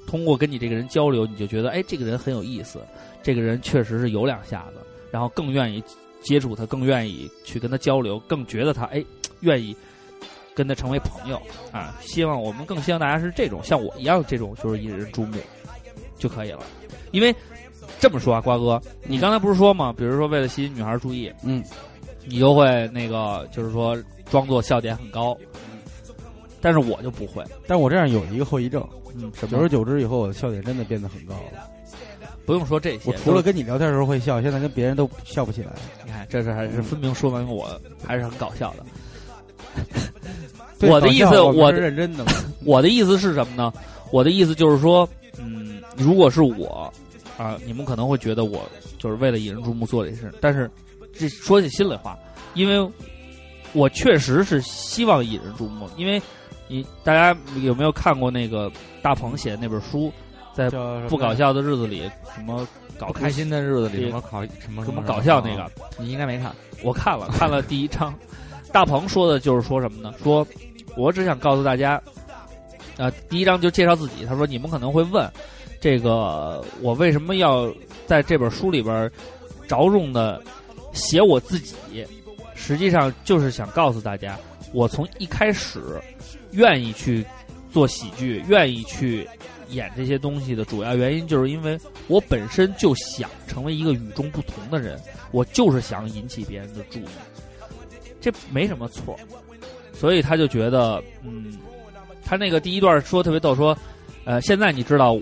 通过跟你这个人交流，你就觉得，哎，这个人很有意思，这个人确实是有两下子，然后更愿意接触他，更愿意去跟他交流，更觉得他，哎，愿意跟他成为朋友啊。希望我们更希望大家是这种像我一样这种，就是引人注目就可以了。因为这么说啊，瓜哥，你刚才不是说吗？比如说为了吸引女孩注意，
嗯，
你就会那个，就是说装作笑点很高。但是我就不会，
但我这样有一个后遗症，
嗯，什
久而久之以后，我的笑点真的变得很高了。
不用说这些，
我除了跟你聊天的时候会笑，现在跟别人都笑不起来。嗯
都你看，这是还是分明说明我还是很搞笑的。
对
我的意思
搞笑我
我
是认真的嘛。
我的意思是什么呢？我的意思就是说，嗯，如果是我啊，你们可能会觉得我就是为了引人注目做这事，但是这说句心里话，因为我确实是希望引人注目，因为你大家有没有看过那个大鹏写的那本书？在
叫什么
不搞笑的日子里什么搞
不开心的日子里
这
什么考什么啊
什么搞笑那个，，
你应该没看。
我看了看了第一章，大鹏说的就是说什么呢？说我只想告诉大家，呃，第一章就介绍自己。他说你们可能会问，这个我为什么要在这本书里边着重的写我自己？实际上就是想告诉大家，我从一开始愿意去做喜剧，愿意去演这些东西的主要原因，就是因为我本身就想成为一个与众不同的人。我就是想引起别人的注意，这没什么错。所以他就觉得，嗯，他那个第一段说特别逗，说，呃，现在你知道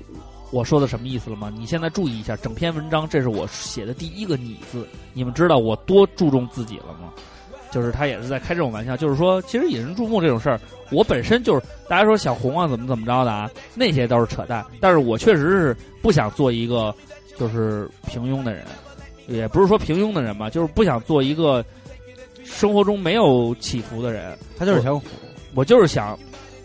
我说的什么意思了吗？你现在注意一下，整篇文章这是我写的第一个“你”字，你们知道我多注重自己了吗？就是他也是在开这种玩笑，就是说，其实引人注目这种事儿，我本身就是大家说想红啊，怎么怎么着的啊，那些都是扯淡。但是我确实是不想做一个就是平庸的人，也不是说平庸的人吧，就是不想做一个生活中没有起伏的人。
他就是想火
我就是想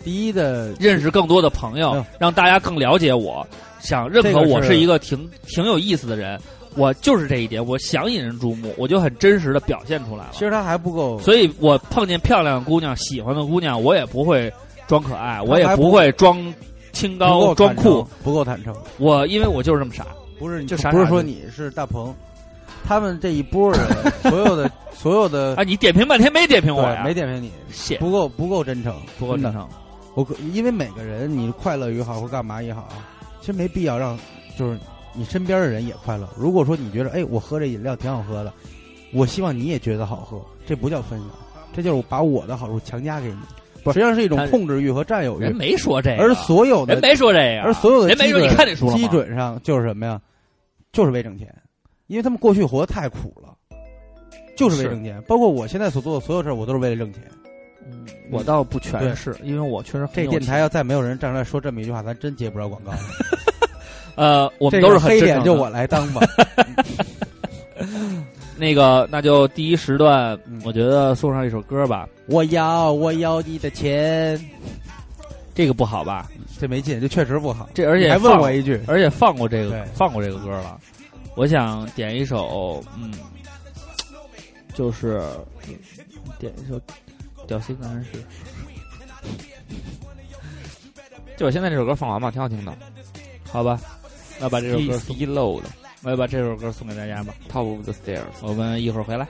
第一的
认识更多的朋
没
友
有，
让大家更了解我，想认可
嗯这个
我
是
是一个挺挺有意思的人。我就是这一点，我想引人注目，我就很真实的表现出来了
其。实他还不够，
所以我碰见漂亮的姑娘、喜欢的姑娘，我也不会装可爱，我
还
也
不
不会装清
不够
高、装
坦诚
酷。，
不够坦诚。
我因为我就是这么傻，
不是你，
就傻傻
不是
的
说你是大鹏，他们这一波人，所有的所有的
啊！你点评半天没点评我
对
呀？
没嗯点评你，
谢，
不够不够真诚，
不够
真
真
的。
诚。
我可因为每个人，你快乐也好，或干嘛也好，其实没必要让就是你身边的人也快乐。如果说你觉得，哎，我喝这饮料挺好喝的，我希望你也觉得好喝，这不叫分享，这就是我把我的好处强加给你，实际上是一种
他
控制欲和占有
人
欲。
没说这个，
而所有的
人没说这个，啊
而所有的
人没
基
说。你
准
看这书了
基
吗？
准上就是什么呀？就是为挣钱，因为他们过去活得太苦了，就是为
是
挣钱。包括我现在所做的所有事儿，我都是为了挣钱。
嗯我倒不全是，因为我确实很
这
有
电
钱
台要再没有人站出来说这么一句话，咱真接不着广告。
呃，我们
这
都是
个
很
黑
真
脸
诚
就
的
我来当 吧。
那个，那就第一时段，
嗯
我觉得送上一首歌吧，
我要我要你的钱，
这个不好吧？
这没劲，这确实不好。
这而
你
且
还问
放
我，一句，
而且放过这个
对
放过这个歌了，我想点一首，嗯，就是点一首《屌丝男人是》，
就我现在这首歌放完吧，挺好听的。
好吧？那把这首歌
Please
送，
Below 的
我要把这首歌送给大家吧。
Top of the Stairs。
我们一会儿回来。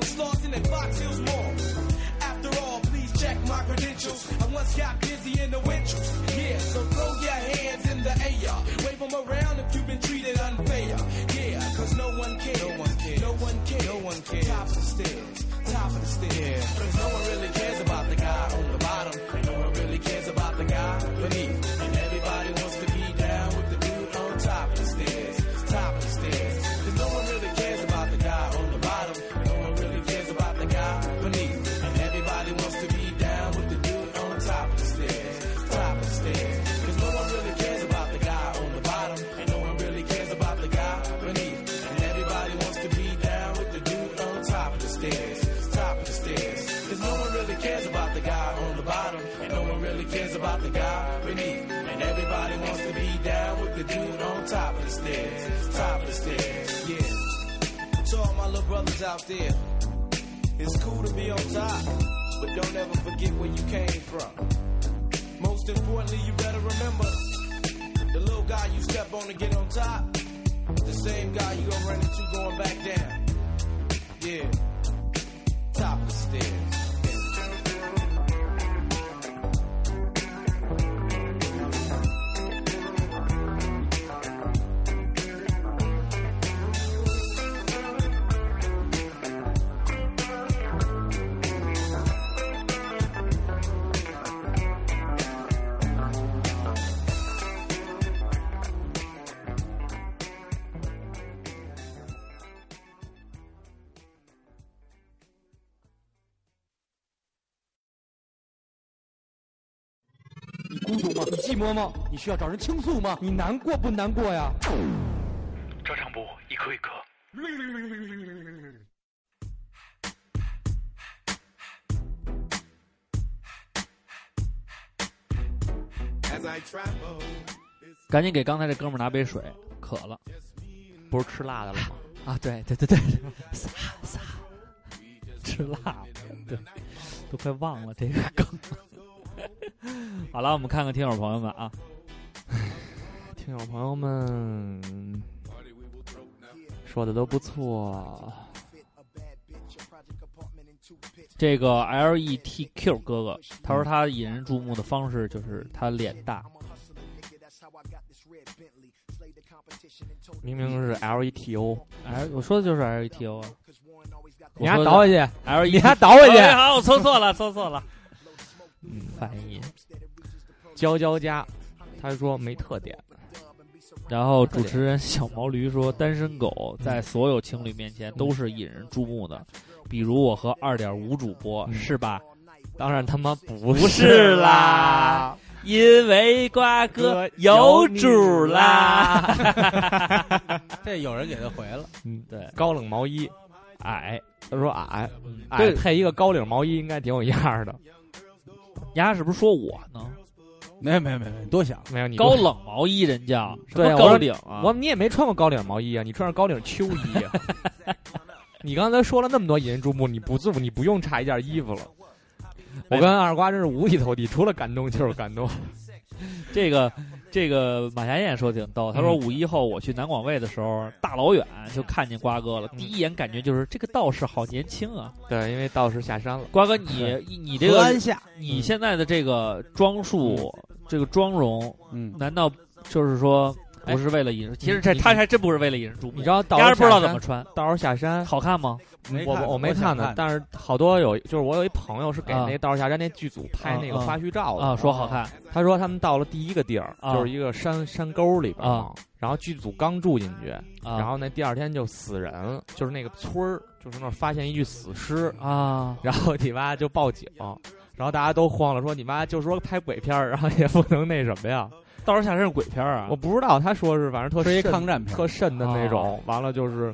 in
in the air. Wave them around if you've been treated unfair. Yeah, cause no one cares. No one cares. No one cares. No one cares. Top of the stairs. Top of the stairs. Cause no one really cares about the guy on the bottom. And no one really cares about the guy beneath. And everybody wants to be down with the dude on top of the stairs. Top of the stairs. Cause no one really cares about the guy on the bottom. And no one really cares about the guy beneath. And everybody wants to be down with the dude on top of the stairs. Top of the stairs. Cause no one really cares about the guy on the bottom. And no one really cares about the guy beneath. And everybody wants to be down with the dude on top of the stairs. Top of the stairs. Cause no one really cares about the guy on the bottom. And no one really cares about the guy beneath. And everybody wants to be down with the dude on top of the stairs. Top of the stairs. Yeah. To all my little brothers out there, it's cool to be on top, but don't ever forget where you came from. Most importantly, you better remember the little guy you step on to get on top, the same guy you gonna run into going back down. Yeah, top of the stairs.
你孤独吗？你寂寞吗？你需要找人倾诉吗？你难过不难过呀？
照常补，一颗一颗。
赶紧给刚才这哥们儿拿杯水，渴了
不是吃辣的了吗？
啊！对对对对，撒撒，吃辣了，对，都快忘了这个梗。好了，我们看看听友朋友们啊，
听友朋友们说的都不错，
这个 L E T Q 哥哥，他说他引人注目的方式就是他脸大，
明明是 L E T O，
哎，我说的就是 L E T O 啊，
你还倒回去，
L E，
你还倒回去，
哎好，我搜错了，搜错了，
嗯，翻译，娇娇家，他说没特点，
然后主持人小毛驴说：“单身狗在所有情侣面前都是引人注目的，比如我和二点五主播、
嗯
是吧？
当然他妈不
不
是
是啦，因为瓜哥有主啦。
这有人给他回了，
嗯，
对，
高领毛衣，矮，他说矮，矮
对
配一个高领毛衣应该挺有样儿的。
丫是不是说我呢？
没有没有没有没有，多想，
没有你
高冷毛衣人叫什
对
么
啊
高
我
领啊？
我你也没穿过高领毛衣啊，你穿着高领秋衣、啊。 你刚才说了那么多引人注目，你不做你不用差一件衣服了。我跟二瓜真是五体投地，除了感动就是感动。
这个这个马霞燕说挺逗，她说五一后我去南广卫的时候，大老远就看见瓜哥了，第一眼感觉就是这个道士好年轻啊！
对，因为道士下山了，
瓜哥你你这
河
个
安下，
你现在的这个装束、这个妆容，
嗯，
难道就是说不是为了引人？其实这
你
他还真不是为了引人注目，
你知道道
当
士
然不知道
下
怎
山
么穿，
道士下山，
好看吗？
没
我
看
我
我
没
想
看呢
看，
但是好多有就是我有一朋友是给
啊
那道士下山那剧组拍那个
啊啊
花絮照的
啊，说好看
他说他们到了第一个地儿，
啊
就是一个山山沟里边儿
啊
然后剧组刚住进去，
啊，
然后那第二天就死人了，就是那个村儿，就是那儿发现一具死尸，
啊，
然后你妈就报警，然后大家都慌了，说你妈就说拍鬼片儿，然后也不能那什么呀。
道士下山是鬼片儿啊
我，不知道，他说是反正特
是一
慎
抗战片
特瘆的那种，完了就是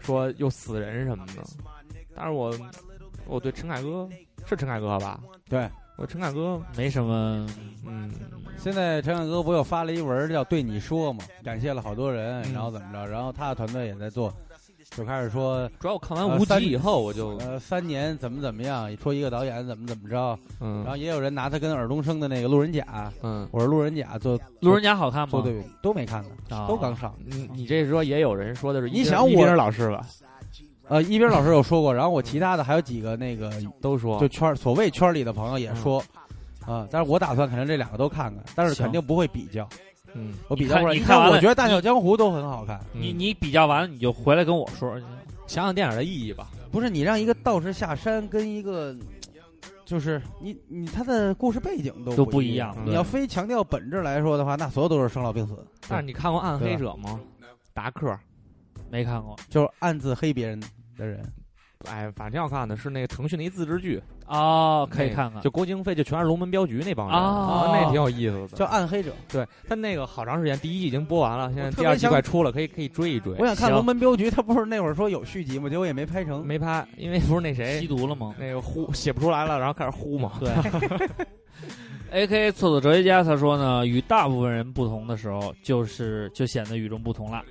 说又死人什么的。但是我我对陈凯歌是陈凯歌吧？
对。
我陈凯歌，
没什么，
嗯，
现在陈凯歌不又发了一文叫《对你说》嘛，感谢了好多人，
嗯
然后怎么着，然后他的团队也在做，就开始说，
主要我看
呃
完《无极
三》
以后，我就
呃，三年怎么怎么样，说一个导演怎么怎么着，
嗯
然后也有人拿他跟尔冬升的那个《路人甲》，
嗯，
我说《路人甲》做
路人甲好看吗
做？对比，都没看呢，
啊
都刚上。
你你这说也有人说的是一
你
冰
想
一
我
冰老师吧，
呃，一斌老师有说过，然后我其他的还有几个那个
都说
就圈所谓圈里的朋友也说，啊，但是我打算肯定这两个都看看，但是
行
肯定不会比较，
嗯，
我比较过来，
你
因
看
为
完了
我觉得《大笑江湖》都很好看。
你你比较完了，你就回来跟我说。
想想电影的意义吧。
不是你让一个道士下山跟一个，就是你你他的故事背景都
都不
不
一
样嗯
样。
你要非强调本质来说的话，那所有都是生老病死，
但是你看过《暗黑者》吗？达克，
没看过
就是暗自黑别人的人。
哎，反正挺好看的，是那个腾讯的一自制剧，
哦，可以看看。
就郭京飞，就全是龙门镖局那帮人，
啊
那挺有意思的。
叫暗黑者，
对，但那个好长时间，第一季已经播完了，现在
我特
第
别
二季
想
快出了，可以可以追一追
我。想看《
行
龙门镖局》，他不是那会儿说有续集吗？结果也没拍成。
没拍，因为不是那谁
吸毒了吗？
那个呼写不出来了，然后开始呼嘛。
对。A K 厕所哲学家他说呢，与大部分人不同的时候，就是就显得与众不同了。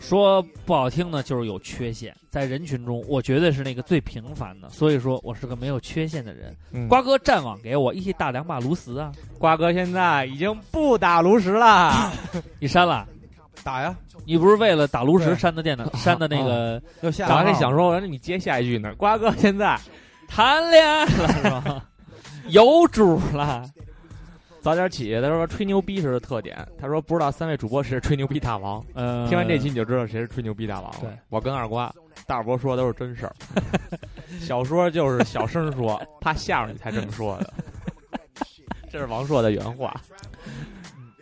说不好听呢，就是有缺陷。在人群中，我绝对是那个最平凡的，所以说我是个没有缺陷的人。
嗯
瓜哥战网给我一起打两把炉石啊！
瓜哥现在已经不打炉石了，
你删了？
打呀，
你不是为了打炉石
对
删的电脑，删的那个
要下。
我
啊
还想说，你接下一句呢。瓜哥现在
谈恋爱了是吧？有主了，
早点起，他说吹牛逼是特点。他说不知道三位主播谁是吹牛逼大王。
呃，
听完这期你就知道谁是吹牛逼大王了。
对
我跟二瓜、大耳波说的都是真 事儿，小说就是小声说，怕吓着你才这么说的。这是王朔的原话，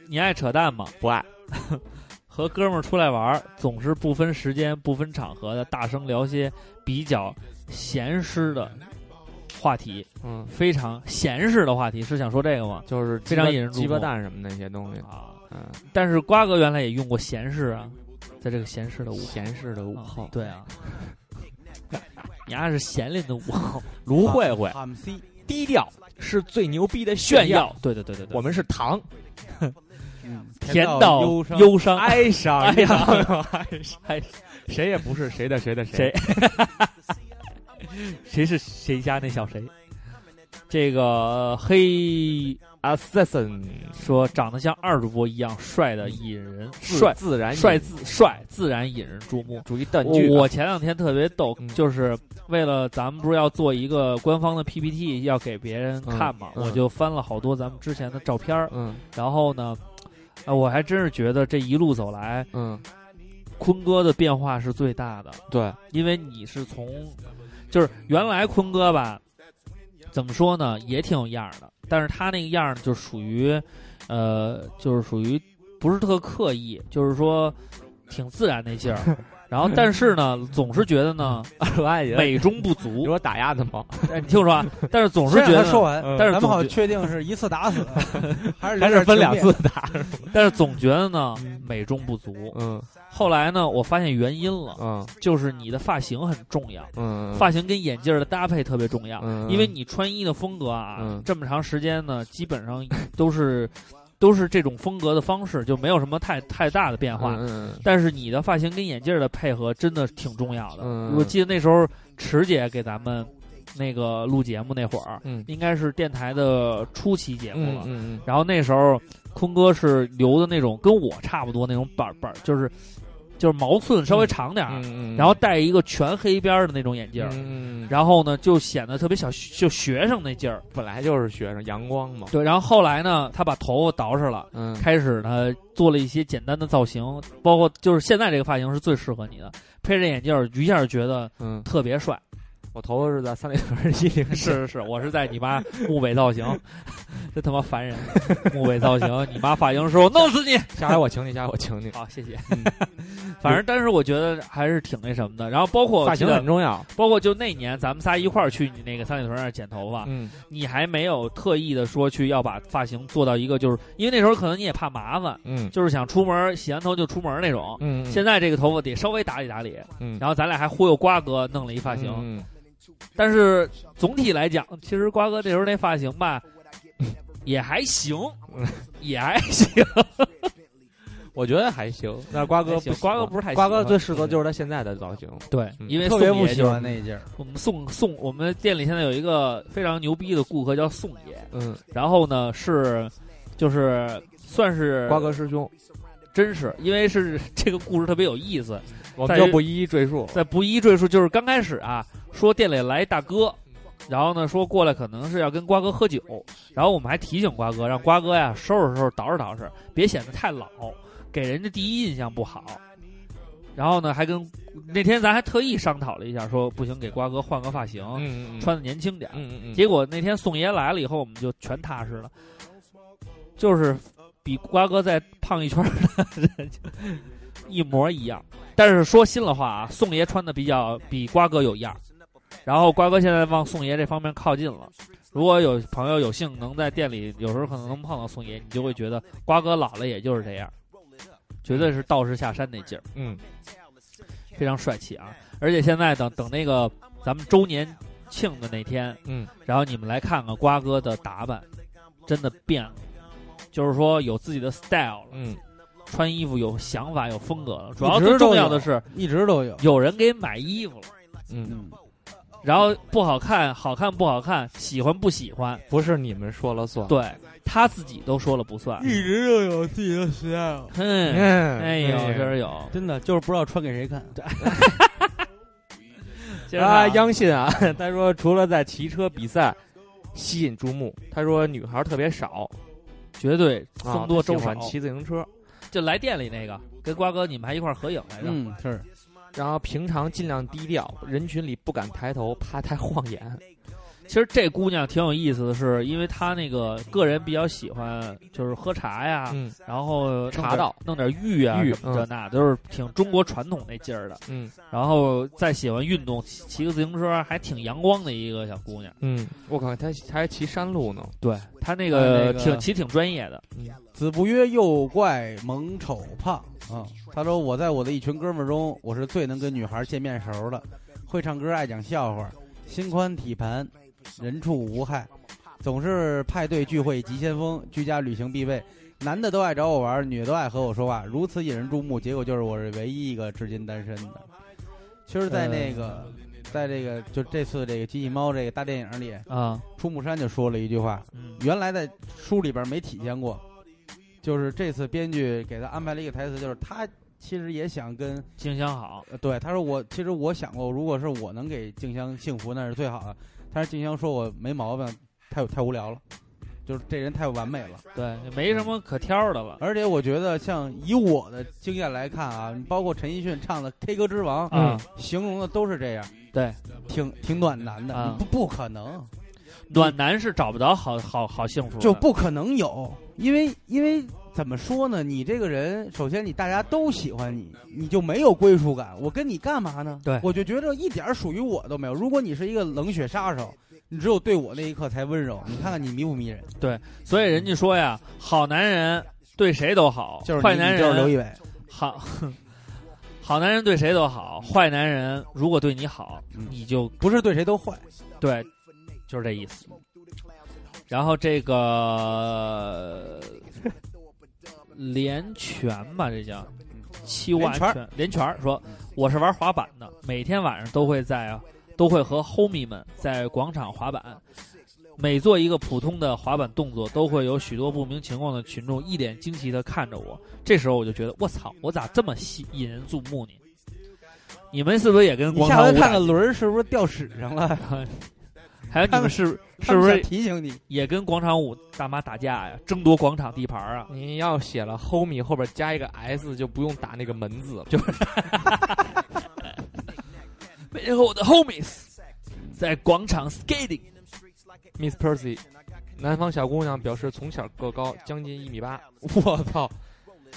你爱 扯淡吗？
不爱。
和哥们儿出来玩儿，总是不分时间、不分场合的大声聊些比较闲适的话题，
嗯，
非常闲适的话题，是想说这个吗？
就是
非常
鸡巴
引人注目
鸡巴蛋什么那些东西。
啊！
嗯，
但是瓜哥原来也用过闲适啊，在这个闲适的午后，
闲适的午
啊
后，
对啊，你还是闲林的午后，
芦荟荟，
喊 C，
啊低调是最牛逼 的
炫
炫耀。
耀，对对对对对，
我们是糖，
甜
嗯到
到
忧伤
忧伤，
哀伤，
哎呀
哀伤，谁也不是谁的谁的
谁。谁是谁家那小谁？这个黑
Assassin
说长得像二主播一样帅的引人
自
帅
自然
帅自帅自然引人注目。
主义断
我
句。
我前两天特别逗
嗯，
就是为了咱们不是要做一个官方的 PPT 要给别人看嘛，
嗯嗯
我就翻了好多咱们之前的照片儿，
嗯
然后呢，呃我还真是觉得这一路走来，
嗯，
坤哥的变化是最大的。
对，
因为你是从，就是原来坤哥吧，怎么说呢，也挺有样儿的，但是他那个样儿就属于，呃，就是属于不是特刻意，就是说挺自然那劲 儿。然后，但是呢，总是觉得呢
我 爱你。
美中不
你
足。
说打压他吗？
哎你听我 说啊，但是总是觉
先让
得
他，说完，
嗯
但是
咱们
总
好
觉
确定是一次打死，还是
还是分两次
次？
打？
但是总觉得呢美中不足。
嗯
后来呢，我发现原因了，
嗯
就是你的发型很重要，
嗯
发型跟眼镜儿的搭配特别重要。
嗯
因为你穿衣的风格啊，
嗯
这么长时间呢，基本上都是都是这种风格的方式，就没有什么太太大的变化。
嗯
但是你的发型跟眼镜儿的配合真的挺重要的。
嗯
我记得那时候池姐给咱们那个录节目那会儿，
嗯
应该是电台的初期节目了。
嗯
然后那时候坤哥是留的那种跟我差不多那种板板，就是就是毛寸稍微长点儿，
嗯
然后戴一个全黑边儿的那种眼镜儿。
嗯，
然后呢，就显得特别小，就学生那劲儿。
本来就是学生阳光嘛。
对，然后后来呢，他把头发捯饬了，
嗯
开始呢做了一些简单的造型，包括就是现在这个发型是最适合你的，配着眼镜儿，一下就觉得
嗯，
特别 帅。
我头发是在三里屯一零
是是是，我是在你妈木北造型， 这他妈烦人！ 木北造型，你妈发型师，我弄死 你！
下回我请你，下回我请你。
好，谢谢。
嗯
反正，但是我觉得还是挺那什么的。然后包括
发型
我记得
很重要。
包括就那年咱们仨一块儿去你那个三里屯那儿剪头发，
嗯
你还没有特意的说去要把发型做到一个，就是因为那时候可能你也怕麻烦，
嗯
就是想出门洗完头就出门那种。
嗯，
现在这个头发得稍微打理打理，
嗯
然后咱俩还忽悠瓜哥弄了一发型，
嗯
但是总体来讲，其实瓜哥那时候那发型吧，也还行，也还行。
我觉得还行，但是瓜哥
还
不
行
喜欢，
瓜哥不是太
瓜哥
喜欢
最适合就是他现在的造型。
对，
嗯
因为
特别
宋
不
爷
喜
就是
欢那一件儿，
我们宋宋，我们店里现在有一个非常牛逼的顾客叫宋爷，
嗯，
然后呢是就是算是
瓜哥师兄，
真是，因为是这个故事特别有意思，
我
在
们
于
就不一一赘述了。
在不一一赘述，就是刚开始啊，说店里来一大哥，然后呢，说过来可能是要跟瓜哥喝酒，然后我们还提醒瓜哥，让瓜哥呀收拾收拾、捯饬捯饬，别显得太老，给人家第一印象不好。然后呢，还跟那天咱还特意商讨了一下，说不行，给瓜哥换个发型，
嗯嗯
穿的年轻点儿。
嗯嗯嗯，
结果那天宋爷来了以后，我们就全踏实了，就是比瓜哥再胖一圈儿的一模一样。但是说心里话啊，宋爷穿的比较比瓜哥有样儿，然后瓜哥现在往宋爷这方面靠近了。如果有朋友有幸能在店里，有时候可能能碰到宋爷，你就会觉得瓜哥老了也就是这样，绝对是道士下山那劲儿，
嗯，
非常帅气啊！而且现在等等那个咱们周年庆的那天，
嗯，
然后你们来看看瓜哥的打扮，真的变了，就是说有自己的 style 了，
嗯
穿衣服有想法、有风格了。主要
一直
最重
都
要的
有
是，
一直都有。
有人给买衣服了，
嗯，
嗯，
然后不好看、好看不好看、喜欢不喜欢，
不是你们说了算。
对他自己都说了不算。
直都有自己的喜爱，
哼，
嗯，
哎呦，这是有。
真的就是不知道穿给谁看。
接着
啊，
看
央信啊， 他说除了在骑车比赛吸引注目，他说女孩儿特别少，
绝对
啊
僧多
她喜
粥少
欢。骑自行车，
就来店里那个，跟瓜哥你们还一块儿合影来着。
嗯，是
然后平常尽量低调，人群里不敢抬头，怕太晃眼。
其实这姑娘挺有意思的是，因为她那个个人比较喜欢就是喝茶呀，
嗯
然后弄点
茶道
弄点玉啊
玉
什么这
嗯
那，都是挺中国传统那劲儿的。
嗯
然后再喜欢运动，骑骑个自行车，还挺阳光的一个小姑娘。
嗯，我靠，他还骑山路呢，
对她那
她
个
那个
挺骑挺专业的，
子不曰又怪萌丑胖啊。他说我在我的一群哥们儿中，我是最能跟女孩见面熟的，会唱歌，爱讲笑话，心宽体盘，人畜无害，总是派对聚会急先锋，居家旅行必备。男的都爱找我玩，女的都爱和我说话，如此引人注目。结果就是我是唯一一个至今单身的。其实，在那个，在这个就这次这个机器猫这个大电影里，
啊，
出木山就说了一句话，
嗯
原来在书里边没体现过，就是这次编剧给他安排了一个台词，就是他其实也想跟，
静香好，
呃对，他说我其实我想过，如果是我能给静香幸福，那是最好的。但是静香说我没毛病，太太无聊了，就是这人太完美了。
对，没什么可挑的了。
而且我觉得，像以我的经验来看啊，你包括陈奕迅唱的《K 歌之王》
啊，
形容的都是这样，
对，
挺挺暖男的，
啊
不不可能。
暖男是找不着好好好幸福的，
就不可能有，因为因为怎么说呢？你这个人，首先你大家都喜欢你，你就没有归属感。我跟你干嘛呢？
对
我就觉得一点儿属于我都没有。如果你是一个冷血杀手，你只有对我那一刻才温柔。你看看你迷不迷人？
所以人家说呀，好男人对谁都好，
就是你
坏男
你就是刘
人啊
仪伟，
好， 好男人对谁都好，坏男人如果对你好，
嗯
你就
不是对谁都坏。
对，就是这意思。然后这 个连拳吧，这叫七五安
嗯连
全连拳儿说，我是玩滑板的，每天晚上都会在啊都会和 homie 们在广场滑板。每做一个普通的滑板动作，都会有许多不明情况的群众一脸惊奇的看着我。这时候我就觉得，我操，我咋这么吸引人注目呢？你们是不是也跟
你
广
下
场舞
回看
打
看轮儿是不是掉屎 上了？
还有你们是是
他们
不
想
是
提醒你？
也跟广场舞大妈打架呀，争夺广场地盘啊？
你要写了 homie 后边加一个 s 就不用打那个门字了，就
背后的 homies 在广场 skating，
Miss Percy，南方小姑娘表示从小个高将近一米八，我操！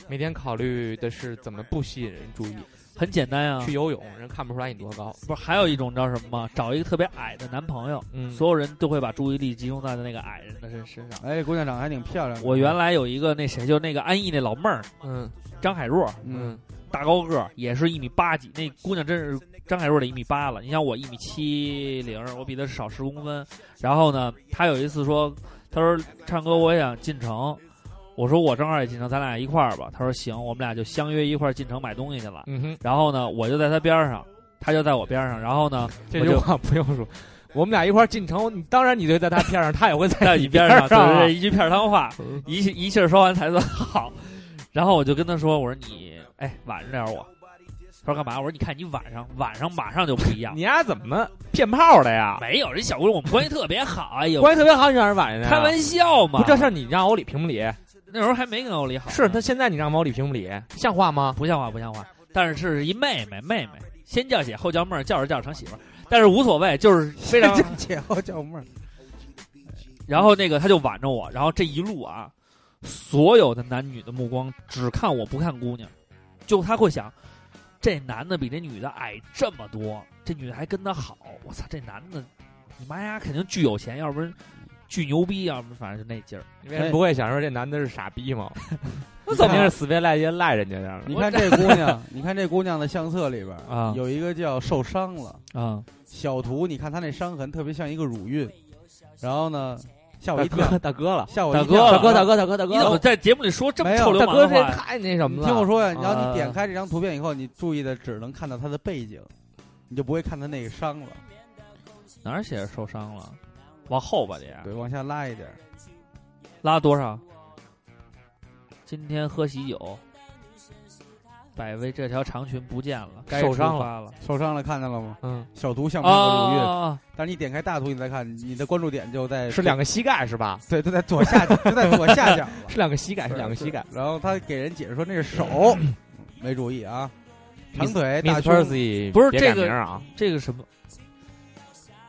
每天考虑的是怎么不吸引人注意。
很简单啊
去。游泳，人看不出来你多高。
不是还有一种你知道什么吗？找一个特别矮的男朋友，
嗯
所有人都会把注意力集中在那个矮人的身身上。
哎，这姑娘长得还挺漂亮的。
我原来有一个那谁，就那个安逸那老妹儿
嗯
张海若，
嗯，
大高个儿，也是一米八几，那姑娘真是张海若得一米八了。你像我一米七零，我比她少十公分。然后呢，她有一次说，她说唱歌我也想进城，我说我正好也进城，咱俩一块儿吧。她说行，我们俩就相约一块儿进城买东西去了。
嗯哼，
然后呢，我就在她边儿上，她就在我边儿上。然后呢，
这
我
句
就
话不用说。我们俩一块儿进城，你当然你就在他边上，他也会
在
在
你边
边
上，
上
对
啊
对，。一句片儿汤话，
嗯
一气一气儿说完才算好。然后我就跟他说：“我说你，哎，晚着点儿我。”他说干嘛？我说你看你晚上晚上马上就不一样
你。丫怎么能骗炮的呀？
没有，这小姑娘我们关系特别好，哎呦，
关系特别好，你让人晚上啊
开玩笑嘛。
不，这事儿你让我理评不理？
那时候还没跟欧里好呢，
是他现在你让我理评不理？像话吗？
不像话，不像话。但是是一妹妹，妹妹先叫姐后叫妹儿，叫着叫着成媳妇儿，但是无所谓，就是非 常。
叫 姐后叫妹儿，
然后那个他就挽着我，然后这一路啊，所有的男女的目光只看我不看姑娘，就他会想，这男的比这女的矮这么多，这女的还跟他好，我操，这男的，你妈呀，肯定巨有钱，要不然巨牛逼，啊要不然反正就那劲儿。
你为什么不会想说这男的是傻逼 吗？
那
肯定是死皮赖脸赖人家那样的
你看这姑娘，你看这姑娘的相册里边儿
啊
有一个叫受伤了
啊、
小图，你看她那伤痕特别像一个乳晕，然后呢吓我
大
一跳
哥，，大哥了，
吓我一
大哥
跳，
了
大哥，大哥，大
你怎么在节目里说这么
没有
臭流
大
氓的
哥这
话？
太那什么
你
了？
听我说呀，然后
啊
你点开这张图片以后，你注意的只能看到她的背景，你就不会看她那个伤了。
哪儿写着受伤了？往后吧，这
对，往下拉一点儿，
拉多少？今天喝喜酒，百威这条长裙不见了，该
受伤
出发了。
受伤了看见了吗？
嗯，
小图像不像个乳晕？
啊，
但是你点开大图，你再看，你的关注点就在
是两个膝盖是吧？
对，就在左下，就在左下角了。
是两个膝盖，是两个膝盖。
然后他给人解释说那是手，没注意啊，长腿、
Miss
大胸，
Percy
不是
别
这
改
个
名儿啊，
这个什么？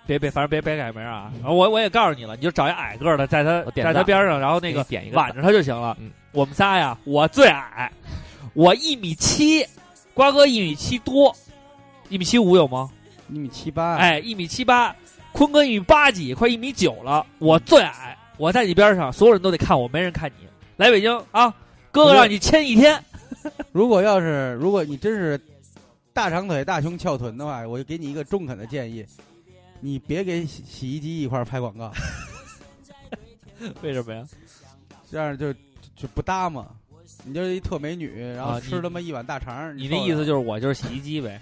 别别，反正别别改名啊！然后我我也告诉你了，你就找一矮个儿的，在他
我点
在他
赞
边上，然后那
给
个
你点一个
挽着他就行了。
嗯
我们仨呀，我最矮，我一米七，瓜哥一米七多，一米七五有吗？
一米七
啊
八，，
哎，一米七八，坤哥一米八几，快一米九了，我最矮，我在你边上，所有人都得看我，没人看你。来北京啊，哥哥让你签一天，
如果要是如果你真是大长腿、大胸、翘臀的话，我就给你一个中肯的建议，你别给洗洗衣机一块儿拍广告，
为什么呀？
这样就就不搭嘛。你就是一特美女，然
啊
后
你
吃他妈一碗大肠儿，
你
受
那
得
意思
了
就是我就是洗衣机呗？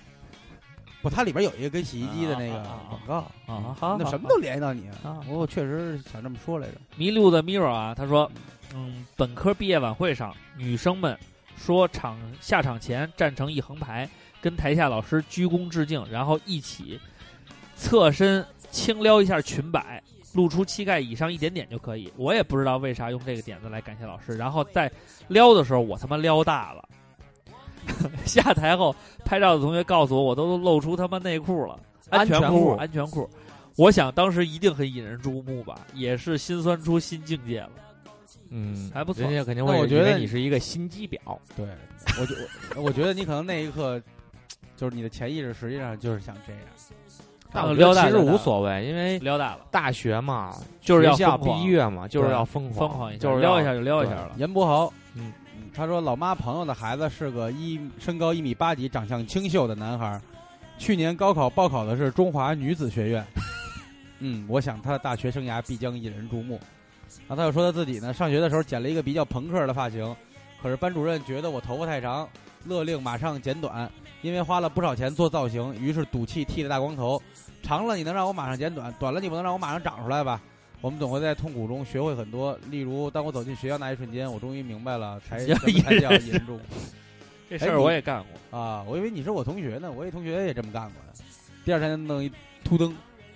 不？它里边有一个跟洗衣机的那个
啊啊啊啊
广告，
啊，好，
那什么
都
都联系到你。
啊
我我确实是想这么说来着。
迷路的 Miro 啊，他说，嗯，本科毕业晚会上，女生们说场下场前站成一横排，跟台下老师鞠躬致敬，然后一起侧身轻撩一下裙摆，露出膝盖以上一点点就可以。我也不知道为啥用这个点子来感谢老师。然后在撩的时候，我他妈撩大了。下台后，拍照的同学告诉我，我都露出他妈内裤了，安全
安全裤
安全裤。我想当时一定很引人注目吧，也是心酸出新境界了。
嗯，
还不错
人家肯定
那
会
我
以
觉
为
得
你是一个心机 婊。
对，我觉我我觉得你可能那一刻，就是你的潜意识实际上就是想这样。
但
我
我
觉得
撩大
其实
就大
无所谓，因为
撩大了，
大学嘛，
就是要
学校
疯狂
毕业嘛，就是要疯
疯狂一下，
就是
撩
要
一下就撩一下了。
严伯豪，
嗯
他说老妈朋友的孩子是个一身高一米八几、长相清秀的男孩儿，去年高考报考的是中华女子学院。 嗯，我想他的大学生涯必将引人注目。然后他又说他自己呢，上学的时候剪了一个比较朋克的发型，可是班主任觉得我头发太长，勒令马上剪短，因为花了不少钱做造型，于是赌气剃了大光头。长了你能让我马上剪短，短了你不能让我马上长出来吧？我们总会在痛苦中学会很多，例如当我走进学校那一瞬间，我终于明白了才
要
什么才
引
叫引住
这
事儿我
也干过，
啊！我以为你是我同学呢，我一同学也这么干过呀。第二天弄一秃灯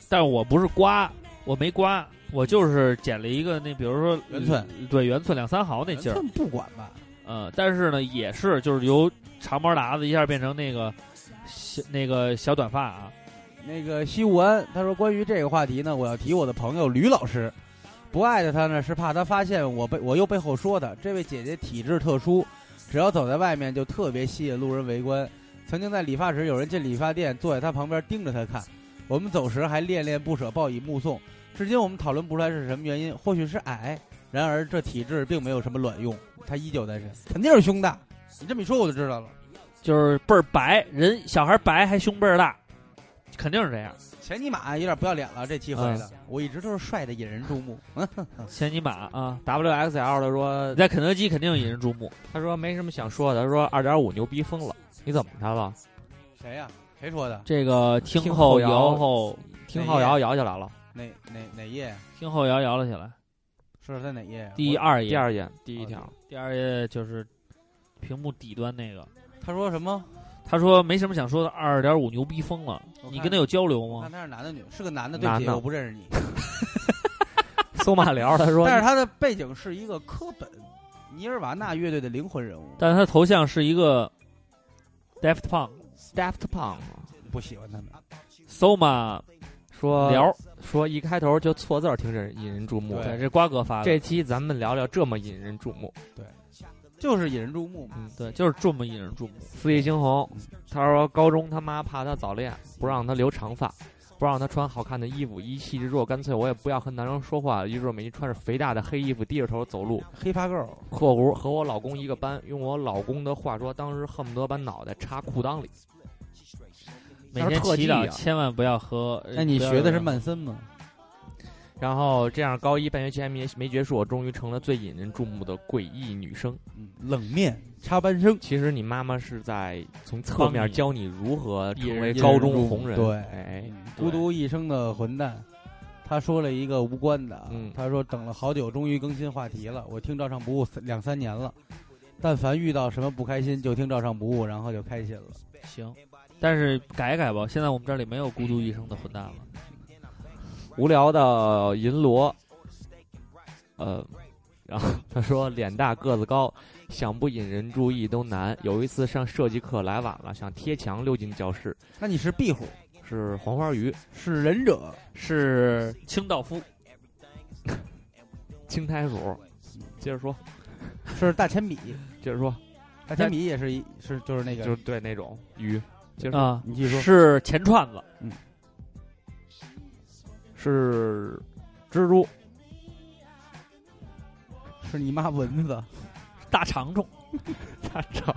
但是我不是刮，我没刮，我就是剪了一个那，比如说
圆寸，
对圆寸两三毫那劲儿，
寸不管吧？
嗯，但是呢，也是就是由长毛达子一下变成那个小那个小短发啊，
那个西武安他说，关于这个话题呢，我要提我的朋友吕老师。不爱的他呢，是怕他发现我背我又背后说他。这位姐姐体质特殊，只要走在外面就特别吸引路人围观。曾经在理发时，有人进理发店，坐在他旁边盯着他看。我们走时还恋恋不舍，报以目送。至今我们讨论不出来是什么原因，或许是矮。然而这体质并没有什么卵用，他依旧单身，肯定是胸大。你这么一说我就知道了。
就是倍儿白，人小孩白还胸倍儿大，肯定是这样。
前尼玛有点不要脸了，这期回的，我一直都是帅的引人注目。嗯，
千里马啊，
WXL 的说
在肯德基肯定引人注目。
他说没什么想说的，他说二点五牛逼疯了，你怎么着了？
谁呀、谁说的？
这个听
听
后
后
摇
摇
后
听后摇摇起来了，
哪哪哪页？
听后摇摇了起来，
是在哪页？
第
我，
二页
第二页第一条，
第二页就是屏幕底端那个，
他说什么？
他说没什么想说的，二点五牛逼疯了。
我看
你跟他有交流
我
吗
看？他是男的女的，是个男的，对不起，
男的
我不认识你。
搜马聊，他说
但是他的背景是一个科本尼尔瓦纳乐队的灵魂人物，
但是他头像是一个 Daft Punk
Daft Punk
不喜欢他们。
Soma
呃
说
聊，
说一开头就错字儿挺引引人注目。
对
对，这瓜哥发的，
这期咱们聊聊这么引人注目，
就是引人注目嘛。
嗯对，就是这么引人注目。
四季猩红，他说高中他妈怕他早恋，不让他留长发，不让他穿好看的衣服，一气之弱，干脆我也不要和男生说话。于是我每天穿着肥大的黑衣服，低着头走路，
黑发 girl，
（括弧和我老公一个班）。用我老公的话说，当时恨不得把脑袋插裤裆里。
每
那是
天
特
祈
技
祷
啊
千万不要和。
那哎你学的是曼森吗？
然后这样，高一半学期还没没结束，我终于成了最引人注目的诡异女生。
嗯，冷面插班生，
其实你妈妈是在从侧面
帮你
教你如何成为
引人
高
入
中
目
红人。
对
哎，
孤独一生的混蛋。他说了一个无关的啊，
嗯
他说等了好久，终于更新话题了。我听照唱不误三两三年了，但凡遇到什么不开心就听照唱不误，然后就开心了。
行，但是改一改吧。现在我们这里没有孤独一生的混蛋了。
无聊的银罗，呃，然后他说脸大个子高，想不引人注意都难。有一次上设计课来晚了，想贴墙溜进教室，
那你是壁虎，
是黄花鱼，
是忍 者，
是清道夫，
青苔鼠。接着说，
是大铅笔，
接着说，
大铅笔也是一是就是那个
就是对那种鱼，接着说、
啊，
你继续说
是钱串子，
是蜘蛛，
是你妈蚊子，
大长虫，
大长。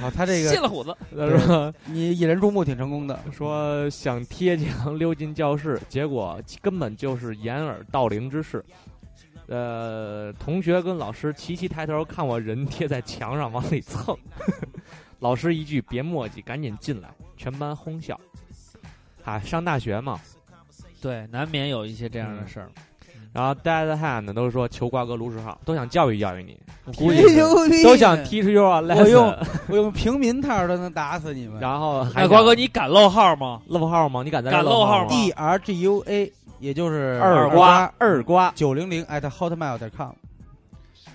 啊，他这
谢
个
了虎子，
他说
你引人注目挺成功的，
说想贴墙溜进教室， 结果根本就是掩耳盗铃之事。呃，同学跟老师齐齐抬头看我人贴在墙上往里蹭， 老师一句“别墨迹，赶紧进来”，全班哄笑。啊，上大学嘛，
对，难免有一些这样的事儿。
嗯
然后 Dead Hand 都说求瓜哥卢十号，都想教育教育你，
我估
哎
计
呦牛逼
都想 teach you a
我用
lesson。
我用平民套都能打死你们。
然后还
哎，瓜哥，你敢漏号吗？
漏号吗？你敢在这
敢
漏
漏号
吗？
D R G U A，也就是
二
啊瓜
瓜二瓜
九零零 at hotmail.com。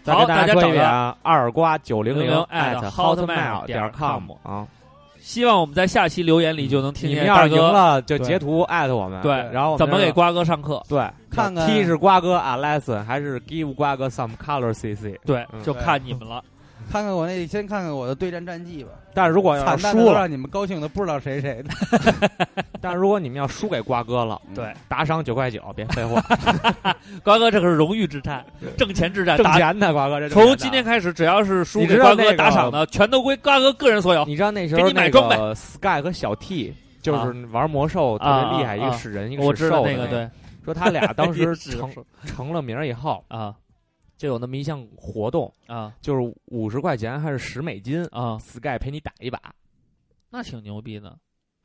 再
好
跟大
大家
说
找
一遍
到
啊，二瓜九零零
at
hotmail 点
hotmail.com
com 啊，
希望我们在下期留言里就能听
嗯你
见
们
大
要是赢
哥
了就截图艾特我们，
对
然后我们
怎么给
就
瓜哥上课。
对
看看
T 是瓜哥 a lesson 还是 give 瓜哥 some color cc？
对
嗯，
就看你们了。
看看我那，先看看我的对战战绩吧。
但是如果要
惨
是
淡的
输
都
了，
让你们高兴的不知道谁谁的。
但是如果你们要输给瓜哥了，
对，
打赏九块九，别废 话，
瓜哥这可是荣誉之战，挣钱之战，
挣
打。
钱的瓜哥这挣钱
从
的
今天。开始，只要是输
你
给
知道
瓜
那
哥
个
打赏的，全都归瓜哥个人所有。
你知道那时
给
候
你买
那
装
个 Sky 和小 T 就是玩魔兽特
啊
别厉害，
啊
一个
啊
使人，一
我
个使
知道
兽的
那个，对
说他俩 当
一
时
个使
成
兽
成了名儿以后，
啊
就有那么一项活动，
啊
就是五十块钱还是十美金
啊，
，Sky 陪你打一把。
那挺牛逼的，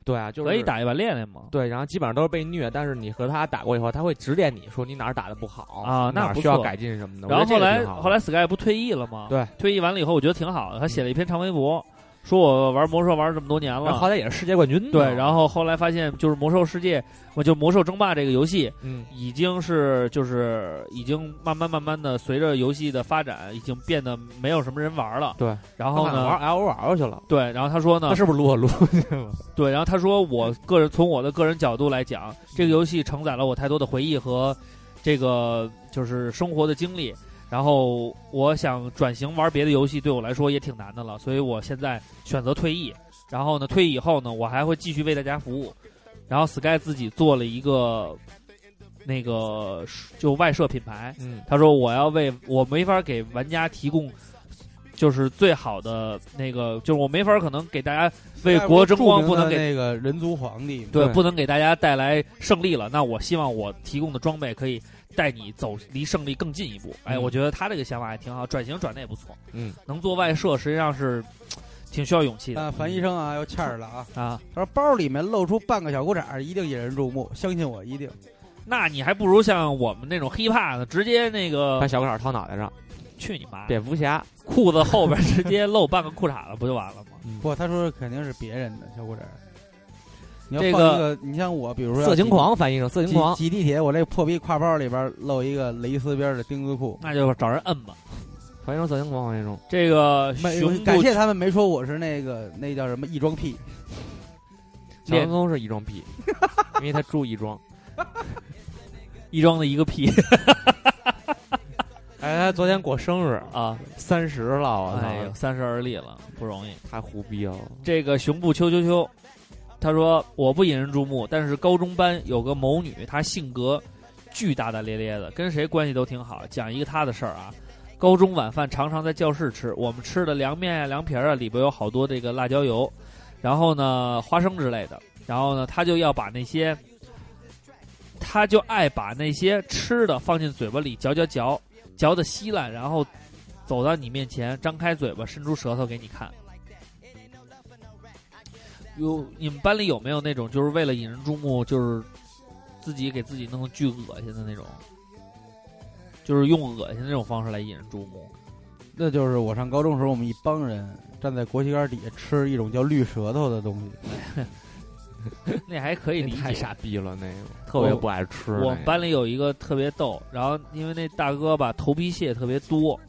对啊，就是
可以。打一把练练嘛。
对，然后基本上都是被虐，但是你和他打过以后，他会指点你说你哪儿打的不好
啊那
哪儿
不
需要
错
改进什么的。
然
我
后
觉得
后来
这个挺好的
后来 Sky 不退役了吗？
对，
退役完了以后，我觉得挺好的。他写了一篇长微博，说我玩魔兽玩了这么多年
然后好
了。
歹也是世界冠军呢。
对，然后后来发现就是魔兽世界，我就魔兽争霸这个游戏
嗯，
已经是就是已经慢慢慢慢的随着游戏的发展，已经变得没有什么人玩嗯了。
对，
然后
他
呢
玩，L O L 去了，
对，然后他说呢
那，是不是撸啊撸去 了？
对，然后他说，我个人从我的个人角度来讲，这个游戏承载了我太多的回忆和这个就是生活的经历。然后我想转型玩别的游戏，对我来说也挺难的了，所以我现在选择退役。然后呢，退役以后呢，我还会继续为大家服务。然后 Sky 自己做了一个那个就外设品牌，
嗯，
他说我要为我没法给玩家提供就是最好的那个，就是我没法可能给大家为
啊
国争光，不能给
那个人族皇帝嘛。
对，
对
不能给大家带来胜利了。那我希望我提供的装备可以带你走离胜利更进一步。哎，
嗯
我觉得他这个想法还挺好，转型转的也不错。
嗯，
能做外设实际上是嘖挺需要勇气的
啊，樊医生啊，又欠儿了啊！
啊。
他说包里面露出半个小裤衩，一定引人注目，相信我，一定。
那你还不如像我们那种 hiphop 的，直接那
把
个
小裤衩套脑袋上，
去你妈！
蝙蝠侠，
裤子后边直接露半个裤衩子，不就完了吗？
不，他说肯定是别人的小裤衩儿。你要
这
放
个
一个，你像我，比如
啊
说
色情狂翻译成色情
挤
狂，
挤地铁，我这破逼挎包里边露一个蕾丝边的丁字裤。
那就找人摁吧。
翻译成色情狂，翻译成
这个
没
熊
感
不
谢他们没说我是那个那叫什么异装癖，
小
练
跟风是异 装癖，因为他住亦庄。
一装的一个 屁
哎，他昨天过生日，
啊！
三十了，我
哎
操
呦，，三十而立了，不容易。
太胡逼了。
这个熊不秋秋秋，他说我不引人注目，但是高中班有个某女，她性格巨大大咧咧的，跟谁关系都挺好。讲一个她的事儿啊，高中晚饭常常在教室吃，我们吃的凉面啊、凉皮儿啊，里边有好多这个辣椒油，然后呢花生之类的，然后呢她就要把那些，她就爱把那些吃的放进嘴巴里嚼嚼嚼，嚼的稀烂，然后走到你面前，张开嘴巴，伸出舌头给你看。有你们班里有没有那种就是为了引人注目，就是自己给自己弄得巨恶心的那种，就是用恶心这种方式来引人注目？
那就是我上高中时候，我们一帮人站在国旗杆底下吃一种叫绿舌头的东西。
那还可以理
太
解。
傻逼了，那个特别不爱吃。
我们班
里
里有一个特别逗，然后因为那大哥吧头皮屑特别多，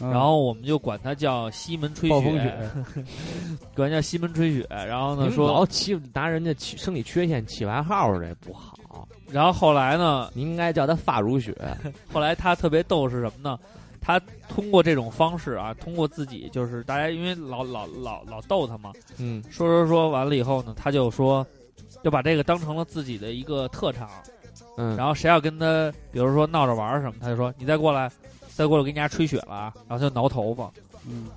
嗯
然后我们就管他叫西门吹
暴风雪，
管他叫西门吹雪。然后呢
老
说，
起拿人家起生理缺陷起外号儿，这不好。
然后后来呢，
你应该叫他发如雪，
后来他特别逗是什么呢？他通过这种方式啊，通过自己就是大家因为老老老老逗他嘛，
嗯，
说说说完了以后呢，他就说，就把这个当成了自己的一个特长。
嗯，
然后谁要跟他，比如说闹着玩儿什么，他就说你再过来，再过来我给你家吹雪了啊。然后他就挠头发，
嗯，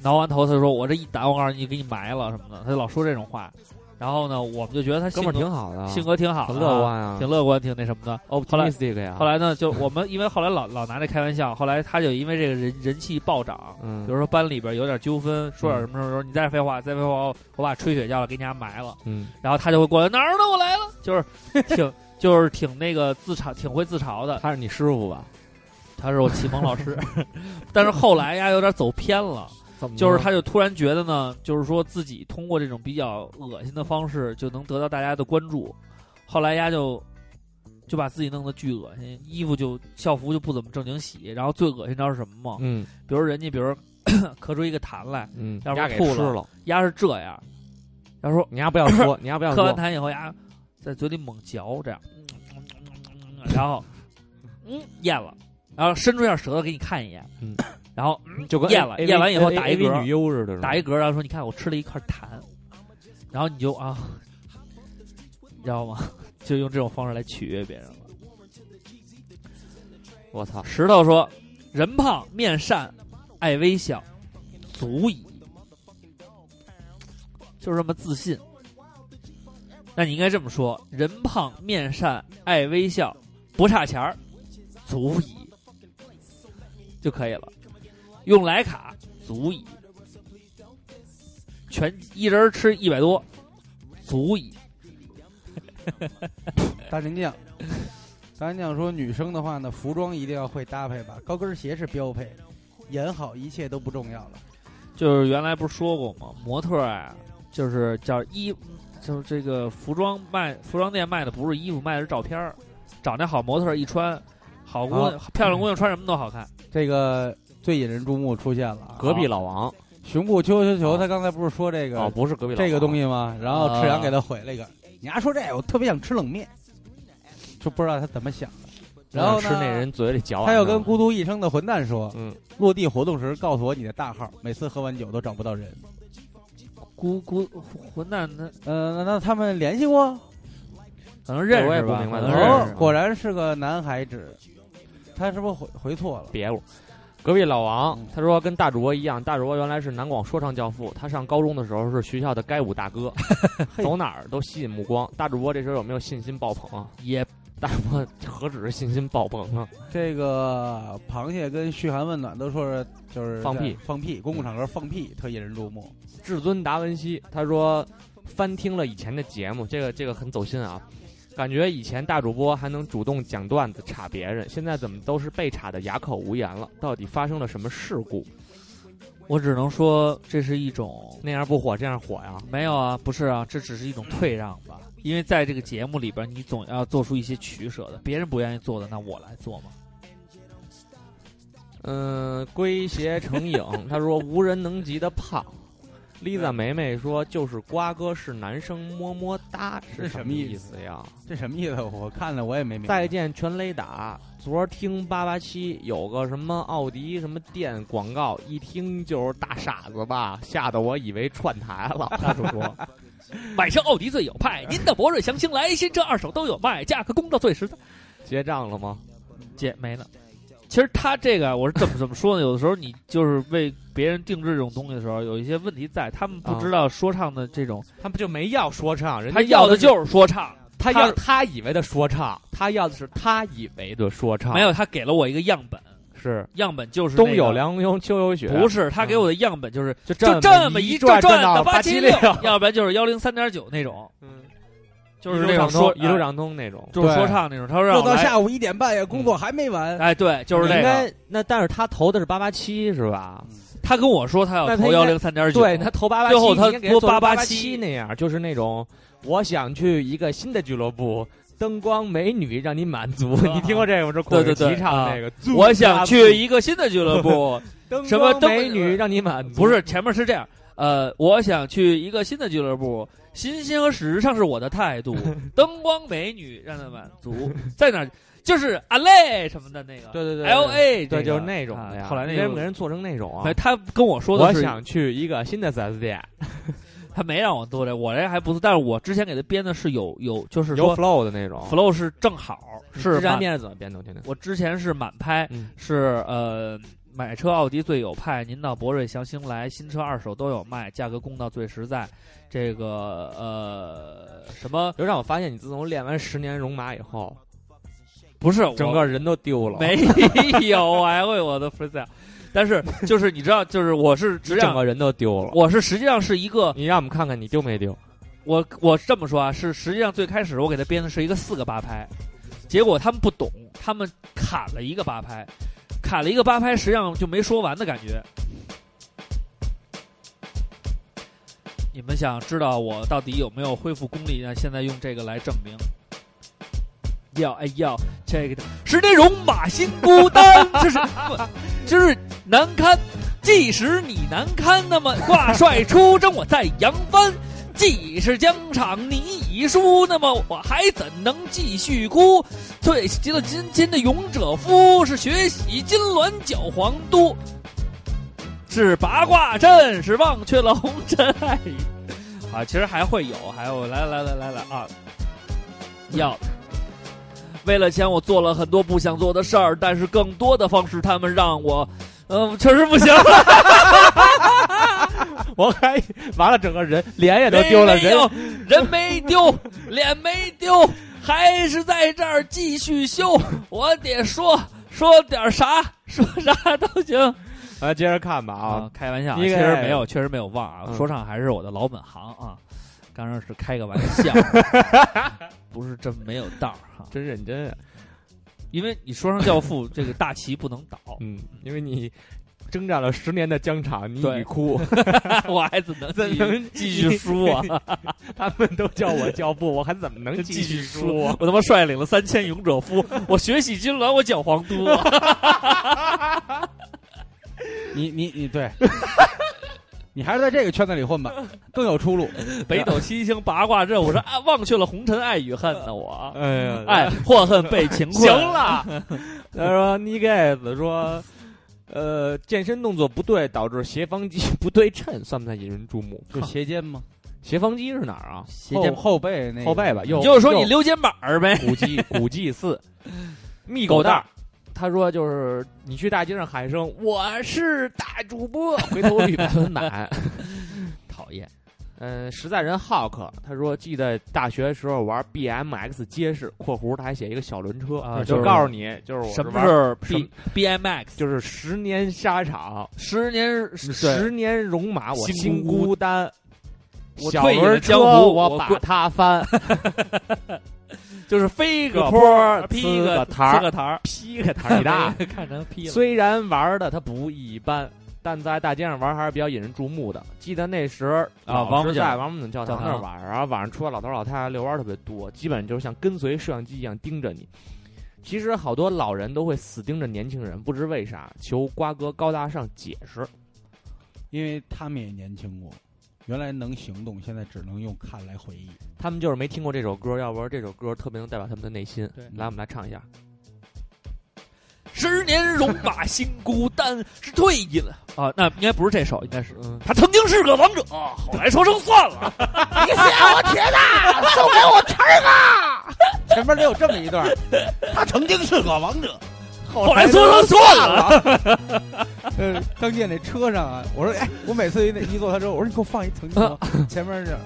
挠完头他就说我这一打我告诉你给你埋了什么的，他就老说这种话。然后呢，我们就觉得他
哥
性
们
格
儿挺好的，
性格挺好的
很
啊，
乐观啊，哦
挺乐观，挺那什么的。
optimistic 呀。
后来呢，就我们因为后来老老拿这开玩笑，后来他就因为这个人人气暴涨，
嗯，
比如说班里边有点纠纷，说点什么什么时候，你再废话，再废话，我我把吹雪叫了，给你家埋了。
嗯，
然后他就会过来哪儿呢？我来了，就是挺就是挺那个自嘲，挺会自嘲的。
他是你师傅吧？
他是我启蒙老师，但是后来呀有点走偏了，
怎么
就是
了
他就突然觉得呢，就是说自己通过这种比较恶心的方式就能得到大家的关注，后来呀就就把自己弄得巨恶心，衣服就校服就不怎么正经洗，然后最恶心知道是什么吗？
嗯
比如人家比如咳出一个痰来，
嗯，
要不
鸭
然
给
吐
吃
了
了，
丫是这样，他说
你丫不要说，你丫不要
喝完
说，
痰以后，呀，在嘴里猛嚼，这样，然后，嗯，咽了，然后伸出一下舌头给你看一眼，
嗯
然后
就跟
咽了咽完以后打一嗝
个女优似的，
打一嗝，然后说：“你看我吃了一块痰。”然后你就啊，你知道吗？ 就用这种方式来取悦别人了。
我操，
石头说：“人胖面善，爱微笑，足矣。”就是这么自信。那你应该这么说：人胖面善，爱微笑，不差钱儿，足矣，就可以了。用徕卡足矣，全一人吃一百多，足矣。
大金酱，大金酱说女生的话呢，服装一定要会搭配吧，高跟鞋是标配，演好一切都不重要了。
就是原来不是说过吗？模特儿啊，就是叫衣，就是这个服装卖服装店卖的不是衣服，卖的是照片儿。长得好模特儿一穿，好姑娘、漂亮姑娘穿什么都好看。
这个最引人注目出现了啊，
隔壁老王
熊顾秋秋球，他刚才不是说这个、
哦，不是隔壁老王
这个东西吗？然后赤
啊
阳给他回了一个，你还说这，我特别想吃冷面，就不知道他怎么想的。然后
吃
呢
那人嘴里嚼完
他
了，
又跟孤独一生的混蛋说，
嗯，
落地活动时告诉我你的大号，每次喝完酒都找不到人。
姑姑混蛋，那
呃，那他们联系过？
可能认
我也
识
不
吧？
明白
可能
他是
认
哦
识，
果然是个男孩子。他是不是回回错了？
别我。隔壁老王
嗯，
他说跟大主播一样，大主播原来是南广说唱教父，他上高中的时候是学校的街舞大哥，走哪儿都吸引目光。大主播这时候有没有信心爆棚啊？
也
大主播何止是信心爆棚啊？
这个螃蟹跟嘘寒问暖都说是就是
放屁
在放屁，公共场合放屁特引人注目。
至尊达文西他说翻听了以前的节目，这个这个很走心啊。感觉以前大主播还能主动讲段子插别人，现在怎么都是被插的哑口无言了？到底发生了什么事故？
我只能说这是一种
那样不火，这样火呀？
没有啊，不是啊，这只是一种退让吧。因为在这个节目里边，你总要做出一些取舍的，别人不愿意做的，那我来做嘛。
嗯、龟邪成影，他说无人能及的胖。Lisa 梅梅说：“就是瓜哥是男生，么么哒是
这
什
什
么
么
意
意
思呀？”
这什么意思？我看了我也没明白。
再见全雷打。昨儿听八八七有个什么奥迪什么店广告，一听就是大傻子吧，吓得我以为串台了。大主播，
买车奥迪最有派，您的博瑞、祥星来，新车二手都有卖，价格公道最实在。
结账了吗？
姐没了。其实他这个啊我是怎么怎么说呢？有的时候你就是为别人定制这种东西的时候，有一些问题在，他们不知道说唱的这种，
他们就没要说唱，啊人家
他要的
的啊
就是说唱，
他
他
要他以为的说唱，他要的是他以为的说唱，
没有他给了我一个样本，
是
样本就是
冬
那
有
个
凉风秋有雪，
不是他给我的样本就是
就
就
这
这么一
一转
转
到
八
七
六，要不然就是幺零三点九那种，
嗯，
就是
一路
那种
上
说
通一路上通那种
哎。就是
对
说唱那种。他说让
弄
我
到
来，
下午一点半呀，工作还没完。
哎，对，就是那
应
个。
该那，但是他投的是八八七是吧？
他跟我说他要
那他
投
应
幺
该
零三点九，
对他投八八七，
最后他
你应该
多
做成
887
887那样，就是那种我想去一个新的俱乐部，灯光美女让你满足。
啊
你听过这个吗？这
对
孔
对
令
对
奇唱的那个，租
我想去
八
一个新的俱乐部，
八七
什么
灯
灯
光美女让你满足，
不是前面是这样，呃，我想去一个新的俱乐部，新鲜和时尚是我的态 度，灯光美女让他满足，在哪儿就是阿累什么的那个，
对对对对
l A
对，就是那种的呀。
啊后来那
为什么给
个。
人做成那种啊
哎，？他跟我说的
我
是，
想去一个新的四 S 店，
他没让我做这，我这还不错。但是我之前给他编的是有有，就是
有
说
flow 的那种。
flow 是正好是
之前
满，
面是怎么编的？我听听。
我之前是满拍，
嗯，
是呃，买车奥迪最有派，您到博瑞、祥兴来，新车二手都有卖，价格公道最实在。这个呃，什么
就让我发现你自从练完十年戎马以后，
不是
整个人都丢了，
我 没有，我还会我的 freestyle，但是就是你知道，就是我是
你
实际
整
上
个人都丢了。
我是实际上是一个
你让我们看看你丢没丢？
我我这么说啊，是实际上最开始我给他编的是一个四个八拍，结果他们不懂，他们砍了一个八拍，砍了一个八拍，实际上就没说完的感觉。你们想知道我到底有没有恢复功力呢？现在用这个来证明。要哎要这个是那种马心孤单，就是不就是难堪。即使你难堪，那么挂帅出征，我在扬帆。既是疆场你已输，那么我还怎能继续哭？最极了今天的勇者夫是学习金銮脚皇都，是八卦阵，是忘却了红尘。 哎啊，其实还会有，还有来来来来来啊，要。为了钱，我做了很多不想做的事儿，但是更多的方式，他们让我，嗯、确实不行。
我还 完了，整个人脸也
没没有人没丢，脸没丢，还是在这儿继续修。我得说说点啥，说啥都行
啊，接着看吧啊，，
开玩笑啊，
你
确
给
实没有，确实没有忘啊。
嗯
说唱还是我的老本行啊，刚刚是开个玩 笑，不是真没有道儿哈。
真认真啊，
因为你说唱教父这个大旗不能 倒，
嗯，因为你征战了十年的疆场，你
对
已哭，
我还怎能
怎
继续
能
继续输啊？
他们都叫我教父，我还怎么能
继续
续
输！？啊我他妈率领了三千勇者夫，我血洗金銮，我搅皇都。
你你你对， 你还是在这个圈子里混吧，更有出路。
北斗七星八卦阵，我说啊，忘却了红尘爱与恨呢，我
哎呀，
爱或恨被情困。嗯
行了，他说尼盖子说。呃，健身动作不对，导致斜方肌 不对称，算不算引人注目？
就斜肩吗？
斜方肌是哪儿啊？
斜肩后背那个
后背吧，右
你就是说
右
你溜肩膀儿呗，
古迹古 迹寺，密
狗
狗
蛋儿
蛋儿。他说：“就是你去大街上喊一声‘我是大主播’，回头率百 分百。
讨厌。”
嗯，实在人浩克他说：“记得大学时候玩 BMX 街式（括弧他还写一个小轮车），
啊就
就是告诉你，就是我
什么
玩
是
什
B B M X？
就是十年沙场，
十年
十年戎马，我
心
心
孤
孤单。
我
小
退隐了
轮
江
车
湖我
我把
跪
它翻。
就是飞
个
个
坡
坡，
呲
劈
个
个
坛儿
呲个坛儿，。
劈个塔里大
看成劈了。
虽然玩的他不一般，但在大街上玩还是比较引人注目的。记得那时
啊
老
王府
是
井
在王府井教堂
教
那
堂
儿玩，然后晚上出来老头老太太遛弯儿特别多，基本就是像跟随摄像机一样盯着你。其实好多老人都会死盯着年轻人，不知为啥，求瓜哥高大上解释。
因为他们也年轻过，原来能行动，现在只能用看来回忆。
他们就是没听过这首歌，要不然这首歌特别能代表他们的内心。
对
来我们来唱一下。
十年戎马心孤单，是退役了啊，那应该不是这首，应该是
嗯，
他曾经是个王者，后来说声算 了。
前面得有这么一段，
他曾经是个王者，
后来说说算 了。
呃，张健那车上啊，我说，哎，我每次一那一坐他车，我说你给我放一曾经 啊，前面是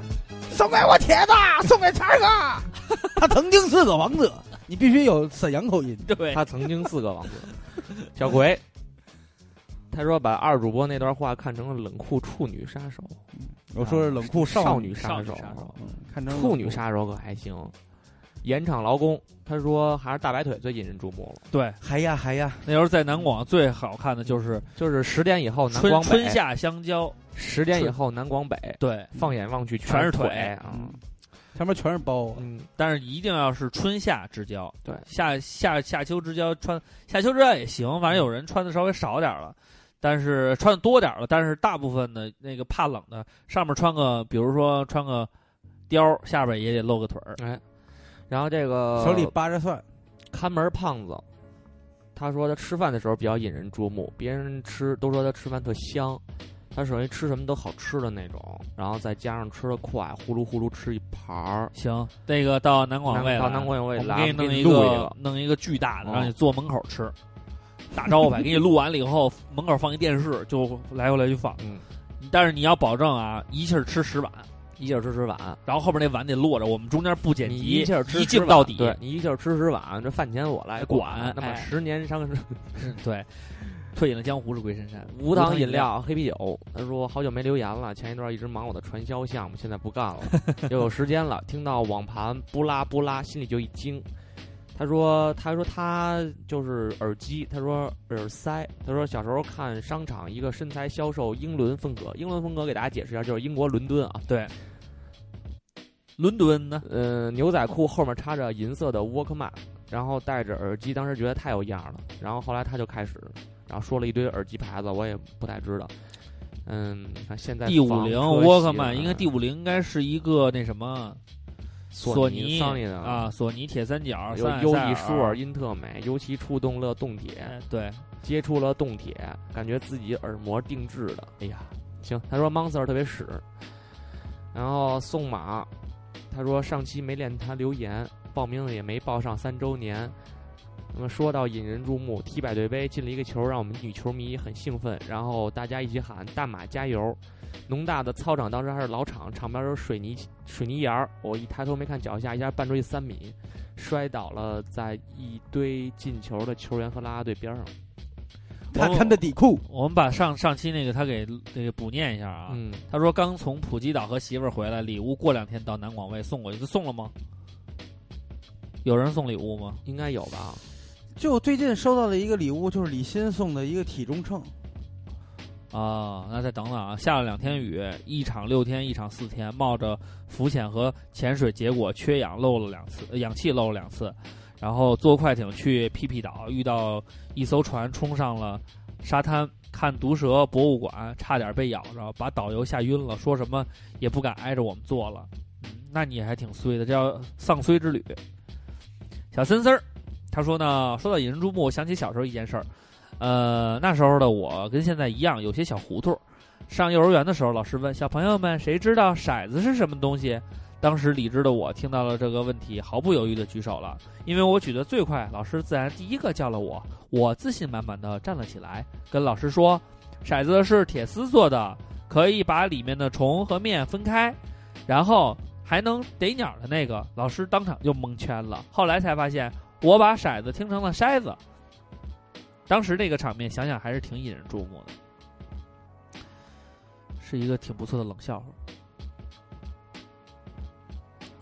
送给我铁子， 送给钱哥，他曾经是个王者，你必须有沈阳口音。
对，
他曾经四个王子， 小葵。他说把二主播那段话看成了冷酷处女杀手，
我说是冷酷
少
女，
女杀手，
少女杀手
嗯看成
处女杀手可还行。盐场劳工，他说还是大白腿最引人注目了，
对，
还呀还呀，
那时候在南广最好看的就是
就是十点以后南
春
广
春
北，
夏相交，
十点以后南广北，
对，
放眼望去
全是
是
腿嗯
啊，
前面全是包，啊
嗯，
但是一定要是春夏之交，
对
夏夏夏秋之交穿夏秋之交也行，反正有人穿的稍微少点儿了，但是穿的多点儿了，但是大部分的那个怕冷的上面穿个，比如说穿个貂儿，下边也得露个腿儿，
哎，然后这个
手里扒着蒜，
看门胖子，他说他吃饭的时候比较引人注目，别人吃都说他吃饭特香，他属于吃什么都好吃的那种，然后再加上吃的快，呼噜呼噜吃一盘儿。
行，那个到南广卫啊
南到南广卫
我
来
们给你弄
我们给你
个
录一个
弄一个巨大的，
哦
让你坐门口吃，大招牌给你录完了以后，门口放一电视，就来回来去放。
嗯，
但是你要保证啊，一气儿吃十碗，
一气儿吃十碗，
然后后边那碗得落着，我们中间不剪
你
辑，
一气儿吃
一
十
镜
碗
到底。
对你一气儿吃十碗，这饭钱我来
管
那么
哎
十年伤
嗯对，退隐了江湖是归深山。
无糖饮，料、黑啤酒。他说好久没留言了，前一段一直忙我的传销项目，现在不干 了，又有时间了。听到网盘不拉不拉，心里就一惊。他说：“他说他就是耳机，他说耳塞，他说小时候看商场一个身材消瘦英伦风格，英伦风格给大家解释一下，就是英国伦敦啊，
对，伦敦呢？
呃，牛仔裤后面插着银色的沃克曼，然后戴着耳机，当时觉得太有样儿了。然后后来他就开始，然后说了一堆耳机牌子，我也不太知道。嗯，看现在
D 五
房
零
车啊
沃克
型
曼，应该 D 五零应该是一个那什么
索
尼
尼、桑尼的，
啊，索尼铁三角，
有
三海
优
塞
异
尔
舒尔、。英特美，尤其触动了动铁，
哎 对，
接触了动铁，感觉自己耳膜定制的。哎呀，行，他说 Monster 特别屎，然后宋马，他说上期没练他留言，报名了也没报上三周年。那么说到引人注目，踢百对杯进了一个球，让我们女球迷很兴奋，然后大家一起喊“大马加油”。农大的操场当时还是老场，场边有水泥水泥沿儿，我一抬头没看脚下，一下绊出一三米，摔倒了，在一堆进球的球员和啦啦队边上。
看他的底裤，
我们把上上期那个他给那个补念一下啊。
嗯，
他说刚从普吉岛和媳妇儿回来，礼物过两天到南广卫送过去，这送了吗？有人送礼物吗？
应该有吧？
就最近收到了一个礼物，就是李欣送的一个体重秤，
啊，那再等等啊！下了两天雨，一场六天，一场四天，冒着浮潜和潜水结果缺氧漏了两次，呃氧气漏了两次，然后坐快艇去 PP 岛，遇到一艘船冲上了沙滩，看毒蛇博物馆，差点被咬着，把导游吓晕了，说什么也不敢挨着我们坐了。嗯，那你还挺衰的，这叫丧衰之旅。小森森儿，他说呢，说到引人注目，我想起小时候一件事儿。呃，那时候的我跟现在一样，有些小糊涂。上幼儿园的时候，老师问小朋友们谁知道骰子是什么东西？当时理智的我听到了这个问题，毫不犹豫的举手了，因为我举得最快，老师自然第一个叫了我。我自信满满的站了起来，跟老师说，骰子是铁丝做的，可以把里面的虫和面分开，然后还能逮鸟的那个，老师当场就蒙圈了。后来才发现，我把骰子听成了筛子。当时那个场面，想想还是挺引人注目的，是一个挺不错的冷笑话。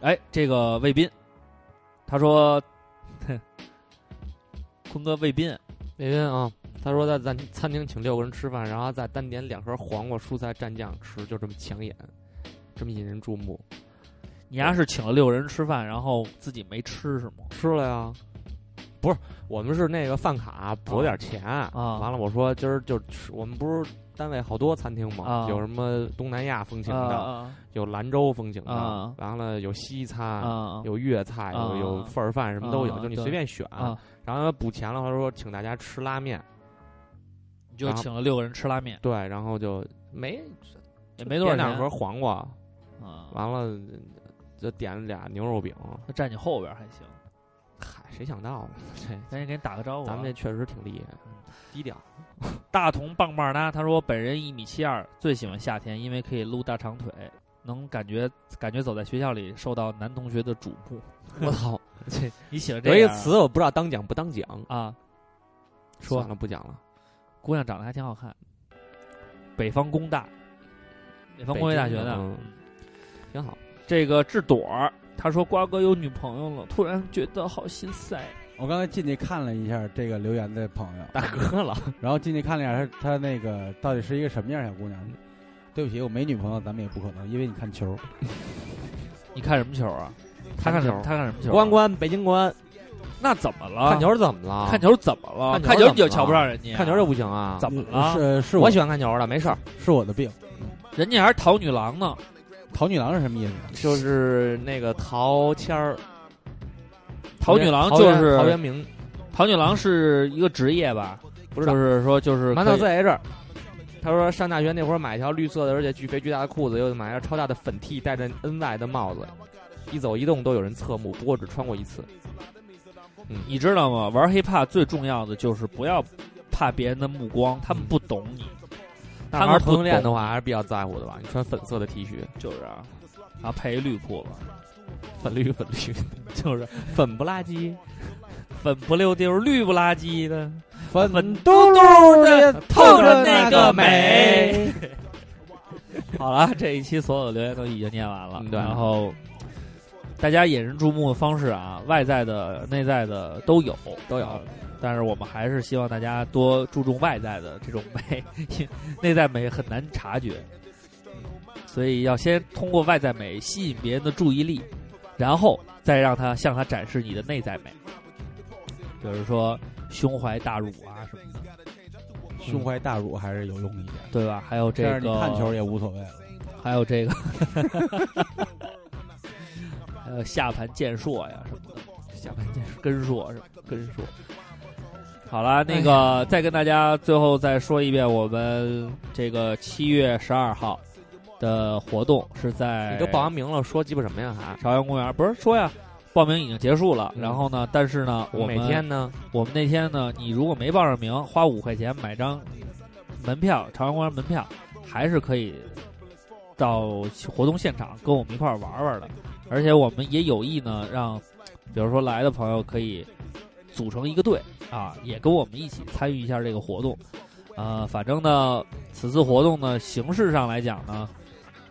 哎，这个卫斌，他说， 哼坤哥喂宾，
那边啊，他说在咱餐厅请六个人吃饭，然后再单点两盒黄瓜、蔬菜蘸酱吃，就这么抢眼，这么引人注目。
你丫是请了六个人吃饭，然后自己没吃是吗？
吃了呀，不是，我们是那个饭卡补了点钱啊
啊
完了，我说今儿就吃，我们不是单位好多餐厅嘛，
啊
有什么东南亚风情的，
啊
有兰州风情的，
啊
完了有西餐，
啊啊
有粤
啊
菜，有有份儿饭，什么都有，
啊
就你
对
随便选。
啊！
然后补钱了，他说请大家吃拉面，
你就请了六个人吃拉面，
对，然后就没
也没多少
点两
钱
盒黄瓜，
啊，
完了就点了俩牛肉饼。
他站你后边还行，
嗨，谁想到呢？这
赶紧给你打个招呼啊。嗯
咱们这确实挺厉害，低调。
大同棒棒哒，他说本人一米七二，最喜欢夏天，因为可以撸大长腿，能感觉感觉走在学校里受到男同学的瞩目。
我操，这
你喜欢 这
有一个
样啊
词我不知道当讲不当讲，
啊？
说
说
了不讲了。
姑娘长得还挺好看，北方工大，北方工业大学的。
嗯挺好。
这个智朵儿，他说瓜哥有女朋友了，突然觉得好心塞。
我刚才进去看了一下这个留言的朋友，
大哥了，
然后进去看了一下他他那个到底是一个什么样的小姑娘。对不起，我没女朋友，咱们也不可能，因为你看球。
你看什么球啊？他看什么？
看球
他看什么球啊？
关关北京国安
那怎么了？
看球怎么了？
啊看球怎么了？
看
看
球
你就
怎么了
瞧不上人家？
看球就不行啊？
怎么了
是是
我
我
喜欢看球的，没事儿，
是我的病。
人家还是桃女郎呢。
桃女郎是什么意思？
就是那个陶谦儿，
桃女郎
陶渊
就
陶渊
是
明，
桃女郎是一个职业吧？
不知道
就是说就是
馒
可
头
以
ZH。他说上大学那会儿买一条绿色的，而且巨肥巨大的裤子，又买一条超大的粉 T，戴着 NY 的帽子，一走一动都有人侧目，不过只穿过一次。
你知道吗？玩 hiphop 最重要的就是不要怕别人的目光，他们不懂你，
但
他
玩
们
同性恋
不
的
懂
话，还是比较在乎的吧？你穿粉色的 T 恤，
就是啊，啊配一绿裤吧，
粉绿粉绿，
就是
粉不拉几，
粉不溜丢、绿不拉几的，
粉
粉
嘟嘟的
透
着
着那
个
个美。好了， 这一期所有的留言都已经念完了，
嗯对
然后大家引人注目的方式啊，外在的、内在的都有，
都有
啊但是我们还是希望大家多注重外在的这种美， 因为内在美很难察觉，嗯所以要先通过外在美吸引别人的注意力，然后再让他向他展示你的内在美，比如说胸怀大乳啊什么的，
胸怀大乳还是有用一点，
对吧？还嗯有这
这样
个
你看球也无所谓了。
还有这个， 还有下盘健硕呀什么的，下盘健硕、根硕什么的，根硕。好啦，那
哎
个、再跟大家最后再说一遍，我们这个七月十二号的活动是在
你都报完名了，说鸡巴什么呀？还
朝阳公园，不是说呀，报名已经结束了。
嗯
然后呢，但是呢，我们
每天呢？
我们那天呢，你如果没报上名，花五块钱买张门票，朝阳公园门票，还是可以到活动现场跟我们一块儿玩玩的。而且我们也有意呢，让比如说来的朋友可以组成一个队啊，也跟我们一起参与一下这个活动。呃，反正呢，此次活动呢，形式上来讲呢，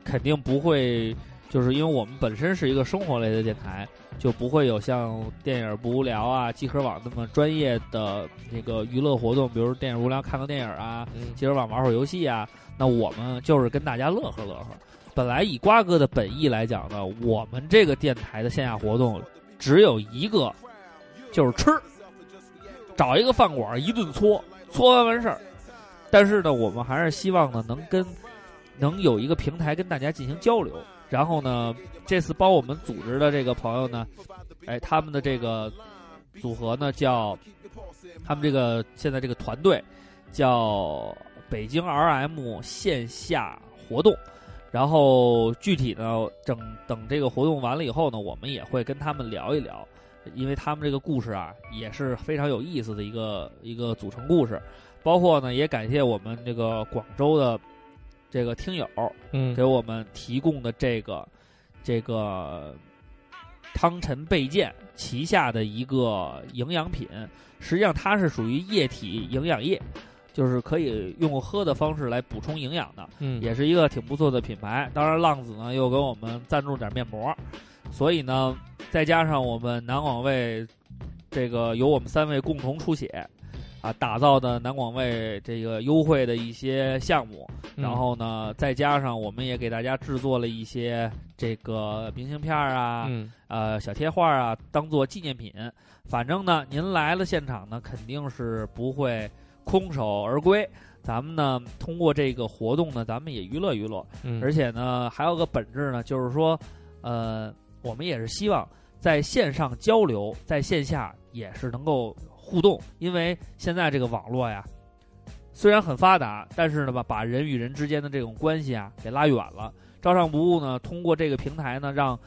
肯定不会，就是因为我们本身是一个生活类的电台，就不会有像电影不无聊啊、集合网那么专业的那个娱乐活动，比如电影无聊看个电影啊，
嗯，
集合网玩会儿游戏啊。那我们就是跟大家乐呵乐呵。本来以瓜哥的本意来讲呢，我们这个电台的线下活动只有一个，就是吃，找一个饭馆一顿搓，搓完完事儿。但是呢，我们还是希望呢，能跟能有一个平台跟大家进行交流。然后呢，这次帮我们组织的这个朋友呢，哎，他们的这个组合呢叫，他们这个现在这个团队叫北京 RM 线下活动。然后具体呢，等等这个活动完了以后呢，我们也会跟他们聊一聊，因为他们这个故事啊也是非常有意思的一个一个组成故事。包括呢，也感谢我们这个广州的这个听友，
嗯
给我们提供的这个这个汤臣倍健旗下的一个营养品，实际上它是属于液体营养液，就是可以用喝的方式来补充营养的，
嗯
也是一个挺不错的品牌。当然，浪子呢又给我们赞助点面膜，所以呢，再加上我们南广卫这个由我们三位共同出血啊打造的南广卫这个优惠的一些项目，
嗯
然后呢，再加上我们也给大家制作了一些这个明信片儿啊，
嗯，
呃小贴画啊，当做纪念品。反正呢，您来了现场呢，肯定是不会空手而归。咱们呢，通过这个活动呢，咱们也娱乐娱乐，
嗯
而且呢，还有个本质呢，就是说，呃，我们也是希望在线上交流，在线下也是能够互动，因为现在这个网络呀，虽然很发达，但是呢吧，把人与人之间的这种关系啊给拉远了。照上不误呢，通过这个平台呢，让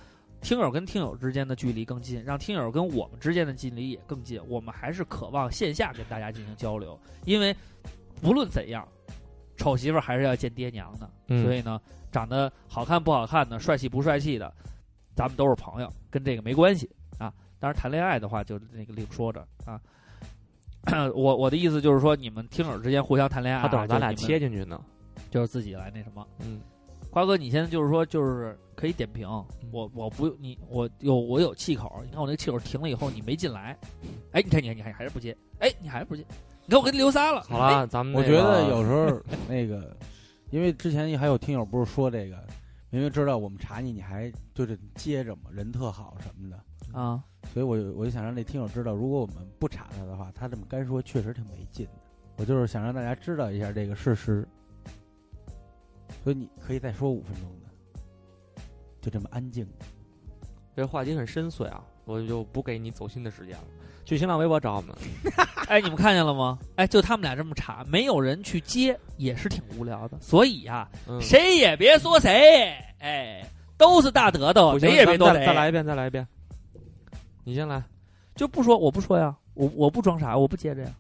听友跟听友之间的距离更近，让听友跟我们之间的距离也更近。我们还是渴望线下跟大家进行交流，因为不论怎样，丑媳妇儿还是要见爹娘的。
嗯
所以呢，长得好看不好看的，帅气不帅气的，咱们都是朋友，嗯跟这个没关系啊。当然，谈恋爱的话就那个另说着啊。我我的意思就是说，你们听友之间互相谈恋爱、啊，
他等着咱俩
就你们
切进去呢。
就是自己来那什么。
嗯，
瓜哥，你现在就是说，就是可以点评我，我不你我有我有气口，你看我那个气口停了以后，你没进来，哎，你看你看你看你还是不接，哎，你还是不接，你看我给你留仨了，
好
哎，
了，咱们
我
那
觉得
个
有 时候那个，因为之前还有听友不是说这个，明明知道我们查你，你还就是接着嘛，人特好什么的，
啊，
所以我就我就想让那听友知道，如果我们不查他的话，他这么干说确实挺没劲的。我就是想让大家知道一下这个事实，所以你可以再说五分钟的，就这么安静。
这话题很深邃啊，我就不给你走心的时间了。去新浪微博找我们，
哎，你们看见了吗？哎，就他们俩这么查，没有人去接，也是挺无聊的。所以呀、
嗯，
谁也别说谁，哎，都是大德
不
头，
行
谁也别
咱们
多
再再来
得，
一遍，再来一遍。你先来
就不说，我不说呀，我我不装傻，我不接着呀。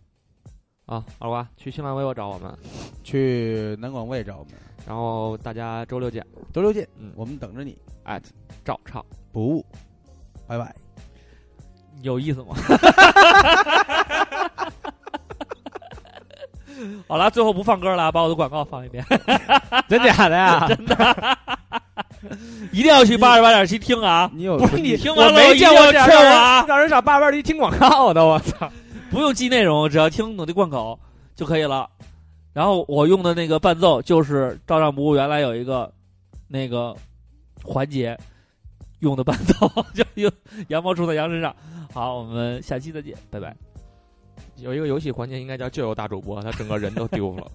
啊，二瓜，去新浪微博找我们，
去南广卫找我们，
然后大家周六见。
周六见，
嗯
我们等着你，
at 照唱，
不误，拜拜。
有意 思吗？好了，最后不放歌了，啊把我的广告放一遍，
真假的呀？
一定要去八十八点七听啊！
你有
不是你听完
我
了，
没见过
我一
这
定要
样
这样
让人
啊！
让人上八边驴听广告的，我操！
不用记内容，只要听努力贯口就可以了。然后我用的那个伴奏就是照账不误，原来有一个那个环节用的伴奏， 就用羊毛出在羊身上。好，我们下期再见，拜拜。
有一个游戏环节应该叫“就有大主播”，他整个人都丢 了。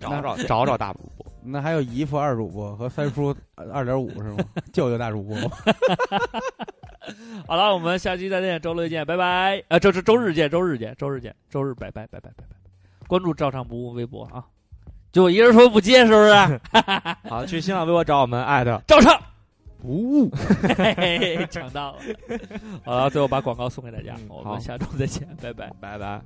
找找找找大主播，
那还有姨父二主播和三叔二点五是 吗？舅舅大主播，
好了，我们下期再见，周六见，拜拜。啊，周周周日见，周日见，周日见，周日拜拜拜拜拜拜。关注照常不误微博啊，就我一个人说不接是 不是？
好，去新浪微博找我们艾特。
照唱不误，嘿嘿嘿 抢到了。好了，最后把广告送给大家，
嗯
我
好
们下周再见，拜拜。
拜拜。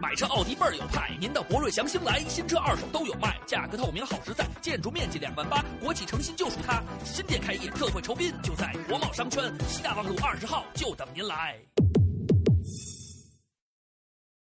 买车奥迪倍儿有派，您的博瑞、祥、星来，新车二手都有卖，价格透明好实在，建筑面积两万八，国企诚心就属它。新店开业，特惠酬宾就在国贸商圈西大望路二十号，就等您来。